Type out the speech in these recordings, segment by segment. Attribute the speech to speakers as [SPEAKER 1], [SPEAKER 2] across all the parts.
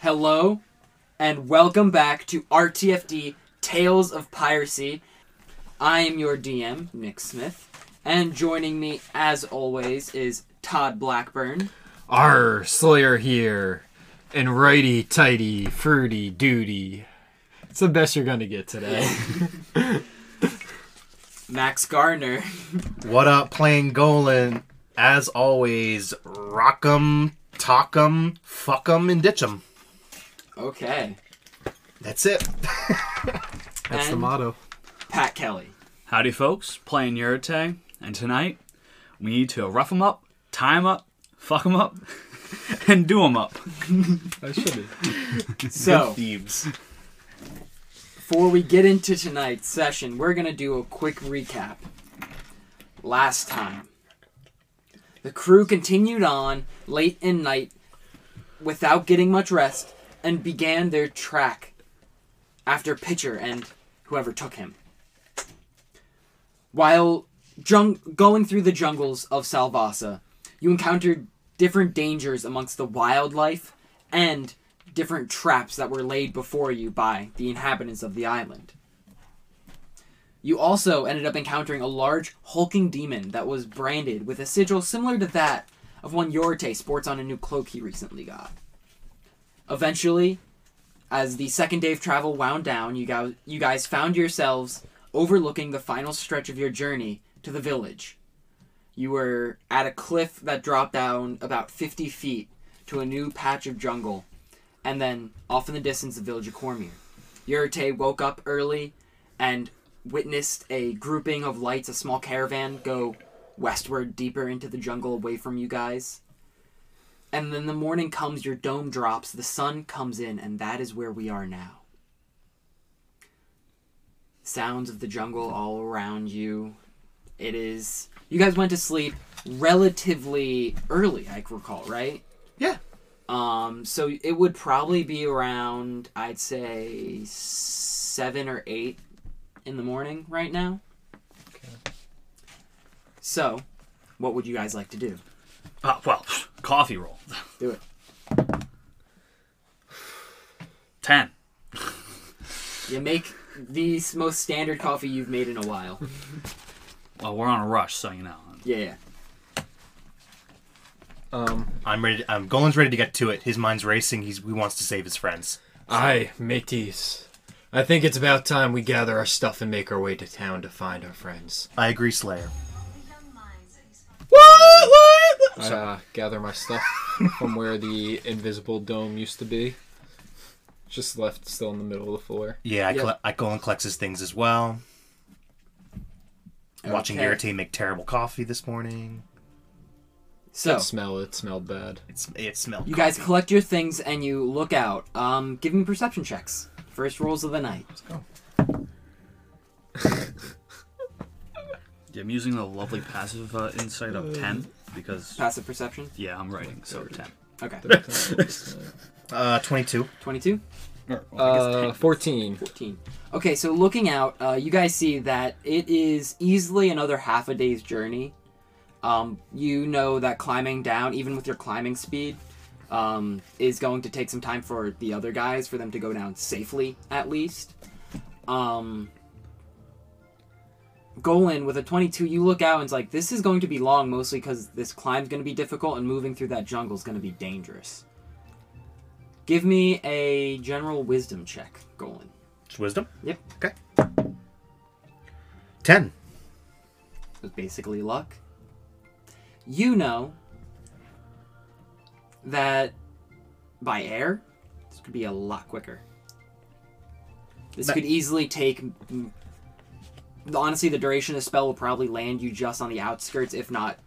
[SPEAKER 1] Hello, and welcome back to RTFD Tales of Piracy. I am your DM, Nick Smith, and joining me, as always, is Todd Blackburn.
[SPEAKER 2] Our Slayer here, and righty tighty, fruity duty. It's the best you're gonna get today.
[SPEAKER 1] Max Garner.
[SPEAKER 3] What up, playing Golan? As always, rock 'em, talk 'em, fuck 'em, and ditch 'em.
[SPEAKER 1] Okay.
[SPEAKER 3] That's it.
[SPEAKER 2] That's the
[SPEAKER 1] And-
[SPEAKER 2] motto.
[SPEAKER 1] Pat Kelly.
[SPEAKER 4] Howdy, folks. Playing Yurite, and tonight we need to rough 'em up, tie 'em up, fuck 'em up, and do 'em up.
[SPEAKER 2] I should
[SPEAKER 1] So,
[SPEAKER 3] Thebes.
[SPEAKER 1] before we get into tonight's session, we're going to do a quick recap. Last time, the crew continued on late in night without getting much rest and began their track after Pitcher and whoever took him. While jung- going through the jungles of Salvasa, you encountered different dangers amongst the wildlife and different traps that were laid before you by the inhabitants of the island. You also ended up encountering a large hulking demon that was branded with a sigil similar to that of one Yorite sports on a new cloak he recently got. Eventually, as the second day of travel wound down, you guys, you guys found yourselves overlooking the final stretch of your journey to the village. You were at a cliff that dropped down about 50 feet to a new patch of jungle, and then off in the distance, the village of Cormier. Yurite woke up early and witnessed a grouping of lights, a small caravan, go westward, deeper into the jungle, away from you guys. And then the morning comes, your dome drops, the sun comes in, and that is where we are now. Sounds of the jungle all around you. It is. You guys went to sleep relatively early, I recall, right?
[SPEAKER 3] Yeah.
[SPEAKER 1] Um, so it would probably be around, I'd say, seven or eight in the morning right now. So, what would you guys like to do?
[SPEAKER 4] Ah, well, coffee roll.
[SPEAKER 1] Do it.
[SPEAKER 4] Ten.
[SPEAKER 1] You make the s- most standard coffee you've made in a while.
[SPEAKER 4] Well, we're on a rush, so you know.
[SPEAKER 1] Yeah, yeah.
[SPEAKER 2] Um,
[SPEAKER 3] I'm ready. um, Golan's ready to get to it. His mind's racing. He's he wants to save his friends.
[SPEAKER 2] Aye, mateys. I think it's about time we gather our stuff and make our way to town to find our friends.
[SPEAKER 3] I agree, Slayer.
[SPEAKER 2] I uh, gather my stuff from where the invisible dome used to be. Just left still in the middle of the floor.
[SPEAKER 3] Yeah, I,
[SPEAKER 1] Yeah.
[SPEAKER 3] colle- I Golan collects his things as well. Watching
[SPEAKER 1] Okay.
[SPEAKER 3] Yurite make terrible coffee this morning.
[SPEAKER 4] Oh.
[SPEAKER 1] So,
[SPEAKER 2] Smell it, smelled bad.
[SPEAKER 3] It's it smelled.
[SPEAKER 1] you guys collect your things and you look out. Um, give me perception checks. First rolls of the night.
[SPEAKER 4] I'm using the lovely passive uh, insight of ten because
[SPEAKER 1] Passive perception.
[SPEAKER 4] yeah, I'm writing, so ten.
[SPEAKER 1] Okay.
[SPEAKER 3] uh, twenty-two.
[SPEAKER 1] 22?
[SPEAKER 4] Or, well, I guess
[SPEAKER 2] Uh, 14.
[SPEAKER 1] 14. Okay, so looking out, uh, you guys see that it is easily another half a day's journey. Um, you know that climbing down, even with your climbing speed, um, is going to take some time for the other guys for them to go down safely, at least. Um, Golan with a 22, you look out and it's like, this is going to be long, mostly because this climb's going to be difficult and moving through that jungle is going to be dangerous. Give me a general wisdom check, Golan.
[SPEAKER 3] It's wisdom.
[SPEAKER 1] Yep.
[SPEAKER 3] Okay. Ten.
[SPEAKER 1] was basically luck. You know that by air, this could be a lot quicker. This
[SPEAKER 3] But-
[SPEAKER 1] could easily take. mm, Honestly, the duration of the spell will probably land you just on the outskirts, if not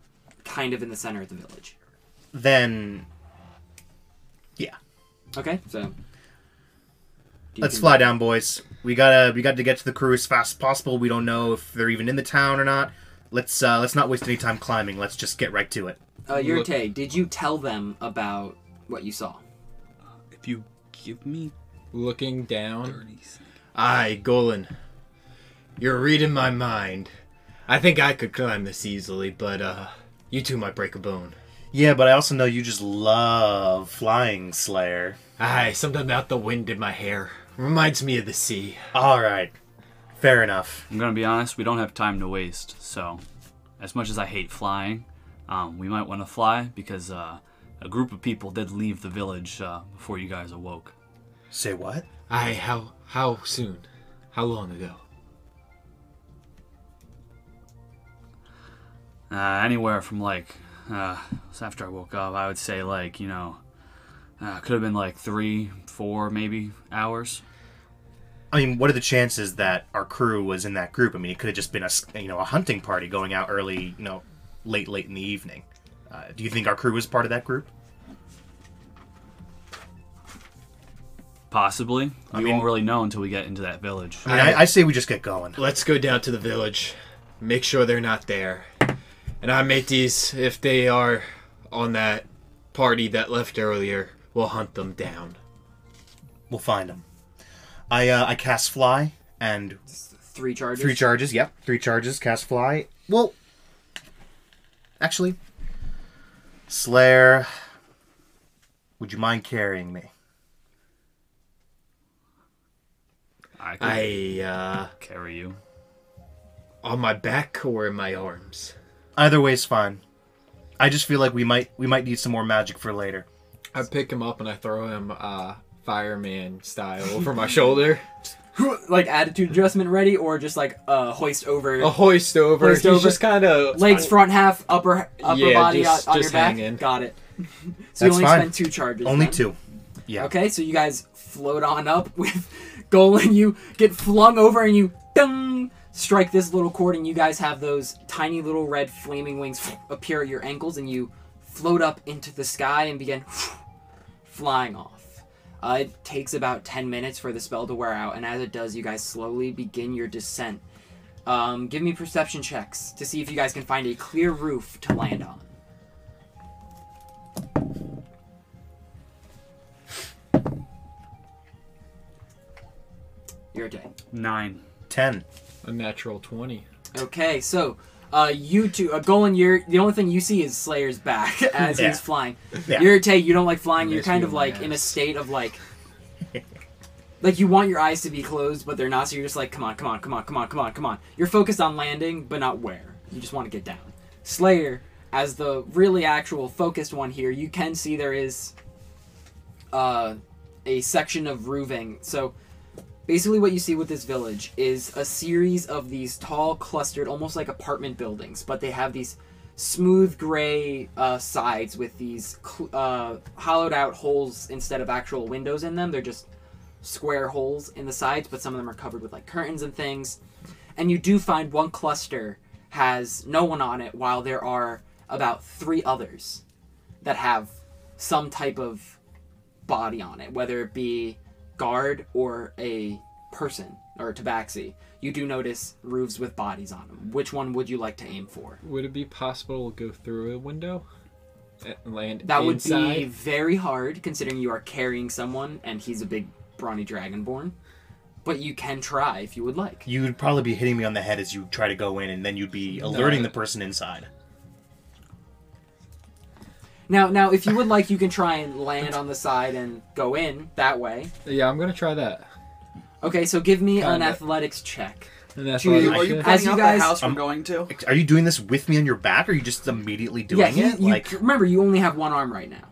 [SPEAKER 1] kind of in the center of the village.
[SPEAKER 3] Then. Yeah.
[SPEAKER 1] Okay, so. do you
[SPEAKER 3] Let's
[SPEAKER 1] think-
[SPEAKER 3] fly down, boys. We gotta we got to get to the crew as fast as possible. We don't know if they're even in the town or not. Let's uh, let's not waste any time climbing. Let's just get right to it.
[SPEAKER 1] Uh, Yurte, did you tell them about what you saw?
[SPEAKER 4] if you give me
[SPEAKER 2] Looking down.
[SPEAKER 4] thirty.
[SPEAKER 2] Aye, Golan. You're reading my mind. I think I could climb this easily, but uh you two might break a bone.
[SPEAKER 3] Yeah, but I also know you just love flying, Slayer.
[SPEAKER 2] Aye, something about the wind in my hair. Reminds me of the sea.
[SPEAKER 3] All right, fair enough.
[SPEAKER 4] I'm gonna be honest, we don't have time to waste. So, as much as I hate flying, um, we might want to fly because uh, a group of people did leave the village uh, before you guys awoke.
[SPEAKER 3] Say what?
[SPEAKER 2] Aye, how how soon? How long ago?
[SPEAKER 4] Uh, anywhere from like, uh, so after I woke up, I would say like, you know, uh, could have been like three, four, maybe hours.
[SPEAKER 3] I mean, what are the chances that our crew was in that group? I mean, it could have just been a s- you know a hunting party going out early, you know, late late in the evening. Uh, do you think our crew was part of that group?
[SPEAKER 4] Possibly. we
[SPEAKER 3] mean-
[SPEAKER 4] won't really know until we get into that village.
[SPEAKER 3] I, mean, I, I say we just get going.
[SPEAKER 2] Let's go down to the village, make sure they're not there. And our mateys, if they are on that party that left earlier, we'll hunt them down.
[SPEAKER 3] We'll find them. I uh, I cast fly and
[SPEAKER 1] Three charges.
[SPEAKER 3] three charges. Yep, three charges. Cast fly. Well, actually, Slayer, would you mind carrying me?
[SPEAKER 4] I could
[SPEAKER 2] I uh
[SPEAKER 4] carry you.
[SPEAKER 2] on my back or in my arms.
[SPEAKER 3] Either way's fine. I just feel like we might we might need some more magic for later.
[SPEAKER 2] I pick him up and I throw him uh fireman style over my shoulder.
[SPEAKER 1] like attitude adjustment ready, or just like uh, hoist
[SPEAKER 3] Oh,
[SPEAKER 1] over
[SPEAKER 2] A hoist over.
[SPEAKER 1] Hoist
[SPEAKER 2] He's
[SPEAKER 1] over.
[SPEAKER 2] just kind of
[SPEAKER 1] legs, front half, upper upper
[SPEAKER 2] Yeah,
[SPEAKER 1] body
[SPEAKER 2] just-
[SPEAKER 1] on, on
[SPEAKER 2] just
[SPEAKER 1] your back.
[SPEAKER 2] hanging.
[SPEAKER 1] Got it. So you
[SPEAKER 3] That's
[SPEAKER 1] only
[SPEAKER 3] fine.
[SPEAKER 1] spend two charges.
[SPEAKER 3] Only
[SPEAKER 1] then.
[SPEAKER 3] two. Yeah.
[SPEAKER 1] Okay, so you guys float on up with Golan. You get flung over and you dung, strike this little chord, and you guys have those tiny little red flaming wings appear at your ankles, and you float up into the sky and begin flying off. Uh, it takes about 10 minutes for the spell to wear out, and as it does, you guys slowly begin your descent. Um, give me perception checks to see if you guys can find a clear roof to land on. Your day.
[SPEAKER 4] Nine.
[SPEAKER 3] Ten.
[SPEAKER 2] a natural twenty.
[SPEAKER 1] Okay, so uh, you two, uh, Golan, you're the only thing you see is Slayer's back as
[SPEAKER 3] Yeah.
[SPEAKER 1] he's flying.
[SPEAKER 3] Yeah.
[SPEAKER 1] Yurite, you don't like flying. You're
[SPEAKER 2] Makes
[SPEAKER 1] kind
[SPEAKER 2] me
[SPEAKER 1] of like
[SPEAKER 2] mad.
[SPEAKER 1] in a state of like, like you want your eyes to be closed, but they're not. So you're just like, come on, come on, come on, come on, come on, come on. You're focused on landing, but not where. You just want to get down. Slayer, as the really actual focused one here, you can see there is uh, a section of roofing. So basically what you see with this village is a series of these tall clustered almost like apartment buildings but they have these smooth gray uh, sides with these cl- uh, hollowed out holes instead of actual windows in them they're just square holes in the sides but some of them are covered with like curtains and things and you do find one cluster has no one on it while there are about three others that have some type of body on it, whether it be guard or a person or a tabaxi. You do notice roofs with bodies on them. Which one would you like to aim for?
[SPEAKER 2] Would it be possible to go through a window? And land
[SPEAKER 1] That would be
[SPEAKER 2] inside?
[SPEAKER 1] very hard considering you are carrying someone and he's a big brawny dragonborn. But you can try if you would like.
[SPEAKER 3] You would probably be hitting me on the head as you try to go in, and then you'd be alerting the person inside.
[SPEAKER 1] Now now if you would like you can try and land on the side and go in that way.
[SPEAKER 2] Yeah, I'm gonna try that.
[SPEAKER 1] Okay, so give me an
[SPEAKER 2] Kinda.
[SPEAKER 1] athletics check.
[SPEAKER 2] And that's
[SPEAKER 1] Do you-
[SPEAKER 2] why
[SPEAKER 1] are
[SPEAKER 2] I
[SPEAKER 1] you
[SPEAKER 2] should-
[SPEAKER 1] putting As you up the guys- house
[SPEAKER 3] we're
[SPEAKER 4] going to?
[SPEAKER 3] Are you doing this with me on your back, or are you just immediately doing
[SPEAKER 1] yeah, he-
[SPEAKER 3] it?
[SPEAKER 1] you-
[SPEAKER 3] like,
[SPEAKER 1] remember you only have one arm right now.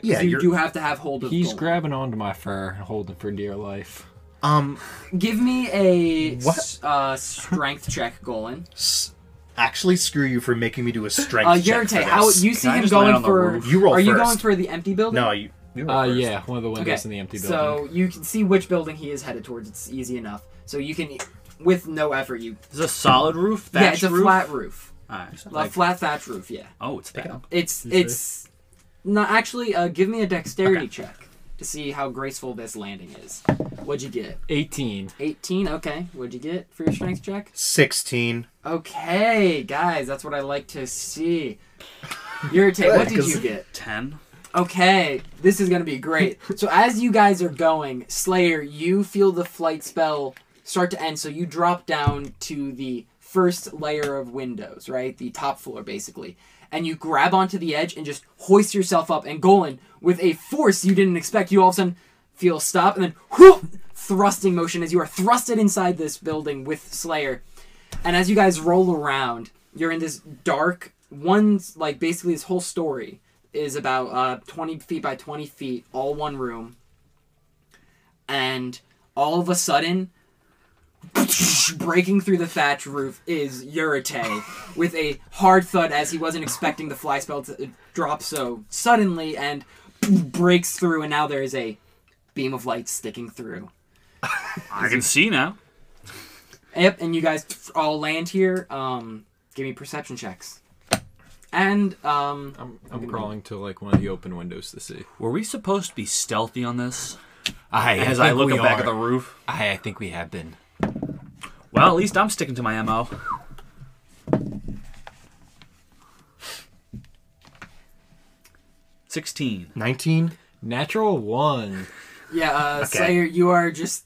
[SPEAKER 3] yeah,
[SPEAKER 1] so you
[SPEAKER 3] you're,
[SPEAKER 1] do have to have hold of
[SPEAKER 2] He's
[SPEAKER 1] Golan.
[SPEAKER 2] grabbing onto my fur and holding for dear life.
[SPEAKER 3] um,
[SPEAKER 1] Give me a
[SPEAKER 3] What?
[SPEAKER 1] s- uh, strength check, Golan.
[SPEAKER 3] s- actually, screw you for making me do a strength
[SPEAKER 1] Uh,
[SPEAKER 3] check.
[SPEAKER 1] Yurite,
[SPEAKER 3] for
[SPEAKER 1] how
[SPEAKER 3] this.
[SPEAKER 1] you see
[SPEAKER 4] Can I
[SPEAKER 1] him
[SPEAKER 4] just land
[SPEAKER 1] going
[SPEAKER 4] on the
[SPEAKER 1] for?
[SPEAKER 4] roof?
[SPEAKER 3] You roll
[SPEAKER 1] Are you
[SPEAKER 3] first.
[SPEAKER 1] going for the empty building?
[SPEAKER 3] No, you. you were
[SPEAKER 2] Uh,
[SPEAKER 3] first.
[SPEAKER 2] yeah, one of the windows in the empty building.
[SPEAKER 1] So you can see which building he is headed towards. It's easy enough. So you can, with no effort, you.
[SPEAKER 4] Is it a solid roof? Thatch
[SPEAKER 1] yeah, it's a
[SPEAKER 4] roof?
[SPEAKER 1] flat roof,
[SPEAKER 4] Alright.
[SPEAKER 1] a
[SPEAKER 4] Like-
[SPEAKER 1] flat thatch roof. Yeah,
[SPEAKER 4] oh, it's bad.
[SPEAKER 1] it's
[SPEAKER 2] see?
[SPEAKER 1] it's. No, actually, uh, give me a dexterity check to see how graceful this landing is. What'd you get?
[SPEAKER 2] 18.
[SPEAKER 1] Eighteen. Okay. What'd you get for your strength check?
[SPEAKER 3] Sixteen.
[SPEAKER 1] Okay, guys, that's what I like to see. Yurite, what did you get?
[SPEAKER 4] Ten.
[SPEAKER 1] Okay, this is gonna be great. So as you guys are going, Slayer, you feel the flight spell start to end, so you drop down to the first layer of windows, right? The top floor, basically. And you grab onto the edge and just hoist yourself up. And Golan, with a force you didn't expect, you all of a sudden feel a stop and then whoop, thrusting motion as you are thrusted inside this building with Slayer. And as you guys roll around, you're in this dark one, like basically this whole story is about uh, 20 feet by 20 feet, all one room. And all of a sudden, breaking through the thatch roof is Yurite with a hard thud as he wasn't expecting the fly spell to drop so suddenly and breaks through, and now there is a beam of light sticking through.
[SPEAKER 4] I can see now.
[SPEAKER 1] Yep, and you guys all land here. Um, give me perception checks. And um,
[SPEAKER 2] I'm, I'm crawling to like one of the open windows to see.
[SPEAKER 4] Were we supposed to be stealthy on this?
[SPEAKER 5] I,
[SPEAKER 4] As I
[SPEAKER 5] think
[SPEAKER 4] look
[SPEAKER 5] we
[SPEAKER 4] back
[SPEAKER 5] are.
[SPEAKER 4] at the roof.
[SPEAKER 5] I, I think we have been.
[SPEAKER 4] Well, at least I'm sticking to my MO. Sixteen.
[SPEAKER 3] 19?
[SPEAKER 2] Natural one.
[SPEAKER 1] yeah, uh,
[SPEAKER 3] Okay.
[SPEAKER 1] Slayer, you are just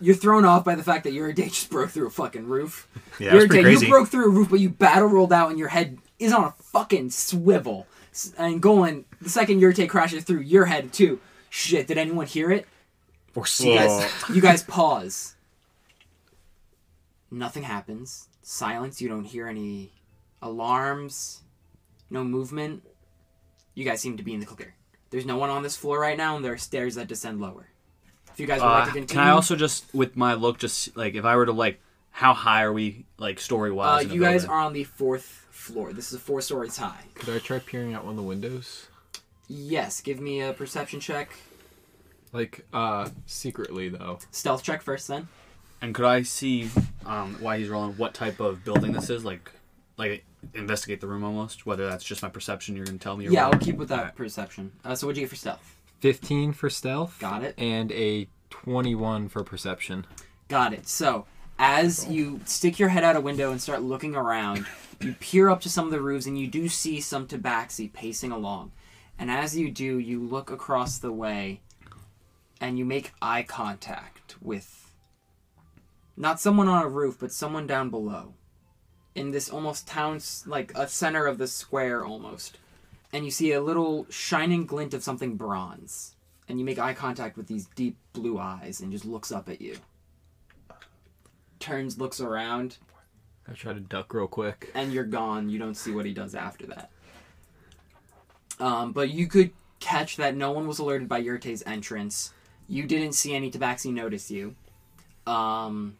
[SPEAKER 1] you're thrown off by the fact that Yurite just broke through a fucking roof.
[SPEAKER 3] Yeah, that's
[SPEAKER 1] Yurite,
[SPEAKER 3] pretty crazy.
[SPEAKER 1] You broke through a roof, but you battle rolled out, and your head is on a fucking swivel. S- And going the second Yurite crashes through your head too. Shit, did anyone hear it?
[SPEAKER 3] or
[SPEAKER 1] You
[SPEAKER 3] see
[SPEAKER 1] guys, you guys pause. Nothing happens. Silence. You don't hear any alarms. No movement. You guys seem to be in the clear. There's no one on this floor right now, and there are stairs that descend lower. If you guys would like to
[SPEAKER 4] Uh,
[SPEAKER 1] continue,
[SPEAKER 4] can I also just, with my look, just like if I were to like, how high are we, like story
[SPEAKER 1] Uh,
[SPEAKER 4] wise?
[SPEAKER 1] you guys are on the fourth floor. This is four stories high.
[SPEAKER 2] Could I try peering out one of the windows?
[SPEAKER 1] Yes. Give me a perception check,
[SPEAKER 2] Like, uh, secretly though.
[SPEAKER 1] stealth check first, then.
[SPEAKER 4] And could I see um, why he's rolling? What type of building this is? Like, like investigate the room almost. Whether that's just my perception, you're gonna tell me. Or
[SPEAKER 1] yeah,
[SPEAKER 4] what?
[SPEAKER 1] I'll keep with that
[SPEAKER 4] Alright.
[SPEAKER 1] perception. Uh, so what'd you get for stealth?
[SPEAKER 2] 15 for stealth.
[SPEAKER 1] Got it.
[SPEAKER 2] And a 21 for perception.
[SPEAKER 1] Got it. So, as you stick your head out a window and start looking around, you peer up to some of the roofs and you do see some tabaxi pacing along. And as you do, you look across the way and you make eye contact with not someone on a roof, but someone down below in this almost town, s- like a center of the square almost. And you see a little shining glint of something bronze. And you make eye contact with these deep blue eyes and just looks up at you turns, looks around,
[SPEAKER 2] I try to duck real quick.
[SPEAKER 1] and you're gone. You don't see what he does after that. Um, but you could catch that no one was alerted by Yurte's entrance. You didn't see any Tabaxi notice you. Um,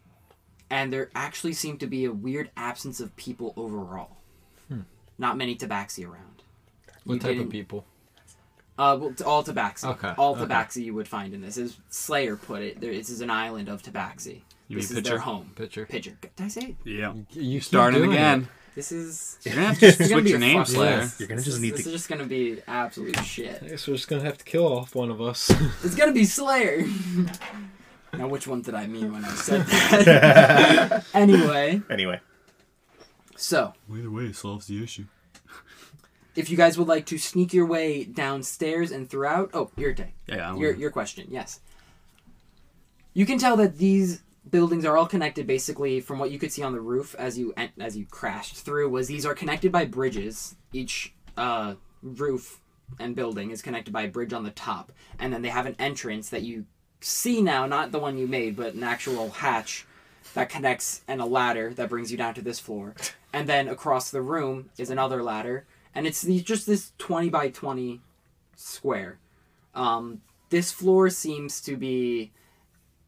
[SPEAKER 1] and there actually seemed to be a weird absence of people overall. Not many Tabaxi around.
[SPEAKER 2] What
[SPEAKER 1] You
[SPEAKER 2] type of
[SPEAKER 1] didn't-
[SPEAKER 2] people?
[SPEAKER 1] Uh, well, t- all Tabaxi.
[SPEAKER 2] Okay,
[SPEAKER 1] All
[SPEAKER 2] okay.
[SPEAKER 1] Tabaxi you would find in this. As Slayer put it, there, this is an island of Tabaxi.
[SPEAKER 4] You
[SPEAKER 1] this is
[SPEAKER 4] mean
[SPEAKER 1] their
[SPEAKER 4] Pitcher?
[SPEAKER 1] home.
[SPEAKER 2] Pitcher.
[SPEAKER 1] Pitcher. Did I say it?
[SPEAKER 4] Yeah.
[SPEAKER 2] You
[SPEAKER 4] Starting again.
[SPEAKER 1] This is
[SPEAKER 4] You're gonna have to
[SPEAKER 1] It's gonna
[SPEAKER 4] switch
[SPEAKER 1] be
[SPEAKER 4] your
[SPEAKER 1] a
[SPEAKER 4] name,
[SPEAKER 1] fuck
[SPEAKER 4] Slayer.
[SPEAKER 1] fest.
[SPEAKER 3] You're gonna
[SPEAKER 1] This
[SPEAKER 3] just
[SPEAKER 1] is-
[SPEAKER 3] need
[SPEAKER 1] This
[SPEAKER 3] to-
[SPEAKER 1] is just gonna be absolute
[SPEAKER 2] I
[SPEAKER 1] shit.
[SPEAKER 2] guess we're just gonna have to kill off one of us.
[SPEAKER 1] It's gonna be Slayer. now, which one did I mean when I said that? anyway,
[SPEAKER 3] Anyway.
[SPEAKER 1] so
[SPEAKER 4] Either way, it solves the issue.
[SPEAKER 1] if you guys would like to sneak your way downstairs and throughout, oh, your day,
[SPEAKER 4] Yeah. yeah I
[SPEAKER 1] your
[SPEAKER 4] wanna-
[SPEAKER 1] your question, yes. You can tell that these buildings are all connected basically from what you could see on the roof as you en- as you crashed through was these are connected by bridges each uh, roof and building is connected by a bridge on the top and then they have an entrance that you see now not the one you made but an actual hatch that connects and a ladder that brings you down to this floor and then across the room is another ladder and it's the, just this 20 by 20 square um, this floor seems to be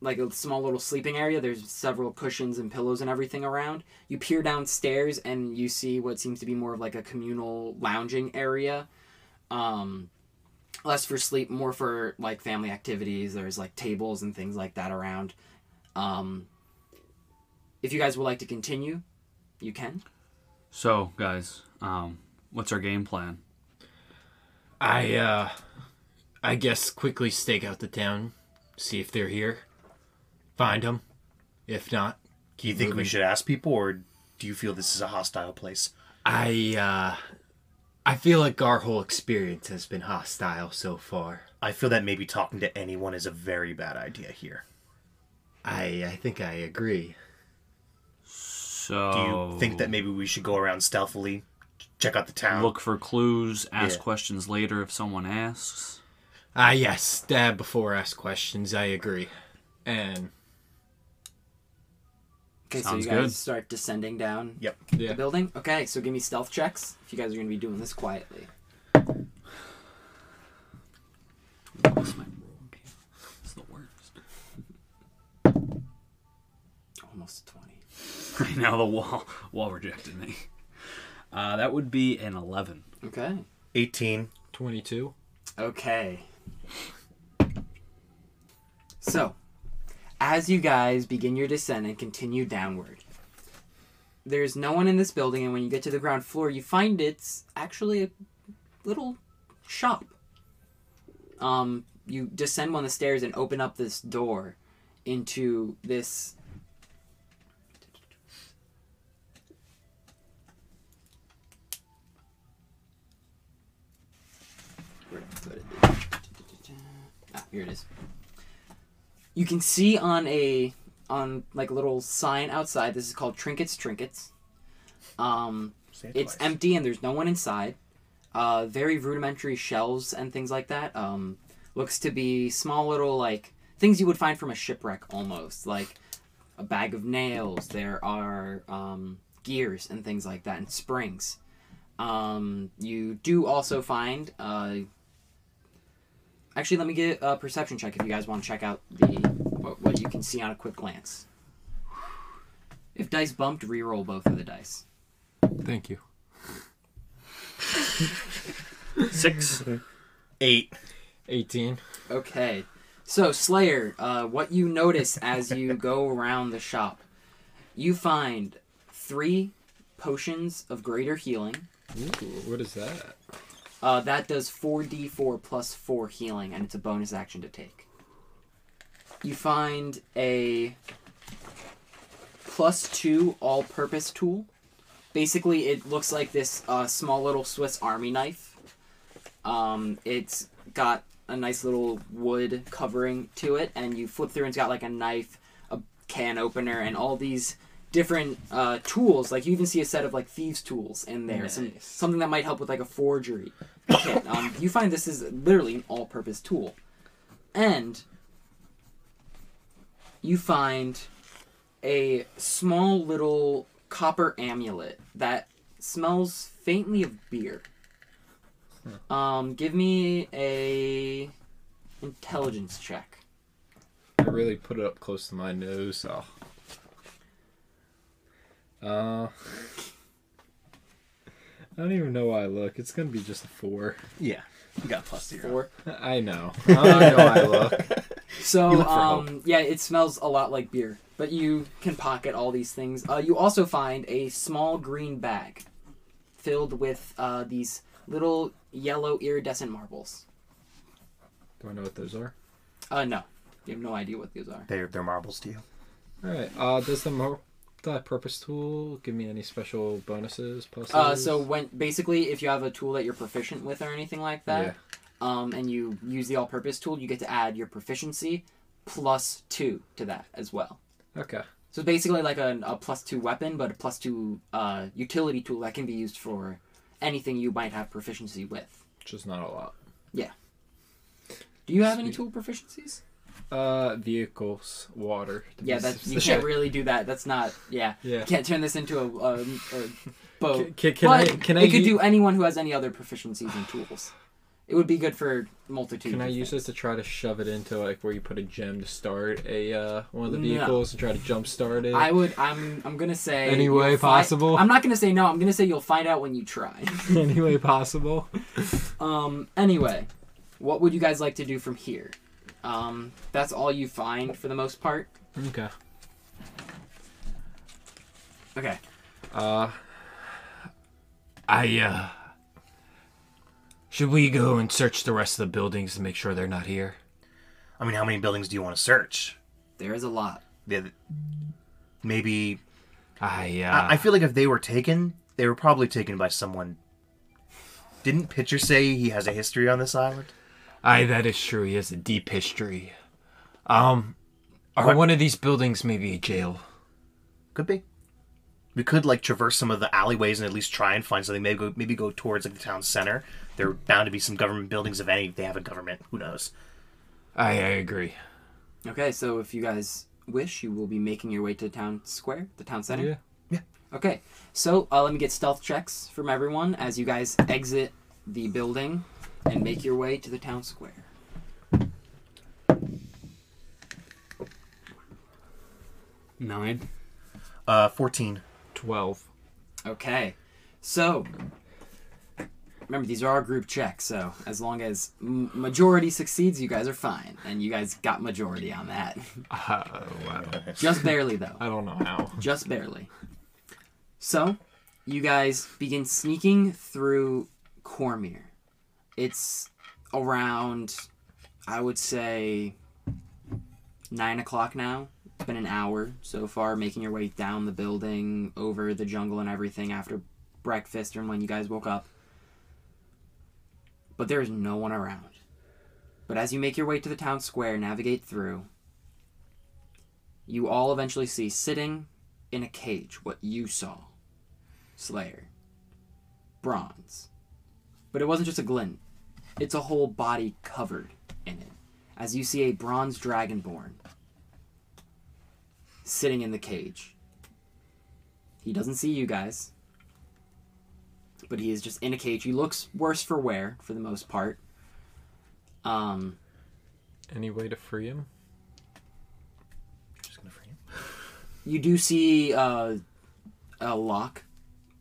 [SPEAKER 1] like a small little sleeping area. There's several cushions and pillows and everything around. You peer downstairs and you see what seems to be more of like a communal lounging area. Um, less for sleep, more for like family activities. There's like tables and things like that around. Um, if you guys would like to continue, you can.
[SPEAKER 4] So, guys, um, what's our game plan?
[SPEAKER 2] I, uh, I guess quickly stake out the town, see if they're here, find them. If not,
[SPEAKER 3] Do you think we should ask people, or do you feel this is a hostile place?
[SPEAKER 2] I, uh, I feel like our whole experience has been hostile so far.
[SPEAKER 3] I feel that maybe talking to anyone is a very bad idea here.
[SPEAKER 2] I, I think I agree.
[SPEAKER 4] So
[SPEAKER 3] Do you think that maybe we should go around stealthily, ch- check out the town?
[SPEAKER 4] look for clues, ask
[SPEAKER 3] Yeah.
[SPEAKER 4] questions later if someone asks?
[SPEAKER 2] Ah, yes, stab before ask questions. I agree. And
[SPEAKER 1] Okay,
[SPEAKER 4] Sounds
[SPEAKER 1] so you guys
[SPEAKER 4] good.
[SPEAKER 1] start descending down
[SPEAKER 3] Yep.
[SPEAKER 1] the
[SPEAKER 2] yeah,
[SPEAKER 1] building. Okay, so give me stealth checks if you guys are going to be doing this quietly.
[SPEAKER 4] What's my roll here? It's the worst.
[SPEAKER 1] Almost 20.
[SPEAKER 4] I know the wall wall rejected me. Uh, that would be an eleven.
[SPEAKER 1] Okay.
[SPEAKER 3] 18.
[SPEAKER 2] twenty-two.
[SPEAKER 1] Okay. So, as you guys begin your descent and continue downward, there's no one in this building, and when you get to the ground floor, you find it's actually a little shop. Um, you descend one of the stairs and open up this door into this. Where did I put it? Ah, here it is. You can see on a on like a little sign outside. This is called Trinkets Trinkets. Um,
[SPEAKER 3] Say it
[SPEAKER 1] it's
[SPEAKER 3] twice.
[SPEAKER 1] empty and there's no one inside. Uh, very rudimentary shelves and things like that. Um, looks to be small little like things you would find from a shipwreck almost, like a bag of nails. There are um, gears and things like that and springs. Um, you do also find. Uh, actually, let me get a perception check if you guys want to check out the what, what you can see on a quick glance. If dice bumped, re-roll both of the dice.
[SPEAKER 5] Thank you.
[SPEAKER 4] Six.
[SPEAKER 3] 8.
[SPEAKER 2] 18.
[SPEAKER 1] Okay. So, Slayer, uh, what you notice as you go around the shop, you find three potions of greater healing.
[SPEAKER 2] Ooh, what is that?
[SPEAKER 1] Uh, that does 4d4 plus 4 healing, and it's a bonus action to take. You find a plus 2 all purpose tool. Basically, it looks like this uh, small little Swiss Army knife. Um, it's got a nice little wood covering to it, and you flip through, and it's got like a knife, a can opener, and all these different uh, tools. Like, you even see a set of like thieves' tools in there, some,
[SPEAKER 2] Nice.
[SPEAKER 1] something that might help with like a forgery kit. Um, you find this is literally an all purpose tool. And you find a small little copper amulet that smells faintly of beer.
[SPEAKER 3] Hmm.
[SPEAKER 1] Um, give me a intelligence check.
[SPEAKER 2] I really put it up close to my nose. Oh. Uh, I don't even know why I look. It's gonna be just a four.
[SPEAKER 3] Yeah. You got plus 0.
[SPEAKER 1] Four.
[SPEAKER 2] I know. I don't know why I look.
[SPEAKER 1] So,
[SPEAKER 3] You look for
[SPEAKER 1] um, yeah, it smells a lot like beer, but you can pocket all these things. Uh, you also find a small green bag filled with uh, these little yellow iridescent marbles.
[SPEAKER 2] Do I know what those are?
[SPEAKER 1] Uh, no, you have no idea what these are.
[SPEAKER 3] They're, they're marbles to you.
[SPEAKER 2] All right. Uh, does the mar- that purpose tool give me any special bonuses? Pluses?
[SPEAKER 1] Uh, so when basically, if you have a tool that you're proficient with or anything like that,
[SPEAKER 2] Yeah.
[SPEAKER 1] um, and you use the all-purpose tool, you get to add your proficiency plus two to that as well.
[SPEAKER 2] okay.
[SPEAKER 1] So it's basically, like a, a plus two weapon, but a plus two uh, utility tool that can be used for anything you might have proficiency with.
[SPEAKER 2] Just not a lot.
[SPEAKER 1] Do you have any
[SPEAKER 2] Sweet.
[SPEAKER 1] tool proficiencies?
[SPEAKER 2] Uh, vehicles, water. to be
[SPEAKER 1] Yeah, that's you
[SPEAKER 2] specific.
[SPEAKER 1] can't really do that. That's not yeah.
[SPEAKER 2] Yeah.
[SPEAKER 1] You can't turn this into a, um a bow.
[SPEAKER 2] Can- can- can
[SPEAKER 1] But
[SPEAKER 2] I- can I
[SPEAKER 1] it could
[SPEAKER 2] u-
[SPEAKER 1] do anyone who has any other proficiencies in tools. It would be good for multitude.
[SPEAKER 2] Can I
[SPEAKER 1] of
[SPEAKER 2] use
[SPEAKER 1] things.
[SPEAKER 2] this to try to shove it into like where you put a gem to start a uh, one of the
[SPEAKER 1] No.
[SPEAKER 2] vehicles and try to jump start it?
[SPEAKER 1] I would. I'm. I'm gonna say
[SPEAKER 5] Any
[SPEAKER 1] you'll
[SPEAKER 5] way
[SPEAKER 1] fi-
[SPEAKER 5] possible?
[SPEAKER 1] I'm not gonna say no. I'm gonna say you'll find out when you try.
[SPEAKER 5] Any way possible.
[SPEAKER 1] um. Anyway, what would you guys like to do from here? Um. That's all you find for the most part.
[SPEAKER 2] Okay.
[SPEAKER 1] Okay.
[SPEAKER 2] Uh,
[SPEAKER 5] I, uh. Should we go and search the rest of the buildings to make sure they're not here?
[SPEAKER 3] I mean, how many buildings do you want to search?
[SPEAKER 1] There is a lot.
[SPEAKER 3] The- Maybe.
[SPEAKER 5] I, uh.
[SPEAKER 3] I I feel like if they were taken, they were probably taken by someone. Didn't Pitcher say he has a history on this island?
[SPEAKER 5] Aye, that is true. He has a deep history. Um, are one of these buildings maybe a jail?
[SPEAKER 3] Could be. we could like traverse some of the alleyways and at least try and find something. Maybe go, maybe go towards like the town center. There are bound to be some government buildings, if any. If they have a government, who knows?
[SPEAKER 5] I, I agree.
[SPEAKER 1] Okay, so if you guys wish, you will be making your way to town square, the town center.
[SPEAKER 5] Yeah.
[SPEAKER 3] Yeah.
[SPEAKER 1] Okay, so uh, let me get stealth checks from everyone as you guys exit the building and make your way to the town square.
[SPEAKER 4] Nine.
[SPEAKER 3] Uh, fourteen.
[SPEAKER 5] Twelve.
[SPEAKER 1] Okay, so remember these are our group checks. So as long as m- majority succeeds, you guys are fine, and you guys got majority on that,
[SPEAKER 5] Uh, wow.
[SPEAKER 1] just barely though.
[SPEAKER 5] I don't know how.
[SPEAKER 1] just barely. So, you guys begin sneaking through Cormir. It's around, I would say, nine o'clock now. It's been an hour so far, making your way down the building, over the jungle and everything after breakfast and when you guys woke up. But there is no one around. But as you make your way to the town square, navigate through, you all eventually see sitting in a cage what you saw Slayer. Bronze. But it wasn't just a glint, it's a whole body covered in it. As you see a bronze dragonborn sitting in the cage. He doesn't see you guys, but he is just in a cage. He looks worse for wear for the most part. Um,
[SPEAKER 5] Any way to free him?
[SPEAKER 3] Just gonna free him.
[SPEAKER 1] You do see uh, a lock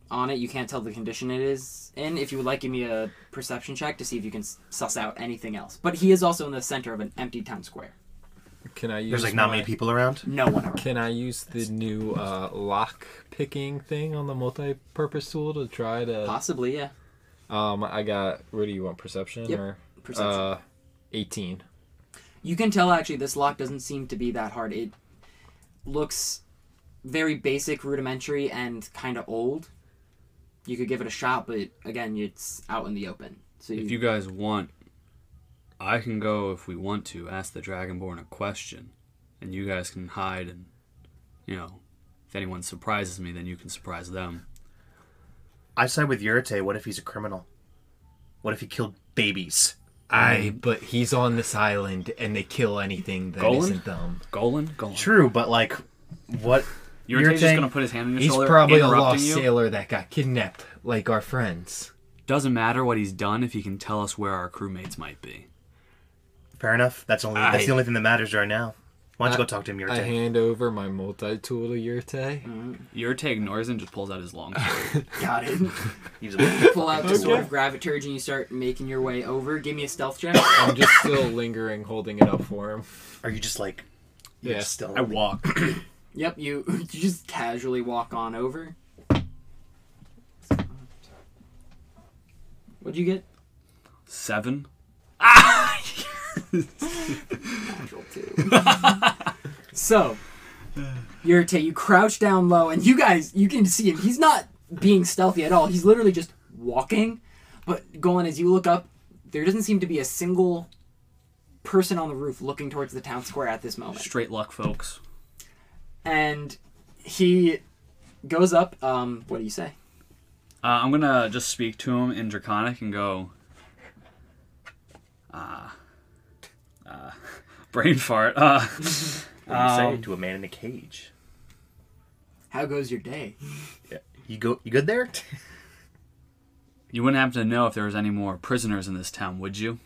[SPEAKER 1] on it. You can't tell the condition it is in. If you would like, give me a perception check to see if you can s- suss out anything else. But he is also in the center of an empty town square.
[SPEAKER 5] Can I use?
[SPEAKER 3] There's like not
[SPEAKER 5] my-
[SPEAKER 3] many people around.
[SPEAKER 1] No one around.
[SPEAKER 5] Can I use the new uh, lock picking thing on the multi-purpose tool to try to?
[SPEAKER 1] Possibly, yeah.
[SPEAKER 5] Um, I got. What do you want? Perception
[SPEAKER 1] Yep,
[SPEAKER 5] or?
[SPEAKER 1] Perception.
[SPEAKER 5] Uh, eighteen.
[SPEAKER 1] You can tell actually this lock doesn't seem to be that hard. It looks very basic, rudimentary, and kind of old. You could give it a shot, but again, it's out in the open. So
[SPEAKER 4] If you guys want, I can go if we want to ask the Dragonborn a question, and you guys can hide and, you know, if anyone surprises me, then you can surprise them.
[SPEAKER 3] I side with Yurite. What if he's a criminal? What if he killed babies?
[SPEAKER 5] I. But he's on this island, and they kill anything that
[SPEAKER 4] Golan?
[SPEAKER 5] not them.
[SPEAKER 4] Golan, Golan.
[SPEAKER 3] True, but like, what?
[SPEAKER 4] You're,
[SPEAKER 3] You're
[SPEAKER 4] just
[SPEAKER 3] saying-
[SPEAKER 4] gonna put his hand on your
[SPEAKER 5] He's
[SPEAKER 4] shoulder,
[SPEAKER 5] probably a
[SPEAKER 4] interrupting
[SPEAKER 5] lost
[SPEAKER 4] you.
[SPEAKER 5] sailor that got kidnapped, like our friends.
[SPEAKER 4] Doesn't matter what he's done if he can tell us where our crewmates might be.
[SPEAKER 3] Fair enough. That's only that's
[SPEAKER 5] I-
[SPEAKER 3] the only thing that matters right now. Why don't
[SPEAKER 5] I-
[SPEAKER 3] you go talk to him,
[SPEAKER 5] I
[SPEAKER 3] Yurite?
[SPEAKER 5] hand over my multi-tool to Yurte.
[SPEAKER 4] Yurte ignores and just pulls out his long sword.
[SPEAKER 1] got it.
[SPEAKER 3] He's a-
[SPEAKER 1] Pull out the sword of graviturge and you start making your way over. Give me a stealth check.
[SPEAKER 5] I'm just still lingering, holding it up for him.
[SPEAKER 3] Are you just like?
[SPEAKER 5] Yeah.
[SPEAKER 3] Yes. Still.
[SPEAKER 4] I walk.
[SPEAKER 1] Yep, you you just casually walk on over. What'd you get?
[SPEAKER 4] Seven.
[SPEAKER 1] Natural two. so, you're ta- you crouch down low, and you guys you can see him. He's not being stealthy at all. He's literally just walking. But Golan, as you look up, there doesn't seem to be a single person on the roof looking towards the town square at this moment.
[SPEAKER 4] Straight luck, folks.
[SPEAKER 1] And he goes up. Um, what do you say?
[SPEAKER 4] Uh, I'm gonna just speak to him in Draconic and go. Ah. Uh, brain fart. Uh,
[SPEAKER 3] What do you say
[SPEAKER 4] Um,
[SPEAKER 3] to a man in a cage?
[SPEAKER 1] How goes your day?
[SPEAKER 3] You go. You good there?
[SPEAKER 4] you wouldn't happen to know if there was any more prisoners in this town, would you?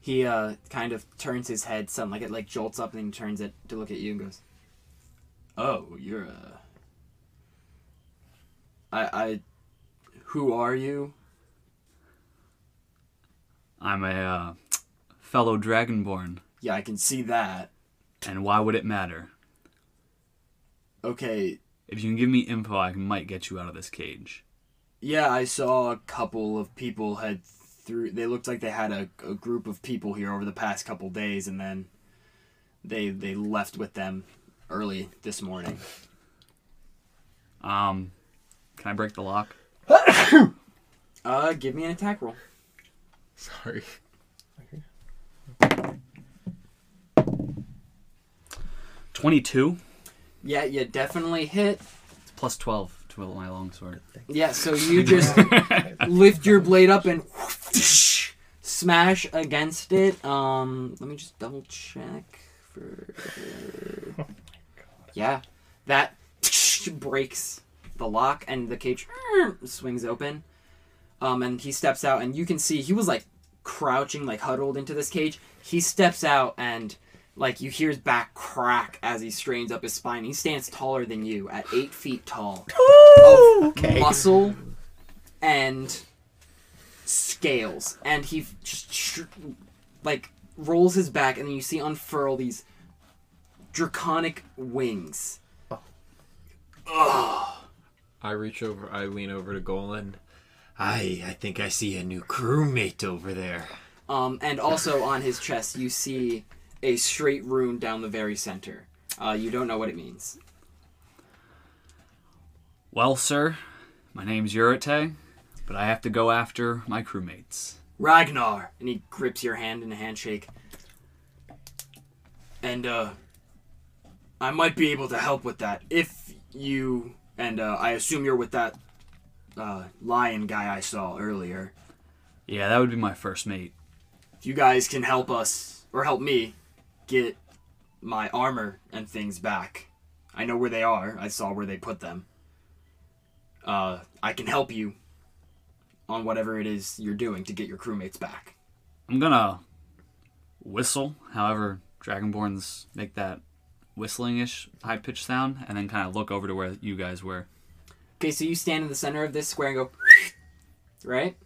[SPEAKER 1] he uh kind of turns his head sudden like it like jolts up and then turns it to look at you and goes oh you're a i i who are you
[SPEAKER 4] I'm a uh, fellow Dragonborn,
[SPEAKER 1] yeah i can see that
[SPEAKER 4] and why would it matter?
[SPEAKER 1] okay
[SPEAKER 4] If you can give me info, I might get you out of this cage.
[SPEAKER 1] yeah i saw a couple of people had through they looked like they had a, a group of people here over the past couple days and then they they left with them early this morning
[SPEAKER 4] Um, can I break the lock?
[SPEAKER 1] uh give me an attack roll
[SPEAKER 5] Sorry.
[SPEAKER 4] Twenty-two
[SPEAKER 1] yeah you definitely hit
[SPEAKER 4] It's plus twelve. twirl my longsword.
[SPEAKER 1] Yeah, so you just lift your blade up and whoosh, smash against it. Um, let me just double check for. Yeah, that breaks the lock and the cage swings open. Um, and he steps out, and you can see he was like crouching, like huddled into this cage. He steps out, and like you hear his back crack as he strains up his spine. He stands taller than you at eight feet tall of muscle and scales, and he f- just sh- like rolls his back, and then you see unfurl these draconic wings.
[SPEAKER 2] I reach over. I lean over to Golan. I I think I see a new crewmate over there.
[SPEAKER 1] Um, and also on his chest, you see a straight rune down the very center. Uh, you don't know what it means.
[SPEAKER 4] Well, sir, my name's Yurite, but I have to go after my crewmates.
[SPEAKER 1] Ragnar, and he grips your hand in a handshake. And uh, I might be able to help with that if you and uh, I assume you're with that uh, lion guy I saw earlier.
[SPEAKER 4] Yeah, that would be my first mate.
[SPEAKER 1] If you guys can help us or help me get my armor and things back, I know where they are. I saw where they put them. Uh, I can help you on whatever it is you're doing to get your crewmates back.
[SPEAKER 4] I'm gonna whistle, however, Dragonborns make that whistling ish high pitched sound, and then kind of look over to where you guys were.
[SPEAKER 1] Okay, so you stand in the center of this square and go, right?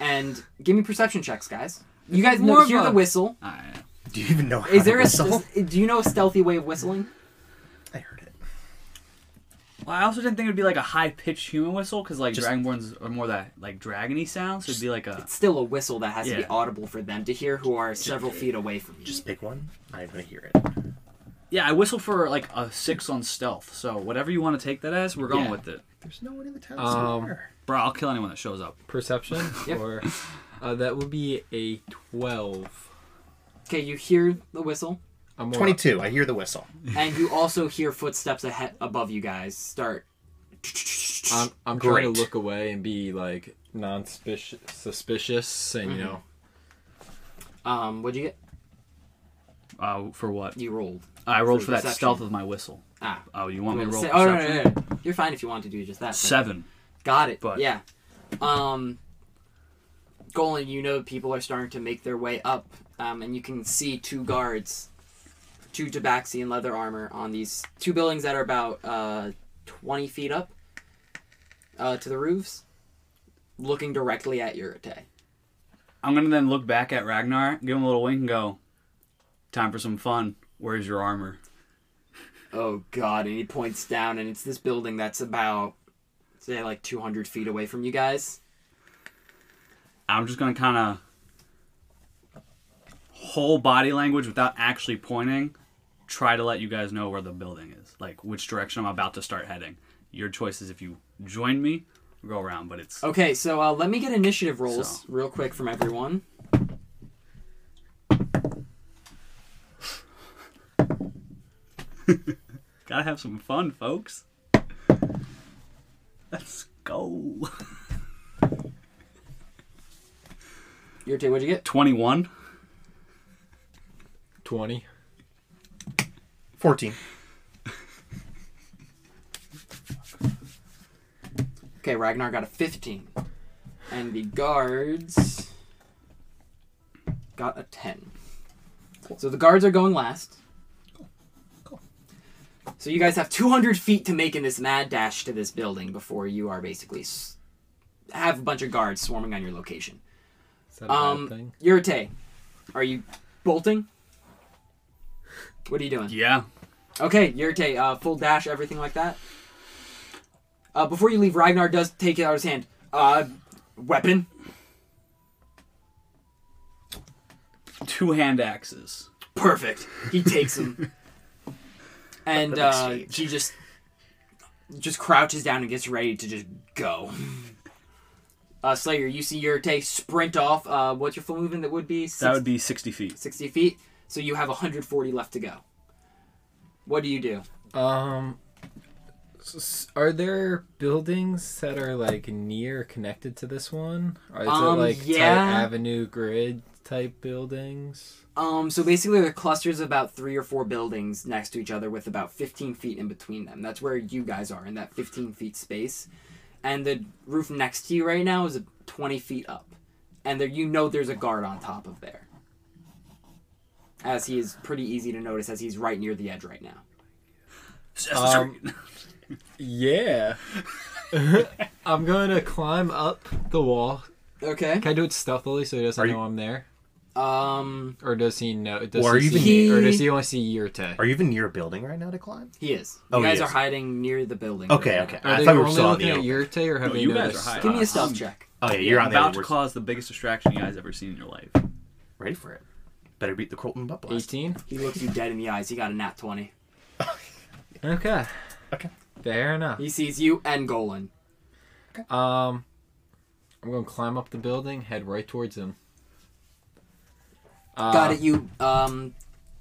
[SPEAKER 1] And give me perception checks, guys. You guys know,
[SPEAKER 4] More of
[SPEAKER 1] hear
[SPEAKER 4] a-
[SPEAKER 1] the whistle.
[SPEAKER 4] I,
[SPEAKER 3] Do you even know how
[SPEAKER 1] Is there a
[SPEAKER 3] whistle?
[SPEAKER 1] do you know a stealthy way of whistling?
[SPEAKER 3] I heard it.
[SPEAKER 4] well, I also didn't think it would be like a high pitched human whistle, because like
[SPEAKER 3] Just-
[SPEAKER 4] Dragonborns are more that like dragony sound, so it'd be like a.
[SPEAKER 1] It's still a whistle that has to be
[SPEAKER 4] Yeah.
[SPEAKER 1] audible for them to hear who are several feet away from you.
[SPEAKER 3] Just pick one. I'm gonna hear it.
[SPEAKER 4] Yeah, I whistle for like a six on stealth, so whatever you want to take that as, we're going
[SPEAKER 1] Yeah.
[SPEAKER 4] with it.
[SPEAKER 3] There's no one in the town
[SPEAKER 2] Um,
[SPEAKER 3] square.
[SPEAKER 4] Bro, I'll kill anyone that shows up.
[SPEAKER 2] Perception
[SPEAKER 1] Yep.
[SPEAKER 2] or uh, that would be a twelve.
[SPEAKER 1] Okay, you hear the whistle,
[SPEAKER 2] I'm more-
[SPEAKER 3] Twenty-two. I hear the whistle.
[SPEAKER 1] and you also hear footsteps ahead above you guys start.
[SPEAKER 2] I'm, I'm trying
[SPEAKER 3] Great.
[SPEAKER 2] to look away and be like non suspicious and you know
[SPEAKER 1] Um, what'd you get?
[SPEAKER 4] Uh, for what?
[SPEAKER 1] You rolled.
[SPEAKER 4] I rolled
[SPEAKER 1] For
[SPEAKER 4] for that
[SPEAKER 1] perception.
[SPEAKER 4] stealth with my whistle.
[SPEAKER 1] Ah.
[SPEAKER 4] Oh, you want me to roll
[SPEAKER 1] Say-
[SPEAKER 4] perception?
[SPEAKER 1] oh no, no, no, no. You're fine if you want to do just that. but-
[SPEAKER 4] Seven.
[SPEAKER 1] Got it.
[SPEAKER 4] But-
[SPEAKER 1] yeah. Um Golan, you know people are starting to make their way up, um, and you can see two guards, two tabaxi in leather armor on these two buildings that are about uh, 20 feet up uh, to the roofs, looking directly at Yurite.
[SPEAKER 4] I'm gonna then look back at Ragnar, give him a little wink, and go, "Time for some fun. Where's your armor?"
[SPEAKER 1] Oh god, and he points down, and it's this building that's about, say, like 200 feet away from you guys.
[SPEAKER 4] I'm just gonna kind of whole body language without actually pointing. Try to let you guys know where the building is, like which direction I'm about to start heading. Your choice is if you join me, or go around, but it's
[SPEAKER 1] Okay, so uh, let me get initiative rolls
[SPEAKER 4] So.
[SPEAKER 1] real quick from everyone.
[SPEAKER 4] gotta have some fun, folks. Let's go.
[SPEAKER 1] Yurite, what'd you get?
[SPEAKER 4] 21.
[SPEAKER 2] twenty.
[SPEAKER 3] Fourteen.
[SPEAKER 1] Okay, Ragnar got a 15. And the guards got a 10. So the guards are going last. So you guys have 200 feet to make in this mad dash to this building before you are basically s- have a bunch of guards swarming on your location.
[SPEAKER 2] Is that a bad
[SPEAKER 1] Um,
[SPEAKER 2] thing?
[SPEAKER 1] Yurite, are you bolting? What are you doing?
[SPEAKER 4] Yeah.
[SPEAKER 1] Okay, Yurte, uh, full dash, everything like that. Uh, before you leave, Ragnar does take it out of his hand. Uh, weapon?
[SPEAKER 4] Two hand axes.
[SPEAKER 1] Perfect. He takes him. and
[SPEAKER 3] Perfect
[SPEAKER 1] uh,
[SPEAKER 3] stage.
[SPEAKER 1] she just just crouches down and gets ready to just go. Uh, Slayer, you see Yurte sprint off. Uh, what's your full movement that would be?
[SPEAKER 4] That would be 60 feet.
[SPEAKER 1] 60 feet. So you have 140 left to go. What do you do?
[SPEAKER 2] Um,
[SPEAKER 6] S- Are there buildings that are like near connected to this one? Or is
[SPEAKER 1] Um,
[SPEAKER 6] it like type
[SPEAKER 1] yeah.
[SPEAKER 6] avenue grid type buildings?
[SPEAKER 1] Um, so basically, there are clusters of about three or four buildings next to each other with about 15 feet in between them. That's where you guys are in that 15 feet space. And the roof next to you right now is 20 feet up. And there, you know there's a guard on top of there. As he is pretty easy to notice as he's right near the edge right now.
[SPEAKER 6] Um, Yeah. I'm going to climb up the wall.
[SPEAKER 1] Okay.
[SPEAKER 6] Can I do it stealthily so he doesn't
[SPEAKER 3] Are you-
[SPEAKER 6] know I'm there?
[SPEAKER 1] Um,
[SPEAKER 6] Or does he know? Does
[SPEAKER 3] Or
[SPEAKER 6] he
[SPEAKER 3] even-
[SPEAKER 6] see, Or does
[SPEAKER 1] He-
[SPEAKER 6] he only see your tag?
[SPEAKER 3] Are you even near a building right now to climb?
[SPEAKER 1] he is. You
[SPEAKER 3] Oh, he
[SPEAKER 1] guys
[SPEAKER 3] is.
[SPEAKER 1] are hiding near the building. right
[SPEAKER 3] Okay,
[SPEAKER 1] now.
[SPEAKER 3] okay.
[SPEAKER 6] Are
[SPEAKER 3] I
[SPEAKER 6] they
[SPEAKER 3] thought we were
[SPEAKER 6] only
[SPEAKER 3] still on
[SPEAKER 6] looking
[SPEAKER 3] the
[SPEAKER 6] at
[SPEAKER 3] open.
[SPEAKER 6] Yurte or have
[SPEAKER 4] No,
[SPEAKER 6] they
[SPEAKER 4] you guys
[SPEAKER 6] noticed?
[SPEAKER 4] are high.
[SPEAKER 1] Give me
[SPEAKER 4] Uh,
[SPEAKER 1] a stealth
[SPEAKER 4] I'm
[SPEAKER 1] check.
[SPEAKER 3] Oh yeah, you're on the
[SPEAKER 4] about to
[SPEAKER 3] other. Call-
[SPEAKER 4] cause the biggest distraction you guys ever seen in your life.
[SPEAKER 3] Ready for it? Better beat the Colton butt blast.
[SPEAKER 6] 18?
[SPEAKER 1] He looks you dead in the eyes. He got a nat 20.
[SPEAKER 6] Okay.
[SPEAKER 3] Okay.
[SPEAKER 6] Fair enough.
[SPEAKER 1] He sees you and Golan.
[SPEAKER 6] Um, I'm going to climb up the building, head right towards him. Uh,
[SPEAKER 1] Got it. You um,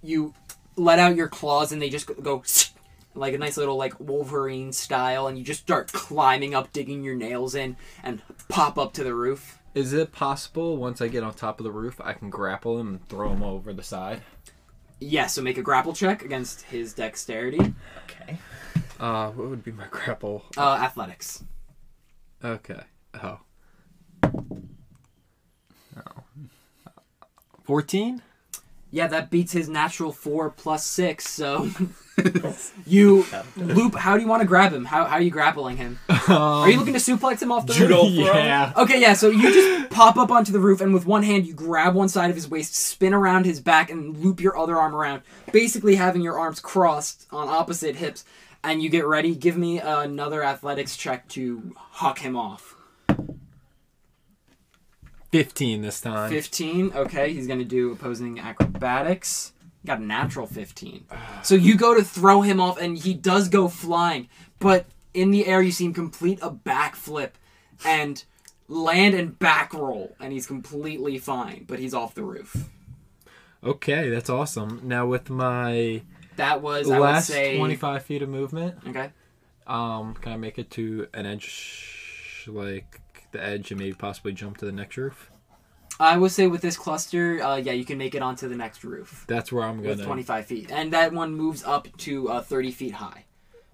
[SPEAKER 1] you let out your claws and they just go, go like a nice little like Wolverine style, and you just start climbing up, digging your nails in, and pop up to the roof.
[SPEAKER 6] Is it possible once I get on top of the roof, I can grapple him and throw him over the side?
[SPEAKER 1] Yes. so make a grapple check against his dexterity,
[SPEAKER 3] Okay.
[SPEAKER 6] Uh, what would be my grapple?
[SPEAKER 1] uh, athletics.
[SPEAKER 6] Okay. Oh. Fourteen.
[SPEAKER 1] Yeah, that beats his natural four plus six. So you loop. How do you want to grab him? How, how are you grappling him? Are you looking to suplex him off the roof?
[SPEAKER 6] yeah.
[SPEAKER 1] Okay, yeah, so you just pop up onto the roof, and with one hand, you grab one side of his waist, spin around his back, and loop your other arm around, basically having your arms crossed on opposite hips, and you get ready. Give me another athletics check to huck him off.
[SPEAKER 6] Fifteen this time.
[SPEAKER 1] 15, okay, he's gonna do opposing acrobatics. Got a natural 15. So you go to throw him off, and he does go flying, but in the air, you see him complete a backflip and land and back roll, and he's completely fine, but he's off the roof.
[SPEAKER 6] Okay, that's awesome. Now with my
[SPEAKER 1] That was, I would
[SPEAKER 6] last
[SPEAKER 1] say.
[SPEAKER 6] twenty-five feet of movement,
[SPEAKER 1] Okay.
[SPEAKER 6] um, can I make it to an edge, like the edge, and maybe possibly jump to the next roof?
[SPEAKER 1] I would say with this cluster, uh, yeah, you can make it onto the next roof
[SPEAKER 6] That's where I'm
[SPEAKER 1] with
[SPEAKER 6] gonna.
[SPEAKER 1] 25 feet. And that one moves up to uh, 30 feet high.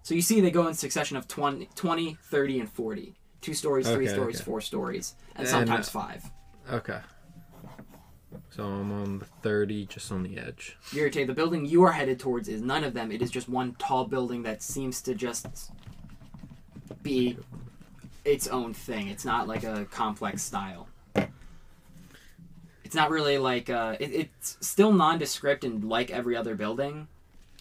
[SPEAKER 1] So you see they go in succession of 20, 20 30, and 40. Two stories, three
[SPEAKER 6] Okay,
[SPEAKER 1] stories,
[SPEAKER 6] okay.
[SPEAKER 1] four stories, and
[SPEAKER 6] And,
[SPEAKER 1] sometimes
[SPEAKER 6] uh,
[SPEAKER 1] five.
[SPEAKER 6] Okay. So I'm on the thirty, just on the edge.
[SPEAKER 1] Yurite, the building you are headed towards is none of them. It is just one tall building that seems to just be its own thing. It's not like a complex style. It's not really like uh, it, it's still nondescript and like every other building,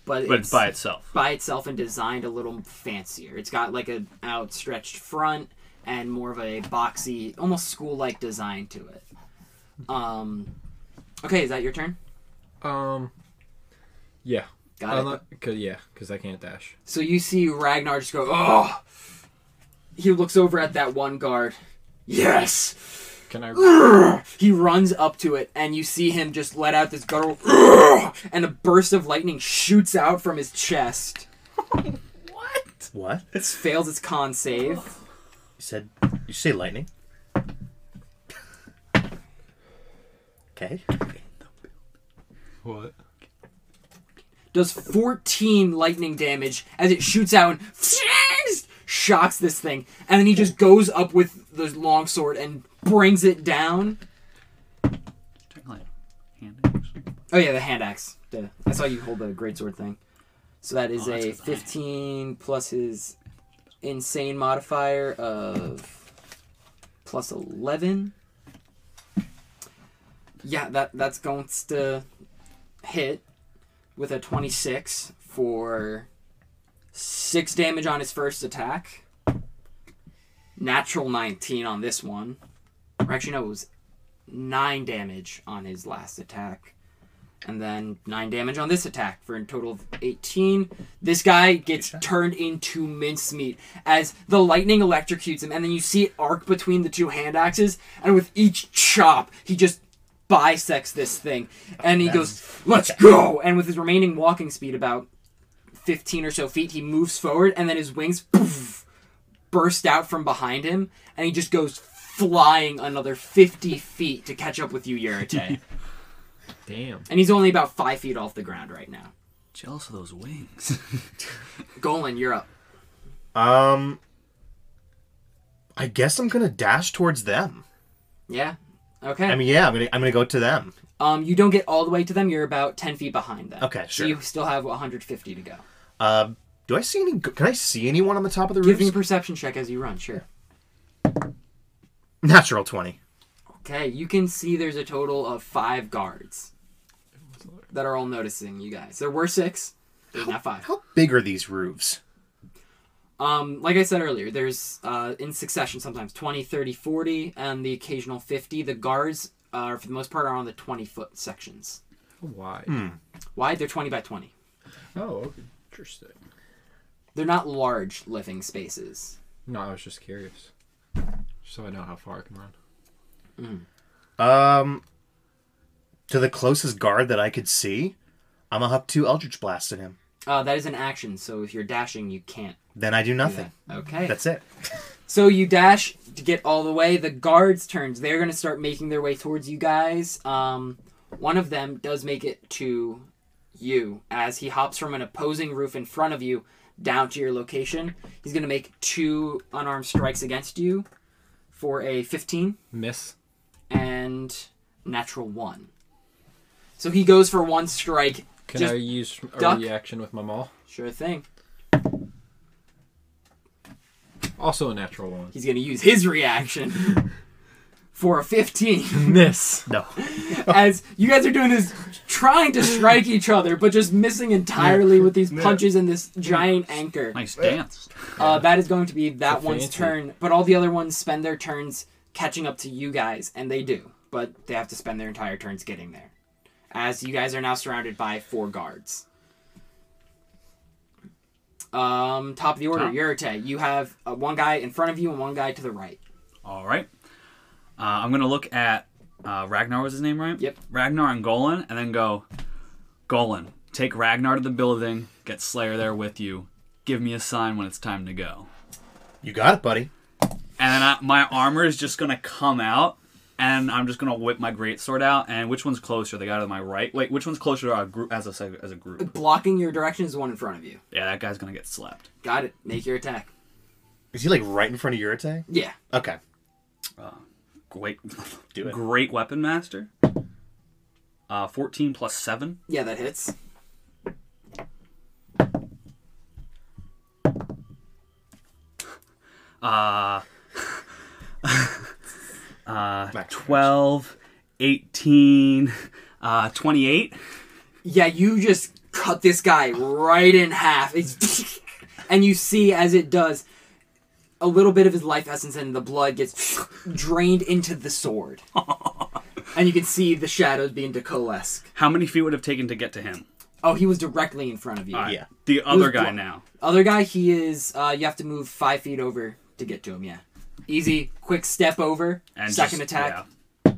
[SPEAKER 1] but,
[SPEAKER 4] But it's by itself.
[SPEAKER 1] by itself and designed a little fancier. It's got like an outstretched front and more of a boxy, almost school-like design to it. Um, okay, is that your turn?
[SPEAKER 6] Um. Yeah.
[SPEAKER 1] Got it.
[SPEAKER 6] Unle- Cause, yeah, because I can't dash.
[SPEAKER 1] So you see Ragnar just go, oh. He looks over at that one guard. Yes!
[SPEAKER 6] Can I?
[SPEAKER 1] He runs up to it, and you see him just let out this guttural, and a burst of lightning shoots out from his chest.
[SPEAKER 3] What? You
[SPEAKER 1] It fails its con save.
[SPEAKER 3] said? You say lightning? Okay.
[SPEAKER 6] What?
[SPEAKER 1] Does 14 lightning damage as it shoots out and shocks this thing. And then he just goes up with the longsword and brings it down.
[SPEAKER 4] Technically, hand action.
[SPEAKER 1] Oh yeah, the hand axe. The, I saw you hold the greatsword thing. So that is
[SPEAKER 4] Oh, that's
[SPEAKER 1] a
[SPEAKER 4] good.
[SPEAKER 1] 15 plus his insane modifier of plus 11. Yeah, that that's going to hit with a 26 for 6 damage on his first attack. Natural 19 on this one. Or actually no, it was 9 damage on his last attack and then nine damage on this attack for a total of 18. This guy gets turned into mincemeat as the lightning electrocutes him, and then you see it arc between the two hand axes, and with each chop, he just bisects this thing, and he goes, "Let's go!" And with his remaining walking speed about 15 or so feet, he moves forward and then his wings poof, burst out from behind him and he just goes flying another 50 feet to catch up with you, Yurite.
[SPEAKER 6] Damn.
[SPEAKER 1] and he's only about five feet off the ground right now.
[SPEAKER 4] Jealous of those wings.
[SPEAKER 1] Golan, you're up.
[SPEAKER 3] Um, I guess I'm gonna dash towards them.
[SPEAKER 1] Yeah? Okay.
[SPEAKER 3] I mean, yeah, I'm gonna I'm gonna go to them.
[SPEAKER 1] um, you don't get all the way to them. You're about 10 feet behind them.
[SPEAKER 3] Okay,
[SPEAKER 1] So you
[SPEAKER 3] sure.
[SPEAKER 1] still have 150 to go.
[SPEAKER 3] Uh, do I see any? Can I see anyone on the top of the
[SPEAKER 1] Give me a
[SPEAKER 3] roof?
[SPEAKER 1] perception check as you run, sure.
[SPEAKER 3] Natural twenty.
[SPEAKER 1] Okay, you can see there's a total of five guards that are all noticing you guys. There were six, there's now five.
[SPEAKER 3] How big are these roofs?
[SPEAKER 1] Um, like I said earlier, there's uh, in succession sometimes 20, 30, 40, and the occasional 50. The guards, uh, for the most part, are on the 20 foot sections.
[SPEAKER 6] Why?
[SPEAKER 1] Why? They're 20 by 20.
[SPEAKER 6] Oh, okay. interesting.
[SPEAKER 1] They're not large living spaces.
[SPEAKER 6] No, I was just curious. Just so I know how far I can run.
[SPEAKER 3] Um, to the closest guard that I could see, I'm gonna huck two Eldritch blasts at him.
[SPEAKER 1] Uh, that is an action, so if you're dashing, you can't.
[SPEAKER 3] Then I do
[SPEAKER 1] do
[SPEAKER 3] nothing.
[SPEAKER 1] that. Okay.
[SPEAKER 3] That's it.
[SPEAKER 1] So you dash to get all the way. The guards' turns. They're gonna start making their way towards you guys. Um, one of them does make it to you as he hops from an opposing roof in front of you down to your location. He's gonna make two unarmed strikes against you for a 15
[SPEAKER 6] Miss.
[SPEAKER 1] and natural one. So he goes for one strike.
[SPEAKER 6] Can
[SPEAKER 1] Just
[SPEAKER 6] I use a
[SPEAKER 1] duck.
[SPEAKER 6] reaction with my maul?
[SPEAKER 1] Sure thing.
[SPEAKER 6] Also a natural one.
[SPEAKER 1] He's gonna use his reaction for a 15.
[SPEAKER 6] Miss.
[SPEAKER 3] No.
[SPEAKER 1] as you guys are doing this, trying to strike each other, but just missing entirely with these punches and this giant anchor.
[SPEAKER 4] nice dance.
[SPEAKER 1] Uh, that is going to be that
[SPEAKER 6] So
[SPEAKER 1] one's
[SPEAKER 6] fancy.
[SPEAKER 1] turn, but all the other ones spend their turns catching up to you guys, and they do, but they have to spend their entire turns getting there. As you guys are now surrounded by four guards. Um, top of the order,
[SPEAKER 4] Top.
[SPEAKER 1] Yurite. You have uh, one guy in front of you and one guy to the right.
[SPEAKER 4] All right. Uh, I'm gonna look at uh, Ragnar was his name, right?
[SPEAKER 1] Yep.
[SPEAKER 4] Ragnar and Golan, and then go, Golan, take Ragnar to the building. Get Slayer there with you. Give me a sign when it's time to go.
[SPEAKER 3] You got it, buddy.
[SPEAKER 4] And then I, my armor is just gonna come out, and I'm just gonna whip my greatsword out. And which one's closer? The guy to my right. Wait, which one's closer to our group as a se- as a group?
[SPEAKER 1] Blocking your direction is the one in front of you.
[SPEAKER 4] Yeah, that guy's gonna get slapped.
[SPEAKER 1] Got it. Make your attack.
[SPEAKER 3] Is he like right in front of Yurite?
[SPEAKER 1] Yeah.
[SPEAKER 3] Okay.
[SPEAKER 4] Great,
[SPEAKER 3] Do it.
[SPEAKER 4] great weapon master. Uh, 14 plus seven.
[SPEAKER 1] Yeah, that hits.
[SPEAKER 4] Uh, uh,
[SPEAKER 3] Back to
[SPEAKER 4] 12, 18, uh, 28.
[SPEAKER 1] Yeah, you just cut this guy right in half. It's and you see as it does, a little bit of his life essence and the blood gets drained into the sword. and you can see the shadows begin to coalesce.
[SPEAKER 4] How many feet would it have taken to get to him?
[SPEAKER 1] Oh, he was directly in front of you.
[SPEAKER 4] All right,
[SPEAKER 3] Yeah.
[SPEAKER 4] The other
[SPEAKER 1] was
[SPEAKER 4] guy
[SPEAKER 1] blo-
[SPEAKER 4] now.
[SPEAKER 1] Other guy, he is. Uh, you have to move five feet over to get to him. Yeah, easy, quick step over.
[SPEAKER 4] And
[SPEAKER 1] second
[SPEAKER 4] just-
[SPEAKER 1] attack
[SPEAKER 4] yeah.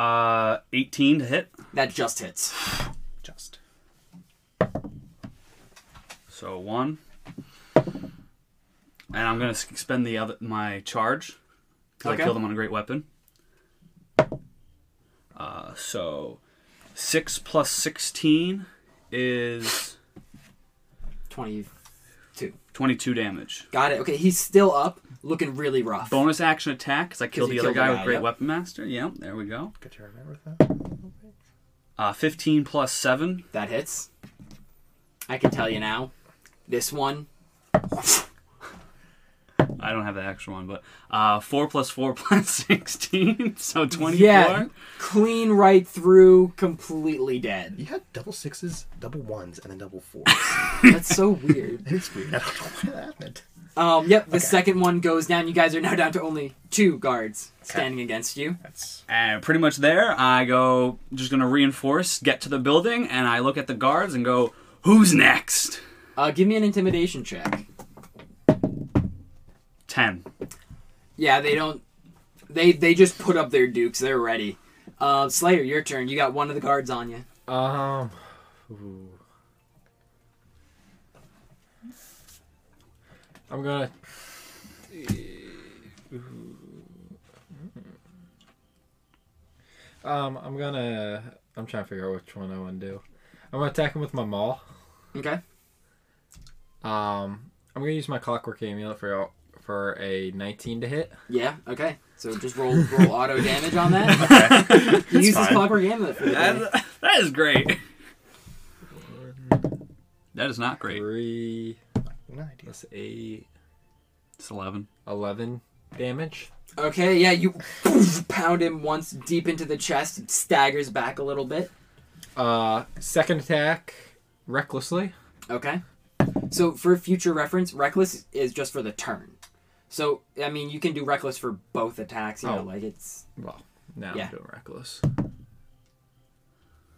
[SPEAKER 4] Uh, 18 to hit.
[SPEAKER 1] that just hits.
[SPEAKER 3] Just.
[SPEAKER 4] So one. And I'm gonna s- expend the other my charge because
[SPEAKER 1] Okay.
[SPEAKER 4] I killed him on a great weapon. Uh, so six plus sixteen is
[SPEAKER 1] Twenty.
[SPEAKER 4] twenty-two damage.
[SPEAKER 1] Got it. Okay, he's still up, looking really rough.
[SPEAKER 4] Bonus action attack because I killed
[SPEAKER 1] you
[SPEAKER 4] the other
[SPEAKER 1] killed the
[SPEAKER 4] guy,
[SPEAKER 1] guy,
[SPEAKER 4] with great
[SPEAKER 1] yep.
[SPEAKER 4] weapon master. Yeah, there we go.
[SPEAKER 3] Good to remember that.
[SPEAKER 4] Uh, Fifteen plus seven.
[SPEAKER 1] That hits. I can tell you now. This one,
[SPEAKER 4] I don't have the extra one, but uh, four plus four plus sixteen, so twenty-four.
[SPEAKER 1] Yeah, clean right through, completely dead.
[SPEAKER 3] You had double sixes, double ones, and then double fours.
[SPEAKER 1] That's so weird.
[SPEAKER 3] It's weird. I don't know why that happened.
[SPEAKER 1] Um, yep, the second one goes down. You guys are now down to only two guards standing against you.
[SPEAKER 3] That's
[SPEAKER 4] And pretty much there, I go, just gonna reinforce, get to the building, and I look at the guards and go, who's next?
[SPEAKER 1] Uh, give me an intimidation check.
[SPEAKER 4] 10.
[SPEAKER 1] Yeah, they don't. They they just put up their dukes. They're ready. Uh, Slayer, your turn. You got one of the guards on you.
[SPEAKER 6] Um. ooh. I'm gonna. Um, I'm gonna. I'm trying to figure out which one I want to do. I'm gonna attack him with my maul.
[SPEAKER 1] Okay.
[SPEAKER 6] Um, I'm gonna use my clockwork amulet for for a 19 to hit.
[SPEAKER 1] Yeah. Okay. So just roll roll auto damage on that. He uses
[SPEAKER 3] fine.
[SPEAKER 1] clockwork amulet for the day.
[SPEAKER 4] That, that is great. That is not great.
[SPEAKER 6] Three
[SPEAKER 3] No idea.
[SPEAKER 6] plus eight,
[SPEAKER 4] It's 11.
[SPEAKER 6] 11 damage.
[SPEAKER 1] Okay. Yeah. You poof, pound him once deep into the chest. It staggers back a little bit.
[SPEAKER 6] Uh, second attack, recklessly.
[SPEAKER 1] Okay. So for future reference, reckless is just for the turn. So I mean, you can do reckless for both attacks. You know,
[SPEAKER 6] Oh.
[SPEAKER 1] like it's
[SPEAKER 6] Well, now
[SPEAKER 1] Yeah.
[SPEAKER 6] I'm doing reckless.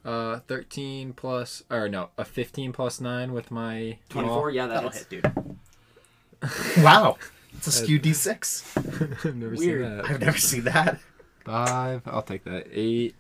[SPEAKER 6] Uh, 13 plus, or no, a 15 plus 9 with my
[SPEAKER 1] twenty-four. Yeah, that'll
[SPEAKER 3] That'll
[SPEAKER 1] hit.
[SPEAKER 3] hit, dude. wow. It's a skewed d6.
[SPEAKER 6] I've never
[SPEAKER 1] Weird.
[SPEAKER 6] seen that.
[SPEAKER 3] I've never seen that.
[SPEAKER 6] Five, I'll take that. Eight,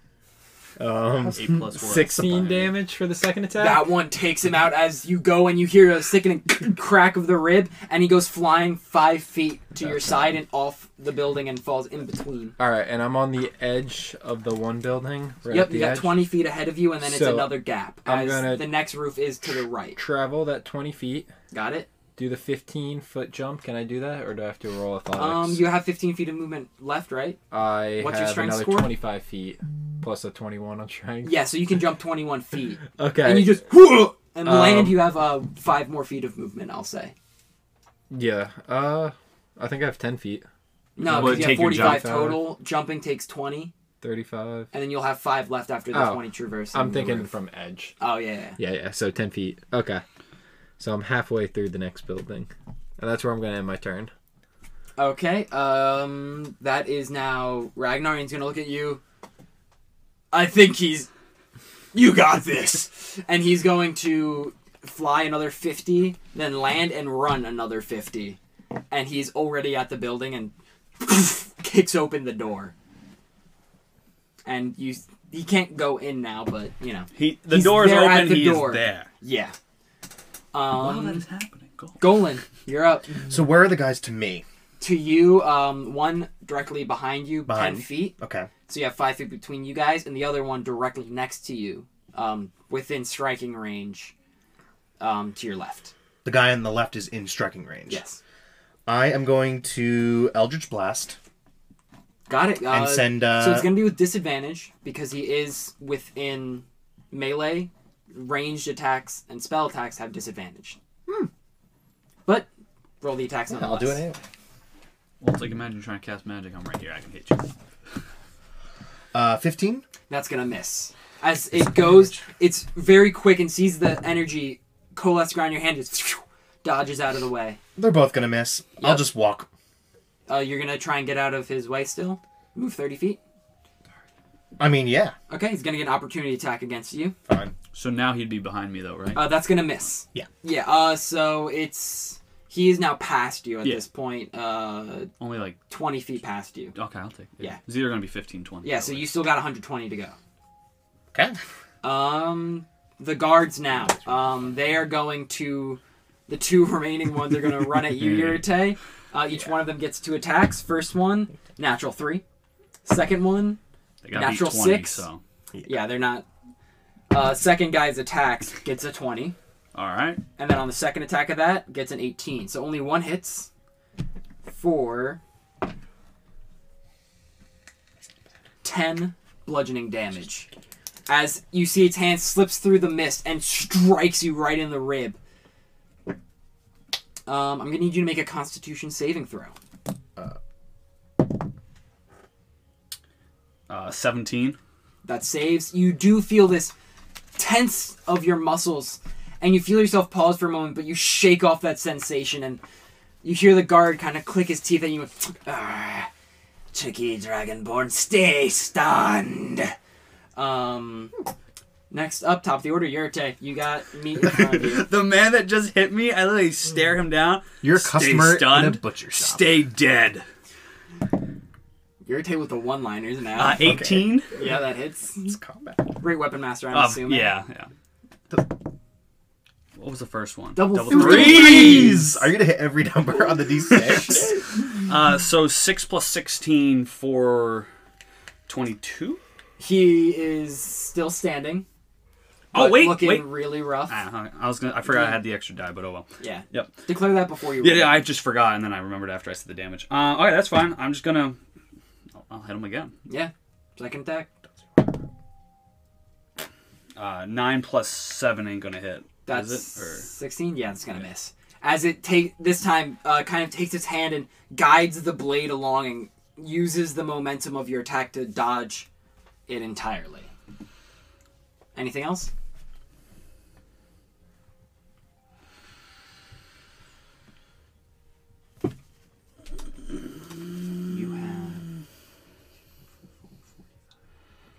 [SPEAKER 3] Um,
[SPEAKER 4] 8 plus 4.
[SPEAKER 6] 16 damage for the second attack.
[SPEAKER 1] That one takes him out as you go and you hear a sickening crack of the rib, and he goes flying five feet to your side and off the building and falls in between.
[SPEAKER 6] All right, and I'm on the edge of the one building. Right
[SPEAKER 1] yep,
[SPEAKER 6] at the
[SPEAKER 1] you got
[SPEAKER 6] edge.
[SPEAKER 1] 20 feet ahead of you, and then it's
[SPEAKER 6] So,
[SPEAKER 1] another gap.
[SPEAKER 6] I'm
[SPEAKER 1] As
[SPEAKER 6] gonna-
[SPEAKER 1] the next roof is to the right.
[SPEAKER 6] Travel that 20 feet.
[SPEAKER 1] Got it?
[SPEAKER 6] Do the 15 foot jump. Can I do that, or do I have to roll athletics?
[SPEAKER 1] Um, you have 15 feet of movement left, right?
[SPEAKER 6] I
[SPEAKER 1] what's your
[SPEAKER 6] have
[SPEAKER 1] strength
[SPEAKER 6] another
[SPEAKER 1] score?
[SPEAKER 6] 25 feet plus a 21 on strength.
[SPEAKER 1] Yeah, so you can jump 21 feet.
[SPEAKER 6] Okay.
[SPEAKER 1] And you just. And land,
[SPEAKER 6] Um,
[SPEAKER 1] you have uh, five more feet of movement, I'll say.
[SPEAKER 6] Yeah. Uh, I think I have 10 feet.
[SPEAKER 1] No, because
[SPEAKER 4] Would
[SPEAKER 1] you
[SPEAKER 4] take
[SPEAKER 1] have
[SPEAKER 4] your jump
[SPEAKER 1] 45
[SPEAKER 6] out.
[SPEAKER 1] total. Jumping takes 20,
[SPEAKER 6] 35.
[SPEAKER 1] and then you'll have five left after the
[SPEAKER 6] Oh,
[SPEAKER 1] 20 traverse.
[SPEAKER 6] I'm thinking from edge.
[SPEAKER 1] Oh, yeah, yeah.
[SPEAKER 6] Yeah, yeah. So 10 feet. Okay. So I'm halfway through the next building. And that's where I'm going to end my turn.
[SPEAKER 1] Okay. Um, that is now Ragnar. and He's gonna look at you. I think he's. You got this. and he's going to fly another fifty, then land and run another fifty, and he's already at the building and kicks open the door. And you, he can't go in now, but you know,
[SPEAKER 7] He the
[SPEAKER 1] He's
[SPEAKER 7] door's
[SPEAKER 1] there at
[SPEAKER 7] open.
[SPEAKER 1] the
[SPEAKER 7] He is
[SPEAKER 1] door.
[SPEAKER 7] there.
[SPEAKER 1] yeah.
[SPEAKER 4] Wow, Oh, that
[SPEAKER 1] Um,
[SPEAKER 4] is happening. Cool.
[SPEAKER 1] Golan, you're up.
[SPEAKER 3] so where are the guys to me?
[SPEAKER 1] To you, um, one directly behind you, ten
[SPEAKER 3] Behind.
[SPEAKER 1] feet.
[SPEAKER 3] Okay.
[SPEAKER 1] So you have five feet between you guys, and the other one directly next to you, um, within striking range, um, to your left.
[SPEAKER 3] The guy on the left is in striking range.
[SPEAKER 1] Yes,
[SPEAKER 3] I am going to Eldritch Blast.
[SPEAKER 1] got it. Uh,
[SPEAKER 3] And send, uh,
[SPEAKER 1] so it's gonna be with disadvantage because he is within melee. Ranged attacks and spell attacks have disadvantage. Hmm. But roll the attacks
[SPEAKER 3] I'll
[SPEAKER 1] nonetheless.
[SPEAKER 3] do it anyway.
[SPEAKER 4] Well, it's like imagine trying to cast magic. I'm right here. I can hit you.
[SPEAKER 3] Uh, 15?
[SPEAKER 1] That's gonna miss. As it goes, it's very quick and sees the energy coalesce around your hand. Just dodges out of the way.
[SPEAKER 3] They're both going to miss. I'll just walk.
[SPEAKER 1] Uh, you're gonna try and get out of his way still. Move thirty feet.
[SPEAKER 3] I mean, yeah.
[SPEAKER 1] Okay, he's gonna get an opportunity attack against you.
[SPEAKER 3] Fine.
[SPEAKER 4] So now he'd be behind me, though, right?
[SPEAKER 1] Uh, that's gonna miss.
[SPEAKER 3] Yeah.
[SPEAKER 1] Yeah. Uh, so it's he is now past you at
[SPEAKER 4] Yeah.
[SPEAKER 1] this point. Uh,
[SPEAKER 4] Only like,
[SPEAKER 1] twenty feet past you.
[SPEAKER 4] okay, I'll take it.
[SPEAKER 1] Yeah.
[SPEAKER 4] It's either going to be 15, 20.
[SPEAKER 1] Yeah. So you still got 120 to go.
[SPEAKER 3] Okay.
[SPEAKER 1] Um, the guards now. Um, they are going to the two remaining ones are gonna run at you, Yurite. Uh, each one of them gets two attacks. First one, natural three. Second one,
[SPEAKER 4] They gotta beat
[SPEAKER 1] Natural
[SPEAKER 4] 20,
[SPEAKER 1] six.
[SPEAKER 4] So,
[SPEAKER 1] yeah, they're not. Uh, second guy's attacks gets a 20.
[SPEAKER 4] all right.
[SPEAKER 1] And then on the second attack of that, gets an 18. So only one hits for 10 bludgeoning damage. As you see its hand slips through the mist and strikes you right in the rib. Um, I'm going to need you to make a constitution saving throw.
[SPEAKER 4] Uh, 17.
[SPEAKER 1] that saves. You do feel this tense of your muscles, and you feel yourself pause for a moment, but you shake off that sensation, and you hear the guard kind of click his teeth, and you go, "Ah, "Tricky Dragonborn, stay stunned." Um, next up, top of the order, Yurite. You got me in front of you.
[SPEAKER 7] The man that just hit me, I literally stare him down.
[SPEAKER 3] You're a
[SPEAKER 7] Stay
[SPEAKER 3] customer in
[SPEAKER 7] stunned.
[SPEAKER 3] a butcher shop.
[SPEAKER 7] Stay dead.
[SPEAKER 1] Yurite with the one-liners now.
[SPEAKER 7] Uh, 18?
[SPEAKER 1] yeah, that hits.
[SPEAKER 3] It's combat.
[SPEAKER 7] Um,
[SPEAKER 1] Great weapon master, I'm
[SPEAKER 4] Uh,
[SPEAKER 1] assuming.
[SPEAKER 4] yeah, yeah.
[SPEAKER 3] The-
[SPEAKER 4] Well, What was the first one?
[SPEAKER 1] Double
[SPEAKER 3] Threes! Are you gonna hit every number on the d6?
[SPEAKER 7] Uh, so six plus sixteen for twenty-two.
[SPEAKER 1] He is still standing.
[SPEAKER 7] Oh
[SPEAKER 1] but
[SPEAKER 7] wait,
[SPEAKER 1] looking
[SPEAKER 7] wait.
[SPEAKER 1] really rough.
[SPEAKER 7] I, I was gonna. I forgot I had the extra die, but oh well.
[SPEAKER 1] Yeah.
[SPEAKER 7] Yep.
[SPEAKER 1] Declare that before you.
[SPEAKER 7] Yeah,
[SPEAKER 1] roll.
[SPEAKER 7] yeah, I just forgot, and then I remembered after I said the damage. Uh, all right, that's fine. I'm just gonna. I'll, I'll hit him again.
[SPEAKER 1] Yeah. Second attack.
[SPEAKER 7] Uh, nine plus seven ain't gonna hit.
[SPEAKER 1] That's
[SPEAKER 7] Is it? Or...
[SPEAKER 1] sixteen. Yeah, it's gonna miss. As it take this time, uh, kind of takes its hand and guides the blade along and uses the momentum of your attack to dodge it entirely. Anything else? You have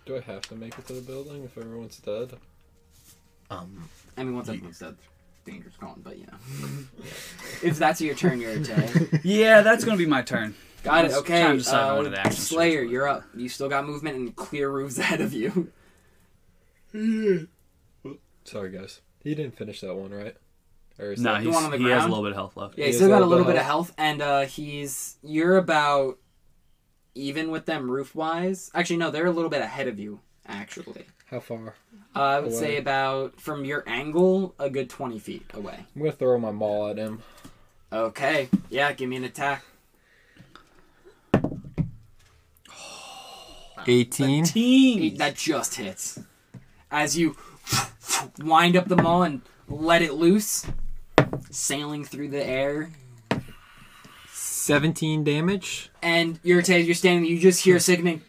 [SPEAKER 6] Do I have to make it to the building if everyone's dead?
[SPEAKER 3] um,
[SPEAKER 1] I mean, once everyone's dead, danger's gone, but you know. if that's your turn, you're a Tay.
[SPEAKER 7] Yeah, that's gonna be my turn.
[SPEAKER 1] Got it,
[SPEAKER 7] It's
[SPEAKER 1] okay.
[SPEAKER 7] time to decide on
[SPEAKER 1] uh,
[SPEAKER 7] one of the action
[SPEAKER 1] Slayer,
[SPEAKER 7] streams.
[SPEAKER 1] you're up. You still got movement and clear roofs ahead of you.
[SPEAKER 6] Sorry, guys. He didn't finish that one, right? Or is
[SPEAKER 4] No,
[SPEAKER 6] that-
[SPEAKER 1] the one on
[SPEAKER 4] he's,
[SPEAKER 1] the
[SPEAKER 4] he has a
[SPEAKER 1] ground?
[SPEAKER 4] little bit of health left.
[SPEAKER 1] Yeah,
[SPEAKER 6] He
[SPEAKER 1] he's
[SPEAKER 6] has
[SPEAKER 1] still
[SPEAKER 6] a
[SPEAKER 1] got a
[SPEAKER 6] little
[SPEAKER 1] little
[SPEAKER 6] bit
[SPEAKER 1] bit of health, and uh, he's. You're about even with them roof wise. Actually, no, they're a little bit ahead of you, actually.
[SPEAKER 6] How far?
[SPEAKER 1] Uh, I would say
[SPEAKER 6] Away.
[SPEAKER 1] about, from your angle, a good 20 feet away.
[SPEAKER 6] I'm gonna throw my maul at him.
[SPEAKER 1] Okay, yeah, give me an attack.
[SPEAKER 5] 18.
[SPEAKER 1] Eight, that just hits. As you wind up the maul and let it loose, sailing through the air,
[SPEAKER 5] 17 damage.
[SPEAKER 1] and you're t- you're standing. You just hear a sickening,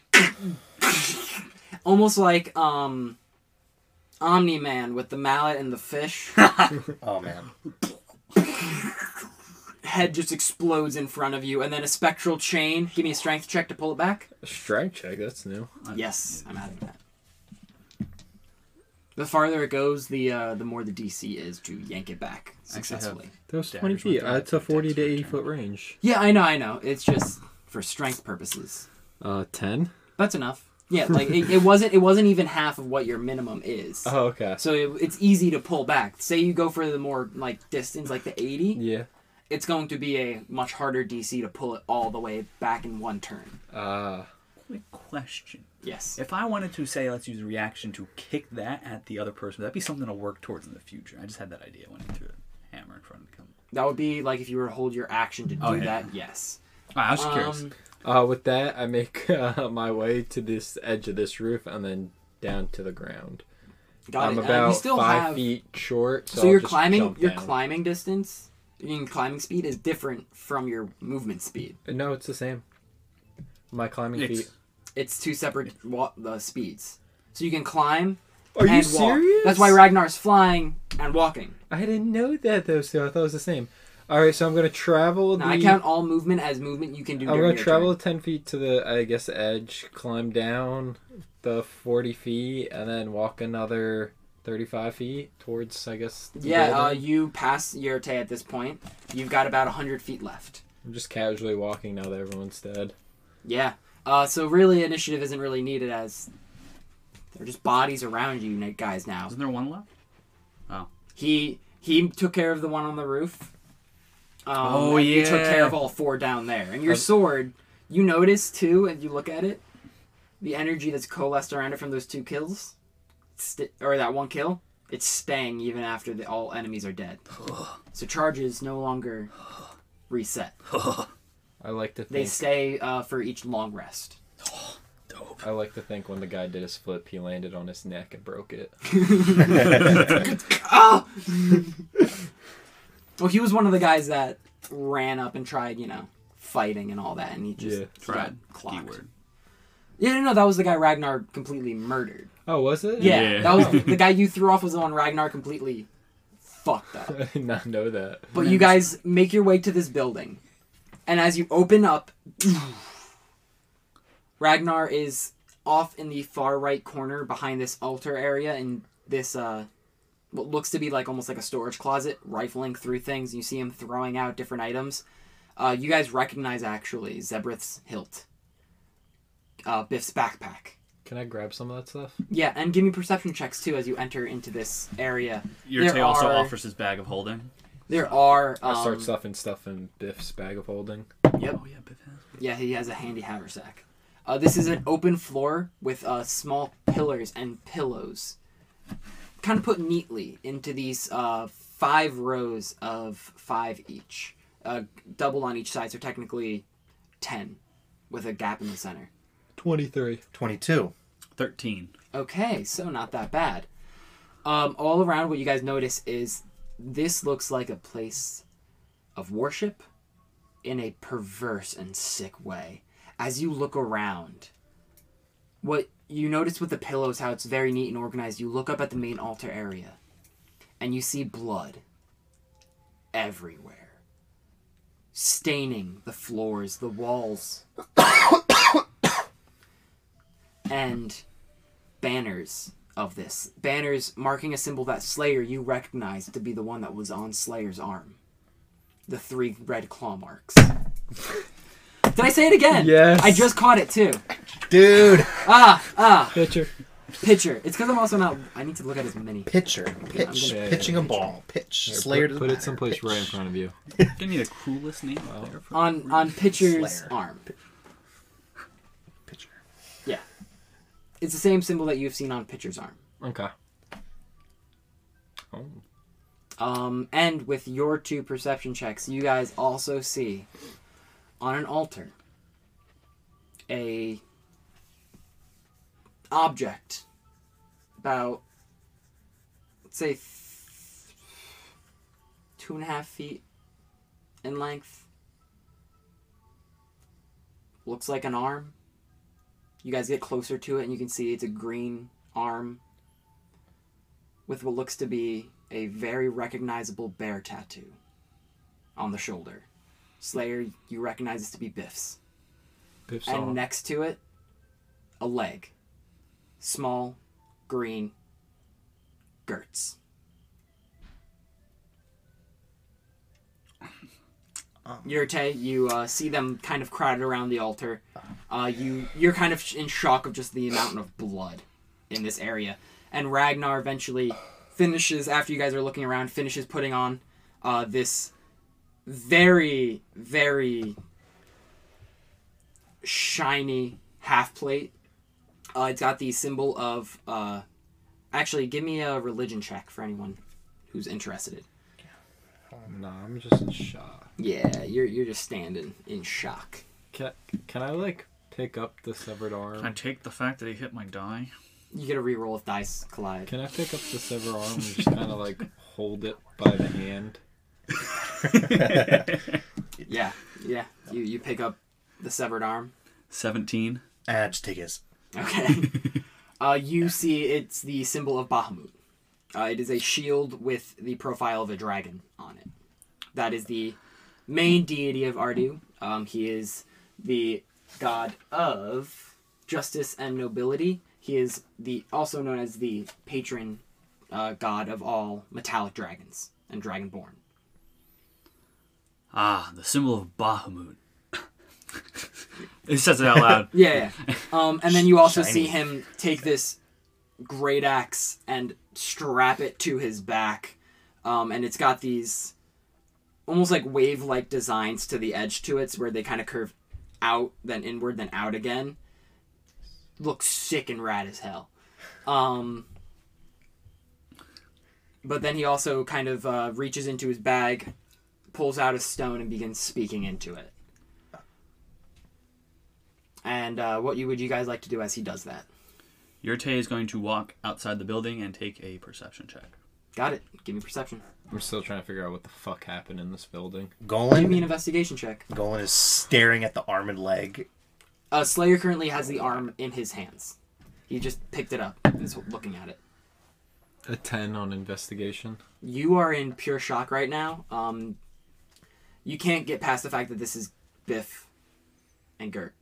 [SPEAKER 1] almost like um, Omni Man with the mallet and the fish.
[SPEAKER 3] oh man.
[SPEAKER 1] Head just explodes in front of you, and then a spectral chain. Give me a strength check to pull it back.
[SPEAKER 6] Strength check. That's new.
[SPEAKER 1] Yes, Uh, I'm adding that. The farther it goes, the uh, the more the DC is to yank it back successfully.
[SPEAKER 6] That was 20 feet. That's a 40 to 80 foot range.
[SPEAKER 1] Yeah, I know, I know. It's just for strength purposes.
[SPEAKER 6] Uh, 10.
[SPEAKER 1] That's enough. Yeah, like it, it wasn't. It wasn't even half of what your minimum is.
[SPEAKER 6] Oh, okay.
[SPEAKER 1] So it, it's easy to pull back. Say you go for the more like distance, like the eighty.
[SPEAKER 6] Yeah.
[SPEAKER 1] It's going to be a much harder DC to pull it all the way back in one turn.
[SPEAKER 6] Uh,
[SPEAKER 7] Quick question.
[SPEAKER 1] Yes.
[SPEAKER 7] If I wanted to say, let's use reaction to kick that at the other person, would that be something to work towards in the future? I just had that idea when I threw a hammer in front of him.
[SPEAKER 1] That would be like if you were to hold your action to do
[SPEAKER 7] Oh, yeah.
[SPEAKER 1] that. Yes.
[SPEAKER 4] All right, I was just curious.
[SPEAKER 1] Um,
[SPEAKER 6] uh, with that, I make uh, my way to this edge of this roof and then down to the ground.
[SPEAKER 1] got
[SPEAKER 6] I'm
[SPEAKER 1] it. Uh, you
[SPEAKER 6] about
[SPEAKER 1] still
[SPEAKER 6] five
[SPEAKER 1] have-
[SPEAKER 6] feet short. So,
[SPEAKER 1] So,
[SPEAKER 6] I'll
[SPEAKER 1] your
[SPEAKER 6] just
[SPEAKER 1] climbing,
[SPEAKER 6] jump
[SPEAKER 1] your
[SPEAKER 6] down.
[SPEAKER 1] climbing distance, I mean climbing speed is different from your movement speed.
[SPEAKER 6] No, it's the same. My climbing
[SPEAKER 7] It's-
[SPEAKER 6] feet.
[SPEAKER 1] It's two separate wa- the speeds. So you can climb.
[SPEAKER 6] Are
[SPEAKER 1] and walk. That's why Ragnar's flying and walking.
[SPEAKER 6] I didn't know that those two. I thought it was the same. All right, so I'm gonna travel.
[SPEAKER 1] Now
[SPEAKER 6] the,
[SPEAKER 1] I count all movement as movement you can do.
[SPEAKER 6] I'm
[SPEAKER 1] during
[SPEAKER 6] gonna
[SPEAKER 1] your
[SPEAKER 6] travel
[SPEAKER 1] turn.
[SPEAKER 6] ten feet to the, I guess, edge, climb down the forty feet, and then walk another thirty-five feet towards, I guess. the
[SPEAKER 1] Yeah, uh,
[SPEAKER 6] building.
[SPEAKER 1] you pass Yurte at this point. You've got about hundred feet left.
[SPEAKER 6] I'm just casually walking now that everyone's dead.
[SPEAKER 1] Yeah. Uh, so really, initiative isn't really needed as they're just bodies around you, n- guys. Now
[SPEAKER 4] Isn't there one left?
[SPEAKER 1] he he took care of the one on the roof. Um,
[SPEAKER 4] Oh,
[SPEAKER 1] and You took
[SPEAKER 4] yeah.
[SPEAKER 1] care of all four down there, and your sword. You notice too, and you look at it, the energy that's coalesced around it from those two kills, st- or that one kill, it's staying even after the, all enemies are dead. so charges no longer reset.
[SPEAKER 6] I like to
[SPEAKER 1] They
[SPEAKER 6] think.
[SPEAKER 1] stay uh, for each long rest.
[SPEAKER 4] Dope.
[SPEAKER 6] I like to think when the guy did his flip, he landed on his neck and broke it.
[SPEAKER 1] Well, he was one of the guys that ran up and tried, you know, fighting and all that, and he just
[SPEAKER 6] Yeah.
[SPEAKER 1] he
[SPEAKER 4] Tried.
[SPEAKER 1] got clocked.
[SPEAKER 4] Keyword.
[SPEAKER 1] Yeah, no, no, that was the guy Ragnar completely murdered.
[SPEAKER 6] Oh, was it?
[SPEAKER 1] Yeah,
[SPEAKER 4] Yeah.
[SPEAKER 1] that was the guy you threw off was the one Ragnar completely fucked up.
[SPEAKER 6] I did not know that.
[SPEAKER 1] But you guys make your way to this building, and as you open up, Ragnar is off in the far right corner behind this altar area in this uh, what looks to be like almost like a storage closet, rifling through things. You see him throwing out different items. Uh, you guys recognize actually Zebrith's hilt, uh, Biff's backpack,
[SPEAKER 6] Can I grab some of that stuff?
[SPEAKER 1] Yeah, and give me perception checks too as you enter into this area.
[SPEAKER 4] Yurte
[SPEAKER 1] There
[SPEAKER 4] also
[SPEAKER 1] are-
[SPEAKER 4] offers his bag of holding.
[SPEAKER 1] There are. Um,
[SPEAKER 6] I start stuffing stuff in Biff's bag of holding.
[SPEAKER 1] Yep.
[SPEAKER 4] Oh yeah, Biff has.
[SPEAKER 1] Yeah, he has a handy haversack. Uh, this is an open floor with uh, small pillars and pillows, kind of put neatly into these uh, five rows of five each, uh, double on each side, so technically ten, with a gap in the center.
[SPEAKER 6] Twenty-three.
[SPEAKER 3] 22.
[SPEAKER 4] Thirteen.
[SPEAKER 1] Okay, so not that bad. Um, all around, what you guys notice is this looks like a place of worship in a perverse and sick way. As you look around, what you notice with the pillows, how it's very neat and organized, you look up at the main altar area and you see blood everywhere, staining the floors, the walls, and banners of this. Banners marking a symbol that Slayer you recognize to be the one that was on Slayer's arm. The three red claw marks. Did I say it again?
[SPEAKER 6] Yes.
[SPEAKER 1] I just caught it too.
[SPEAKER 3] Dude!
[SPEAKER 1] Ah, ah,
[SPEAKER 6] Pitcher.
[SPEAKER 1] pitcher. It's because I'm also not. I need to look at his mini.
[SPEAKER 3] Pitcher. Pitch.
[SPEAKER 6] gonna-
[SPEAKER 3] pitching a ball. Pitch.
[SPEAKER 6] Here,
[SPEAKER 3] Slayer
[SPEAKER 6] put,
[SPEAKER 3] to
[SPEAKER 6] put it someplace right in front of you.
[SPEAKER 4] Give me the coolest name out there. For
[SPEAKER 1] On on pitcher's
[SPEAKER 3] Slayer.
[SPEAKER 1] arm.
[SPEAKER 3] Pitcher.
[SPEAKER 1] Yeah, it's the same symbol that you've seen on pitcher's arm.
[SPEAKER 6] Okay. Oh,
[SPEAKER 1] Um, and with your two perception checks, you guys also see on an altar a object about say th- two and a half feet in length. Looks like an arm. You guys get closer to it, and you can see it's a green arm with what looks to be a very recognizable bear tattoo on the shoulder. Slayer, you recognize this to be Biff's.
[SPEAKER 6] Biff
[SPEAKER 1] And next to it, a leg. Small, green, Gertz. Yurte, you uh, see them kind of crowded around the altar. Uh, you you're kind of in shock of just the amount of blood in this area. And Ragnar eventually finishes after you guys are looking around, finishes putting on uh, this very very shiny half plate. Uh, it's got the symbol of. Uh, actually, give me a religion check for anyone who's interested.
[SPEAKER 6] Nah, I'm just in shock.
[SPEAKER 1] Yeah, you're you're just standing in shock.
[SPEAKER 6] Can, can I like pick up the severed arm?
[SPEAKER 4] Can I take the fact that he hit my die?
[SPEAKER 1] You get a reroll if dice collide.
[SPEAKER 6] Can I pick up the severed arm and just kind of like hold it by the hand?
[SPEAKER 1] Yeah, yeah. You you pick up the severed arm.
[SPEAKER 4] Seventeen.
[SPEAKER 3] Ah, just take his.
[SPEAKER 1] Okay. uh, you see, it's the symbol of Bahamut. Uh, it is a shield with the profile of a dragon on it. That is the main deity of Ardu. Um, he is the god of justice and nobility. He is the also known as the patron uh, god of all metallic dragons and dragonborn.
[SPEAKER 4] Ah, the symbol of Bahamut. he says it out loud.
[SPEAKER 1] Yeah, yeah. Um, and then you also
[SPEAKER 3] Shiny.
[SPEAKER 1] see him take this great axe and strap it to his back, um, and it's got these almost like wave-like designs to the edge to it, where they kind of curve out, then inward, then out again. Looks sick and rad as hell. Um, but then he also kind of uh, reaches into his bag, pulls out a stone, and begins speaking into it. And uh, what you would you guys like to do as he does that?
[SPEAKER 4] Yurte is going to walk outside the building and take a perception check.
[SPEAKER 1] Got it. Give me perception.
[SPEAKER 6] I'm still trying to figure out what the fuck happened in this building.
[SPEAKER 1] Give me an
[SPEAKER 3] Golan.
[SPEAKER 1] investigation check.
[SPEAKER 3] Golan is staring at the arm and leg.
[SPEAKER 1] Uh, Slayer currently has the arm in his hands. He just picked it up and is looking at it.
[SPEAKER 6] A ten on investigation.
[SPEAKER 1] You are in pure shock right now. Um, you can't get past the fact that this is Biff and Gert.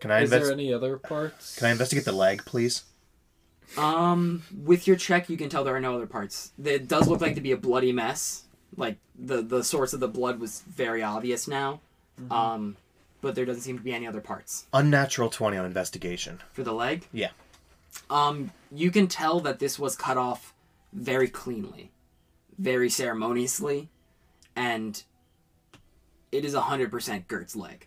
[SPEAKER 3] Can I,
[SPEAKER 6] Is
[SPEAKER 3] invest-
[SPEAKER 6] there any other parts?
[SPEAKER 3] can I investigate the leg, please?
[SPEAKER 1] Um, with your check, you can tell there are no other parts. It does look like to be a bloody mess. Like the the source of the blood was very obvious now. Um, but there doesn't seem to be any other parts
[SPEAKER 3] Unnatural 20 on investigation.
[SPEAKER 1] for the leg.
[SPEAKER 3] Yeah.
[SPEAKER 1] Um, you can tell that this was cut off very cleanly, very ceremoniously, and it is 100% Gert's leg.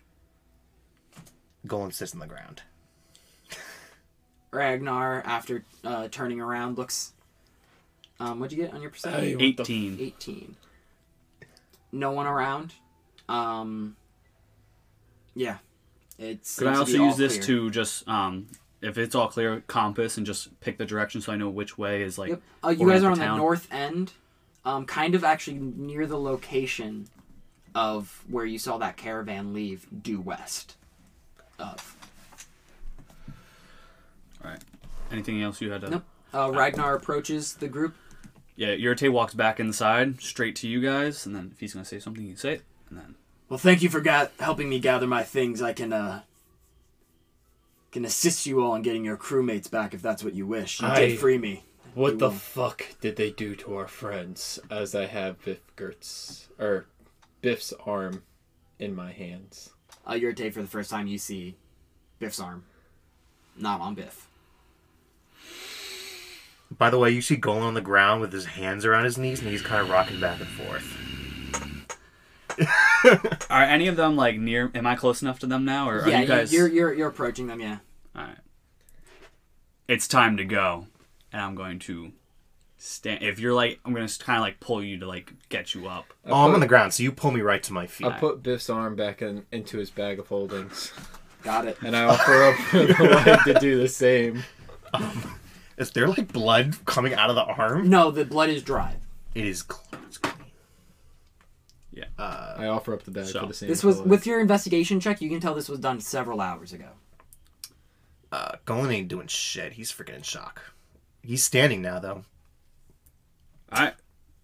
[SPEAKER 3] Golan sits on the ground.
[SPEAKER 1] Ragnar, after uh, turning around, looks. Um, what'd you get on your percentage?
[SPEAKER 4] 18.
[SPEAKER 1] 18. No one around. Um, yeah. It's.
[SPEAKER 4] Could I also use this to just, um, if it's all clear, compass and just pick the direction so I know which way is like.
[SPEAKER 1] Yep. Uh, you
[SPEAKER 4] orient
[SPEAKER 1] guys are
[SPEAKER 4] the
[SPEAKER 1] on the
[SPEAKER 4] town?
[SPEAKER 1] north end, um, kind of actually near the location of where you saw that caravan leave due west of.
[SPEAKER 4] Anything else you had to?
[SPEAKER 1] Nope. Uh, Ragnar approaches the group.
[SPEAKER 4] Yeah, Yurte walks back inside, straight to you guys, and then if he's gonna say something, he can say it, and then
[SPEAKER 1] Well, thank you for ga- helping me gather my things. I can uh, can assist you all in getting your crewmates back if that's what you wish. You
[SPEAKER 2] I-
[SPEAKER 1] did free me.
[SPEAKER 2] What the
[SPEAKER 1] Ooh.
[SPEAKER 2] fuck did they do to our friends? As I have Biff Gertz or Biff's arm in my hands.
[SPEAKER 1] Uh, you're for the first time you see Biff's arm. Not on Biff.
[SPEAKER 3] By the way, you see Golan on the ground with his hands around his knees, and he's kind of rocking back and forth.
[SPEAKER 4] Are any of them like near? Am I close enough to them now, or are
[SPEAKER 1] yeah,
[SPEAKER 4] you guys?
[SPEAKER 1] you're you're you're approaching them. Yeah.
[SPEAKER 4] All right. It's time to go, and I'm going to stand. If you're like, I'm gonna kind of like pull you to like get you up.
[SPEAKER 3] Oh, I'm on the ground, so you pull me right to my feet.
[SPEAKER 2] I put Biff's arm back in, into his bag of holdings,
[SPEAKER 1] Got it.
[SPEAKER 2] and I offer up for the leg to do the same.
[SPEAKER 3] Is there like blood coming out of the arm?
[SPEAKER 1] No, the blood is dry.
[SPEAKER 3] It is clean. It's clean.
[SPEAKER 2] I offer up the bag
[SPEAKER 4] So,
[SPEAKER 2] for the same.
[SPEAKER 1] This was
[SPEAKER 2] for the leg.
[SPEAKER 1] with your investigation check. You can tell this was done several hours ago.
[SPEAKER 3] Uh, Golan ain't doing shit. He's freaking in shock. He's standing now, though.
[SPEAKER 4] All right.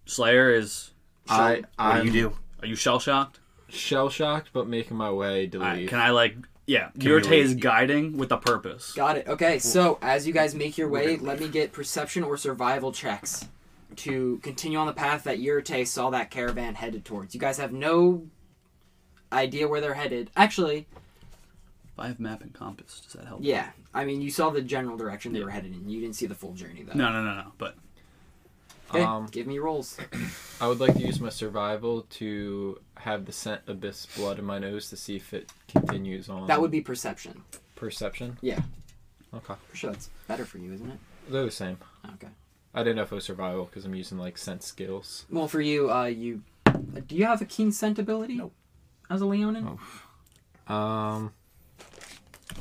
[SPEAKER 4] Slayer is.
[SPEAKER 2] I
[SPEAKER 3] What
[SPEAKER 2] I
[SPEAKER 3] do you do?
[SPEAKER 4] Are you shell shocked?
[SPEAKER 2] shell shocked, but making my way to
[SPEAKER 4] All right.
[SPEAKER 2] leave.
[SPEAKER 4] Can I like? Yeah.
[SPEAKER 3] we
[SPEAKER 4] Yurte
[SPEAKER 3] leave?
[SPEAKER 4] is guiding with a purpose.
[SPEAKER 1] Got it. Okay, so as you guys make your way, let me get perception or survival checks to continue on the path that Yurte saw that caravan headed towards. You guys have no idea where they're headed. Actually,
[SPEAKER 4] If I have map and compass, does that help?
[SPEAKER 1] yeah. I mean, you saw the general direction they were headed in. You didn't see the full journey though.
[SPEAKER 4] No, no, no, no. But
[SPEAKER 1] Okay,
[SPEAKER 2] Um,
[SPEAKER 1] give me rolls.
[SPEAKER 2] I would like to use my survival to have the scent of this blood in my nose to see if it continues
[SPEAKER 6] um,
[SPEAKER 2] on.
[SPEAKER 1] That would be perception.
[SPEAKER 2] perception.
[SPEAKER 1] Yeah.
[SPEAKER 2] Okay,
[SPEAKER 1] For sure, that's better for you, isn't it?
[SPEAKER 2] they're the same.
[SPEAKER 1] Okay.
[SPEAKER 2] I didn't know if it was survival because I'm using like scent skills.
[SPEAKER 1] Well, for you, uh, you do you have a keen scent ability?
[SPEAKER 3] Nope.
[SPEAKER 1] As a Leonin?
[SPEAKER 2] Um,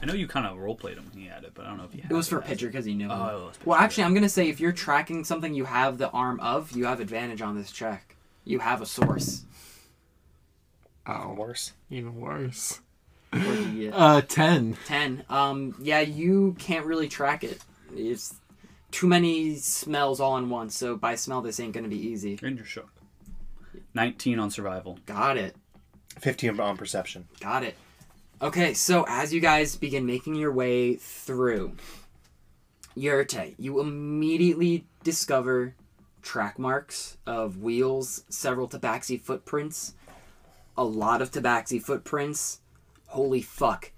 [SPEAKER 4] I know you kind of roleplayed him when he had it, but I don't know if he. Had
[SPEAKER 1] It was for
[SPEAKER 4] as-
[SPEAKER 1] pitcher because he knew. him.
[SPEAKER 4] Oh, it was
[SPEAKER 1] well,
[SPEAKER 4] pitcher.
[SPEAKER 1] actually, I'm gonna say if you're tracking something you have the arm of, you have advantage on this check. You have a source.
[SPEAKER 8] Oh,
[SPEAKER 3] Worse.
[SPEAKER 8] even worse.
[SPEAKER 1] Or do you get
[SPEAKER 6] uh, ten.
[SPEAKER 1] Ten. Um, yeah, you can't really track it. It's too many smells all in one. So by smell, this ain't gonna be easy.
[SPEAKER 4] And you're shook. Nineteen on survival.
[SPEAKER 1] Got it.
[SPEAKER 3] 15 on perception.
[SPEAKER 1] Got it. Okay, so as you guys begin making your way through Yurte, you immediately discover track marks of wheels, several tabaxi footprints, a lot of tabaxi footprints. Holy fuck.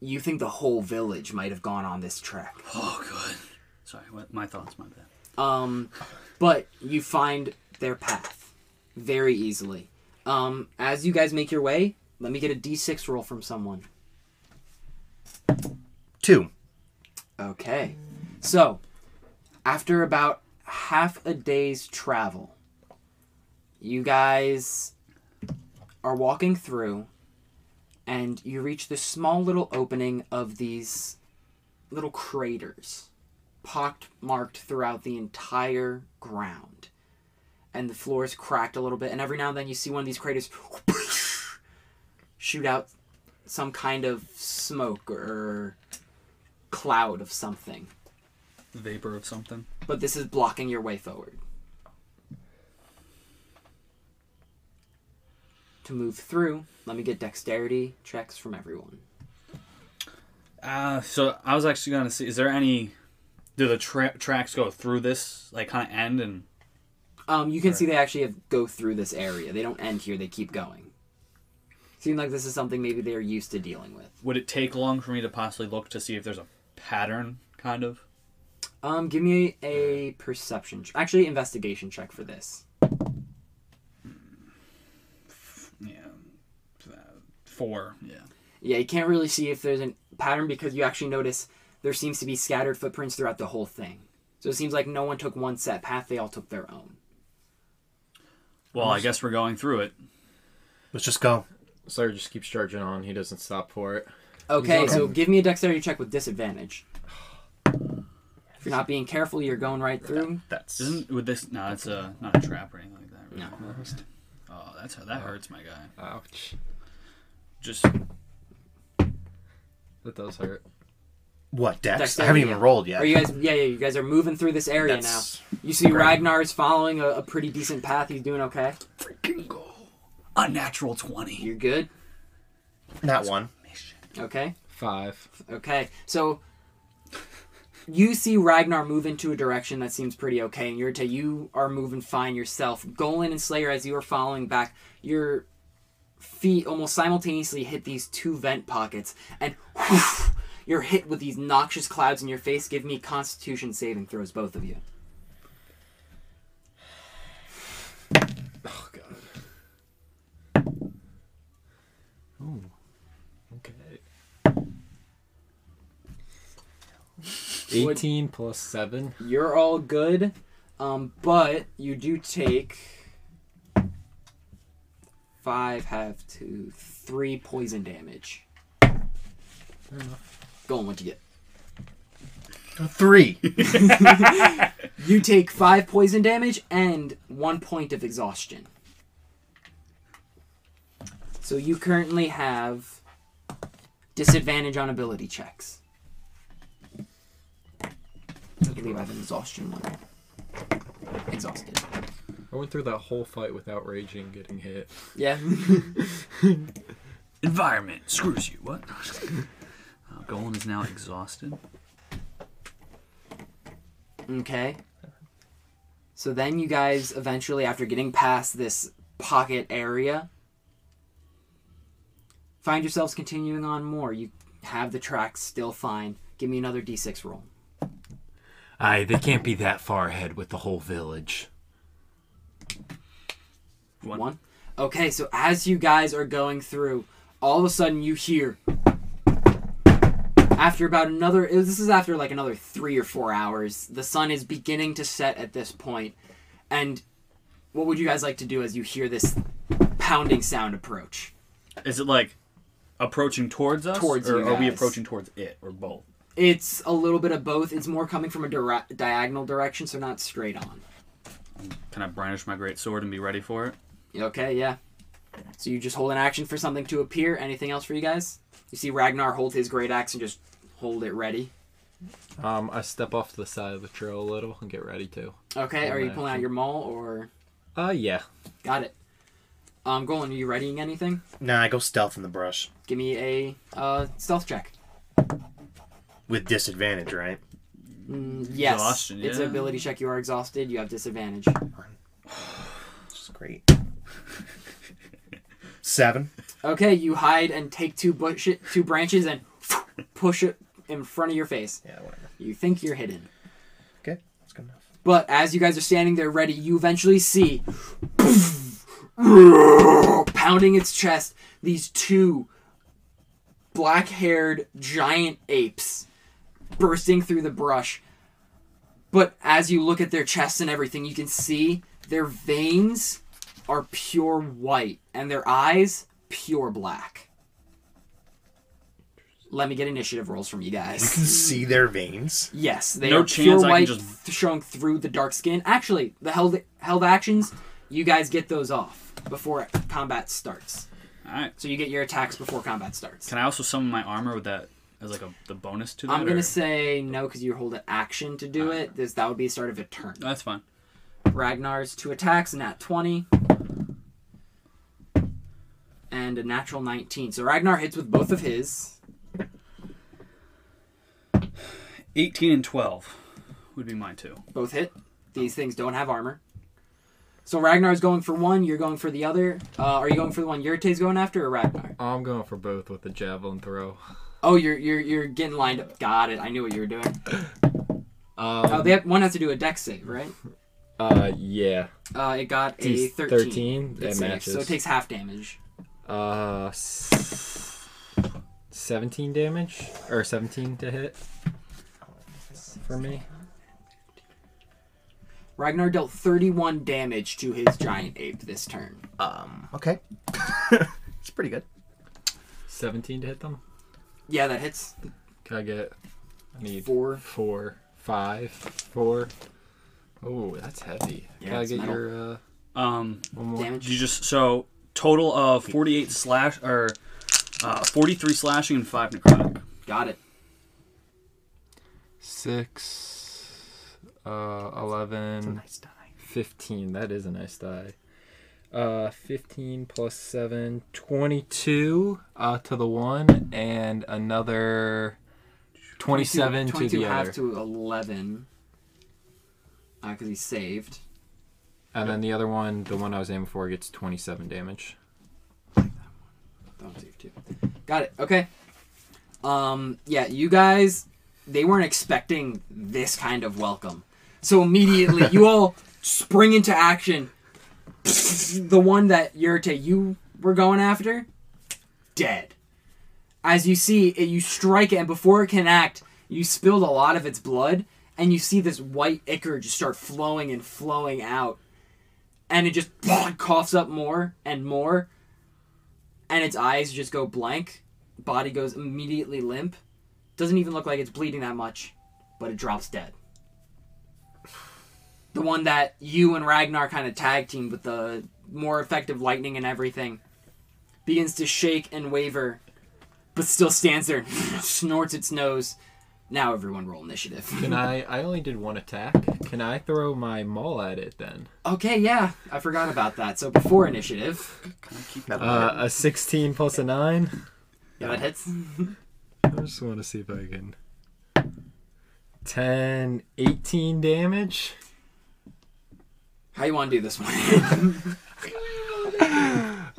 [SPEAKER 1] You think the whole village might have gone on this track.
[SPEAKER 4] Oh, good. Sorry, what, my thoughts, my bad.
[SPEAKER 1] Um, but you find their path very easily. Um, as you guys make your way, let me get a d6 roll from someone.
[SPEAKER 3] Two.
[SPEAKER 1] Okay. So, after about half a day's travel, you guys are walking through and you reach this small little opening of these little craters pockmarked throughout the entire ground. And the floor is cracked a little bit, and every now and then you see one of these craters shoot out some kind of smoke or cloud of something,
[SPEAKER 4] Vapor of something.
[SPEAKER 1] but this is blocking your way forward. To move through, let me get dexterity checks from everyone.
[SPEAKER 4] Uh, so I was actually gonna see. Is there any? Do the tra- tracks go through this, like kind of end and?
[SPEAKER 1] Um, you can see they actually have go through this area. They don't end here; they keep going. Seems like this is something maybe they're used to dealing with.
[SPEAKER 4] Would it take long for me to possibly look to see if there's a pattern, kind of?
[SPEAKER 1] Um, give me a perception, ch- actually investigation check for this.
[SPEAKER 7] Yeah. Uh, four. Yeah.
[SPEAKER 1] Yeah, you can't really see if there's a pattern because you actually notice there seems to be scattered footprints throughout the whole thing. So it seems like no one took one set path; they all took their own.
[SPEAKER 4] Well, I guess we're going through it.
[SPEAKER 3] Let's just go.
[SPEAKER 2] Slayer just keeps charging on. He doesn't stop for it.
[SPEAKER 1] Okay, so give me a dexterity check with disadvantage. If you're not being careful, you're going right through.
[SPEAKER 3] That's
[SPEAKER 4] Isn't with this? No, it's a not a trap or anything like that. Really. Oh, that's how that hurts, my guy.
[SPEAKER 2] Ouch.
[SPEAKER 4] Just
[SPEAKER 2] That does hurt.
[SPEAKER 3] what Dex. I
[SPEAKER 1] Dexterity,
[SPEAKER 3] haven't even
[SPEAKER 1] yeah.
[SPEAKER 3] rolled yet.
[SPEAKER 1] Are you guys? Yeah, yeah. You guys are moving through this area now. You see Ragnar is following a, a pretty decent path. He's doing okay.
[SPEAKER 4] freaking go. Unnatural twenty.
[SPEAKER 1] You're good.
[SPEAKER 3] Not one.
[SPEAKER 1] Okay.
[SPEAKER 2] Five.
[SPEAKER 1] Okay, so you see Ragnar move into a direction that seems pretty okay, and Yurta, you are moving fine yourself. Golan and Slayer, as you are following back, your feet almost simultaneously hit these two vent pockets, and whoosh, you're hit with these noxious clouds in your face. Give me Constitution saving throws, both of you.
[SPEAKER 2] Oh god. Ooh. Okay. Eighteen plus seven.
[SPEAKER 1] You're all good, um, but you do take five, have to three poison damage. Golan, what'd you get?
[SPEAKER 3] Three.
[SPEAKER 1] You take five poison damage and one point of exhaustion. So you currently have disadvantage on ability checks. I believe I have an exhaustion one. Exhausted.
[SPEAKER 2] I went through that whole fight without raging, getting hit.
[SPEAKER 1] Yeah.
[SPEAKER 4] Environment screws you. What? uh, Golem is now exhausted.
[SPEAKER 1] okay. So then you guys eventually, after getting past this pocket area, find yourselves continuing on more. You have the tracks still fine. Give me another d6 roll.
[SPEAKER 5] Aye, they can't be that far ahead with the whole village.
[SPEAKER 1] One. Okay, so as you guys are going through, all of a sudden you hear. After about another, it was- this is after like another three or four hours. The sun is beginning to set at this point, and what would you guys like to do as you hear this pounding sound approach?
[SPEAKER 7] Is it like approaching towards us?
[SPEAKER 1] Towards
[SPEAKER 7] or
[SPEAKER 1] you
[SPEAKER 7] are we
[SPEAKER 1] guys.
[SPEAKER 7] approaching towards it or both?
[SPEAKER 1] It's a little bit of both. It's more coming from a dira- diagonal direction, so not straight on.
[SPEAKER 4] Can I brandish my great sword and be ready for it?
[SPEAKER 1] Okay, yeah. So you just hold an action for something to appear. Anything else for you guys? You see Ragnar hold his great axe and just hold it ready.
[SPEAKER 2] Um, I step off to the side of the trail a little and get ready to.
[SPEAKER 1] Okay,
[SPEAKER 2] Hold
[SPEAKER 1] are you
[SPEAKER 2] my
[SPEAKER 1] pulling out
[SPEAKER 2] action.
[SPEAKER 1] your maul or
[SPEAKER 2] Uh, yeah.
[SPEAKER 1] got it? Um, Golan, are you readying anything?
[SPEAKER 3] Nah, I go stealth in the brush
[SPEAKER 1] Give me a uh, stealth check.
[SPEAKER 3] with disadvantage, right?
[SPEAKER 1] Mm, yes,
[SPEAKER 4] Exhaustion,
[SPEAKER 1] it's an
[SPEAKER 4] yeah.
[SPEAKER 1] ability check. You are exhausted. You have disadvantage.
[SPEAKER 3] Which is great. Seven.
[SPEAKER 1] Okay, you hide and take two bush two branches and push it in front of your face.
[SPEAKER 3] Yeah, whatever.
[SPEAKER 1] You think you're hidden,
[SPEAKER 3] Okay, that's good enough.
[SPEAKER 1] but as you guys are standing there ready, you eventually see pounding its chest these two black-haired giant apes bursting through the brush. But as you look at their chests and everything, you can see their veins are pure white and their eyes pure black. Let me get initiative rolls from you
[SPEAKER 3] You can
[SPEAKER 1] guys.
[SPEAKER 3] see their veins.
[SPEAKER 1] Yes, they
[SPEAKER 4] No
[SPEAKER 1] are
[SPEAKER 4] chance
[SPEAKER 1] pure
[SPEAKER 4] I can
[SPEAKER 1] white,
[SPEAKER 4] just-
[SPEAKER 1] th- showing through the dark skin. Actually, the held held actions, you guys get those off before combat starts.
[SPEAKER 4] All right.
[SPEAKER 1] So you get your attacks before combat starts.
[SPEAKER 4] Can I also summon my armor with that as like a the bonus to that?
[SPEAKER 1] I'm
[SPEAKER 4] or-
[SPEAKER 1] gonna say no because you hold an action to
[SPEAKER 4] Uh.
[SPEAKER 1] do it. This that would be start of a turn.
[SPEAKER 4] No, that's fine.
[SPEAKER 1] Ragnar's two attacks, nat twenty, and a natural nineteen. So Ragnar hits with both of his.
[SPEAKER 4] 18 and 12 would be mine too.
[SPEAKER 1] Both hit. These things don't have armor. So Ragnar's going for one. You're going for the other. Uh, are you going for the one Yurte's going after, or Ragnar?
[SPEAKER 2] I'm going for both with the javelin throw.
[SPEAKER 1] Oh, you're you're you're getting lined up. Got it. I knew what you were doing.
[SPEAKER 2] Um,
[SPEAKER 1] Oh, they have, one has to do a dex save, right?
[SPEAKER 6] Uh, yeah.
[SPEAKER 1] Uh, it got a
[SPEAKER 6] DC
[SPEAKER 1] 13.
[SPEAKER 6] 13, that
[SPEAKER 1] It's safe,
[SPEAKER 6] matches.
[SPEAKER 1] So it takes half damage.
[SPEAKER 6] Uh, s- 17 damage or 17 to hit for me.
[SPEAKER 1] Ragnar dealt 31 damage to his giant ape this turn.
[SPEAKER 3] Okay. it's pretty good.
[SPEAKER 6] 17 to hit them.
[SPEAKER 1] Yeah, that hits.
[SPEAKER 6] Can I get? I need
[SPEAKER 1] Four.
[SPEAKER 6] four, five, four. Oh, that's heavy. Can
[SPEAKER 1] Yeah,
[SPEAKER 6] I
[SPEAKER 1] it's
[SPEAKER 6] get
[SPEAKER 1] metal.
[SPEAKER 6] your uh,
[SPEAKER 7] Um,
[SPEAKER 6] one more?
[SPEAKER 1] Damage.
[SPEAKER 7] you just so total of forty-eight slash or uh, forty-three slashing and five necrotic.
[SPEAKER 1] Got it.
[SPEAKER 6] Six, uh, 11,
[SPEAKER 3] Nice die.
[SPEAKER 6] 15. That is a nice die. Uh, 15 plus 7, 22 uh, to the one, and another 27
[SPEAKER 1] 22
[SPEAKER 6] to the
[SPEAKER 1] half
[SPEAKER 6] other.
[SPEAKER 1] to 11. Because he saved.
[SPEAKER 6] And then the other one, the one I was aiming for, gets 27 damage.
[SPEAKER 1] Don't save two. Got it. Okay. Um. Yeah, you guys, they weren't expecting this kind of welcome, so immediately you all spring into action. the one that Yurte you were going after, dead. As you see it, you strike it, and before it can act, you spilled a lot of its blood, and you see this white ichor just start flowing and flowing out, and it just coughs up more and more, and its eyes just go blank. Body goes immediately limp. Doesn't even look like it's bleeding that much, but it drops dead. The one that you and Ragnar kind of tag teamed with the more effective lightning and everything begins to shake and waver, but still stands there and snorts its nose. Now everyone roll initiative.
[SPEAKER 6] Can I? I only did one attack. Can I throw my maul at it then?
[SPEAKER 1] okay, yeah, I forgot about that. So before initiative,
[SPEAKER 6] Uh, a 16 plus a 9.
[SPEAKER 1] yeah, that hits.
[SPEAKER 6] I just want to see if I can. 10, 18 damage.
[SPEAKER 1] How you want to do this one?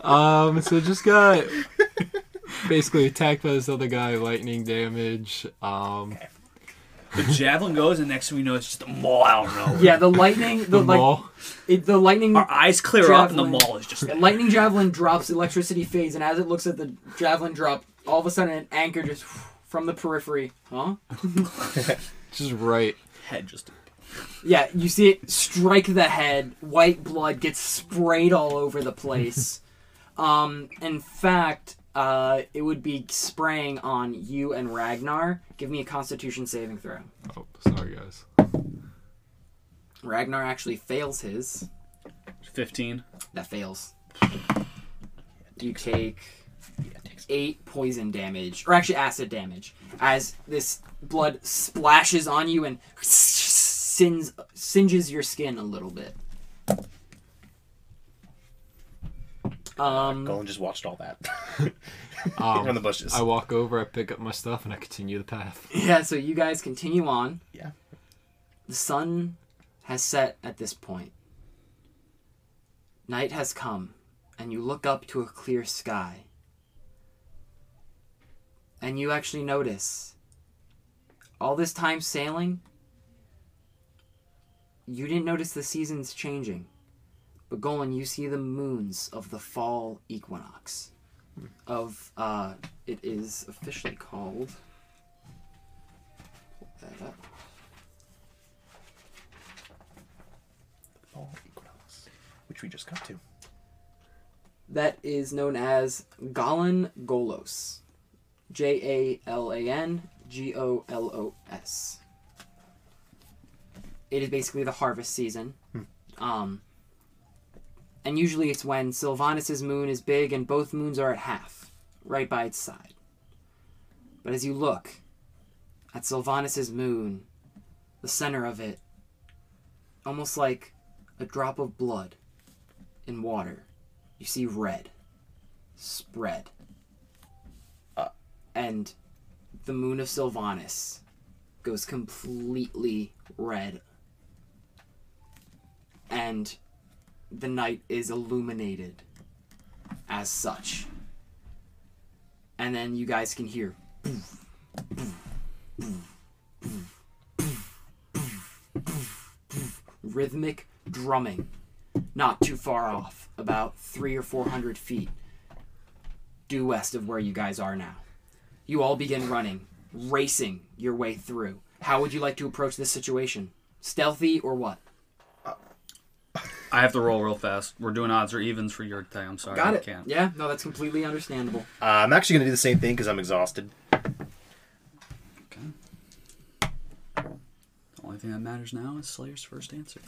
[SPEAKER 6] Um, so just got basically attacked by this other guy, lightning damage. Um,
[SPEAKER 7] The javelin goes, and next thing we know, it's just a maul out of nowhere.
[SPEAKER 1] yeah, the lightning, the,
[SPEAKER 6] the
[SPEAKER 1] like,
[SPEAKER 6] maul.
[SPEAKER 1] It, the lightning
[SPEAKER 7] Our eyes clear up, and the
[SPEAKER 1] Javelin.
[SPEAKER 7] maul is just
[SPEAKER 1] The lightning javelin drops, electricity fades, and as it looks at the javelin drop, all of a sudden an anchor just from the periphery. Huh?
[SPEAKER 6] Just right.
[SPEAKER 7] head just.
[SPEAKER 1] Yeah, you see it strike the head. White blood gets sprayed all over the place. um, in fact, uh, it would be spraying on you and Ragnar. Give me a Constitution saving throw.
[SPEAKER 6] Oh, sorry guys.
[SPEAKER 1] Ragnar actually fails his.
[SPEAKER 7] 15.
[SPEAKER 1] That fails. You take eight poison damage, or actually acid damage, as this blood splashes on you and sins, singes your skin a little bit. Um,
[SPEAKER 3] Golan just watched all that. From the bushes.
[SPEAKER 6] Um, I walk over, I pick up my stuff, and I continue the path.
[SPEAKER 1] yeah, so you guys continue on.
[SPEAKER 3] Yeah.
[SPEAKER 1] The sun has set at this point. Night has come, and you look up to a clear sky. And you actually notice all this time sailing, you didn't notice the seasons changing. But Golan, you see the moons of the fall equinox. Of, uh, it is officially called. Pull that up.
[SPEAKER 3] Oh, Equinox, which we just got to.
[SPEAKER 1] that is known as Galan Golos. J A L A N G O L O S. It is basically the harvest season. Um, and usually it's when Sylvanas' moon is big and both moons are at half, right by its side. But as you look at Sylvanas' moon, the center of it, almost like a drop of blood in water, you see red spread uh, and the moon of sylvanas goes completely red and the night is illuminated as such and then you guys can hear rhythmic drumming not too far off, about three or four hundred feet due west of where you guys are now. You all begin running, racing your way through. How would you like to approach this situation? Stealthy or what?
[SPEAKER 4] I have to roll real fast. We're doing odds or evens for your thing. I'm sorry.
[SPEAKER 1] Got
[SPEAKER 4] I
[SPEAKER 1] it.
[SPEAKER 4] Can't.
[SPEAKER 1] Yeah, no, that's completely understandable.
[SPEAKER 3] Uh, I'm actually going to do the same thing because I'm exhausted.
[SPEAKER 4] The only thing that matters now is Slayer's first answer.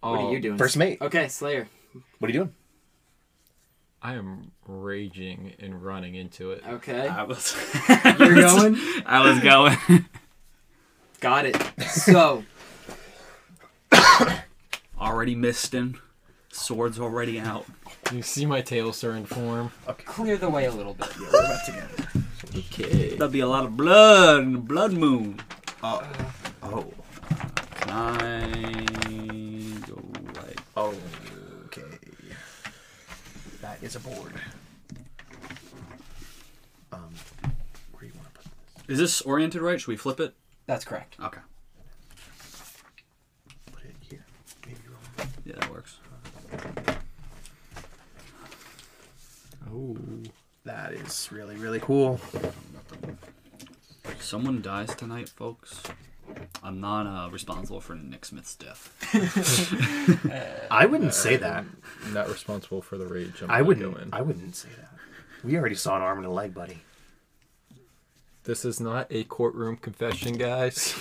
[SPEAKER 1] What are you doing?
[SPEAKER 3] Oh, First mate.
[SPEAKER 1] Okay, Slayer.
[SPEAKER 3] What are you doing?
[SPEAKER 6] I am raging and running into it.
[SPEAKER 1] Okay.
[SPEAKER 9] Uh,
[SPEAKER 4] I was.
[SPEAKER 1] You're going?
[SPEAKER 4] I was going.
[SPEAKER 1] Got it. So,
[SPEAKER 4] already missed him. Sword's already out.
[SPEAKER 6] You see my tail in form.
[SPEAKER 1] clear the way a little bit.
[SPEAKER 4] That'd be a lot of blood. and Blood moon.
[SPEAKER 3] Uh,
[SPEAKER 4] Oh. Oh. Can I go like
[SPEAKER 3] oh, Okay. That is a board. Um, where do you want to put
[SPEAKER 4] Is this oriented right? Should we flip it?
[SPEAKER 1] That's correct.
[SPEAKER 4] Okay.
[SPEAKER 3] put it here? Maybe wrong.
[SPEAKER 4] Yeah, that works.
[SPEAKER 3] That is really really cool.
[SPEAKER 4] Someone dies tonight, folks. I'm not uh, responsible for Nick Smith's death.
[SPEAKER 3] I wouldn't say that.
[SPEAKER 6] I'm not responsible for the rage. I'm
[SPEAKER 3] I
[SPEAKER 6] not
[SPEAKER 3] wouldn't.
[SPEAKER 6] doing.
[SPEAKER 3] I wouldn't say that. We already saw an arm and a leg, buddy.
[SPEAKER 6] This is not a courtroom confession, guys.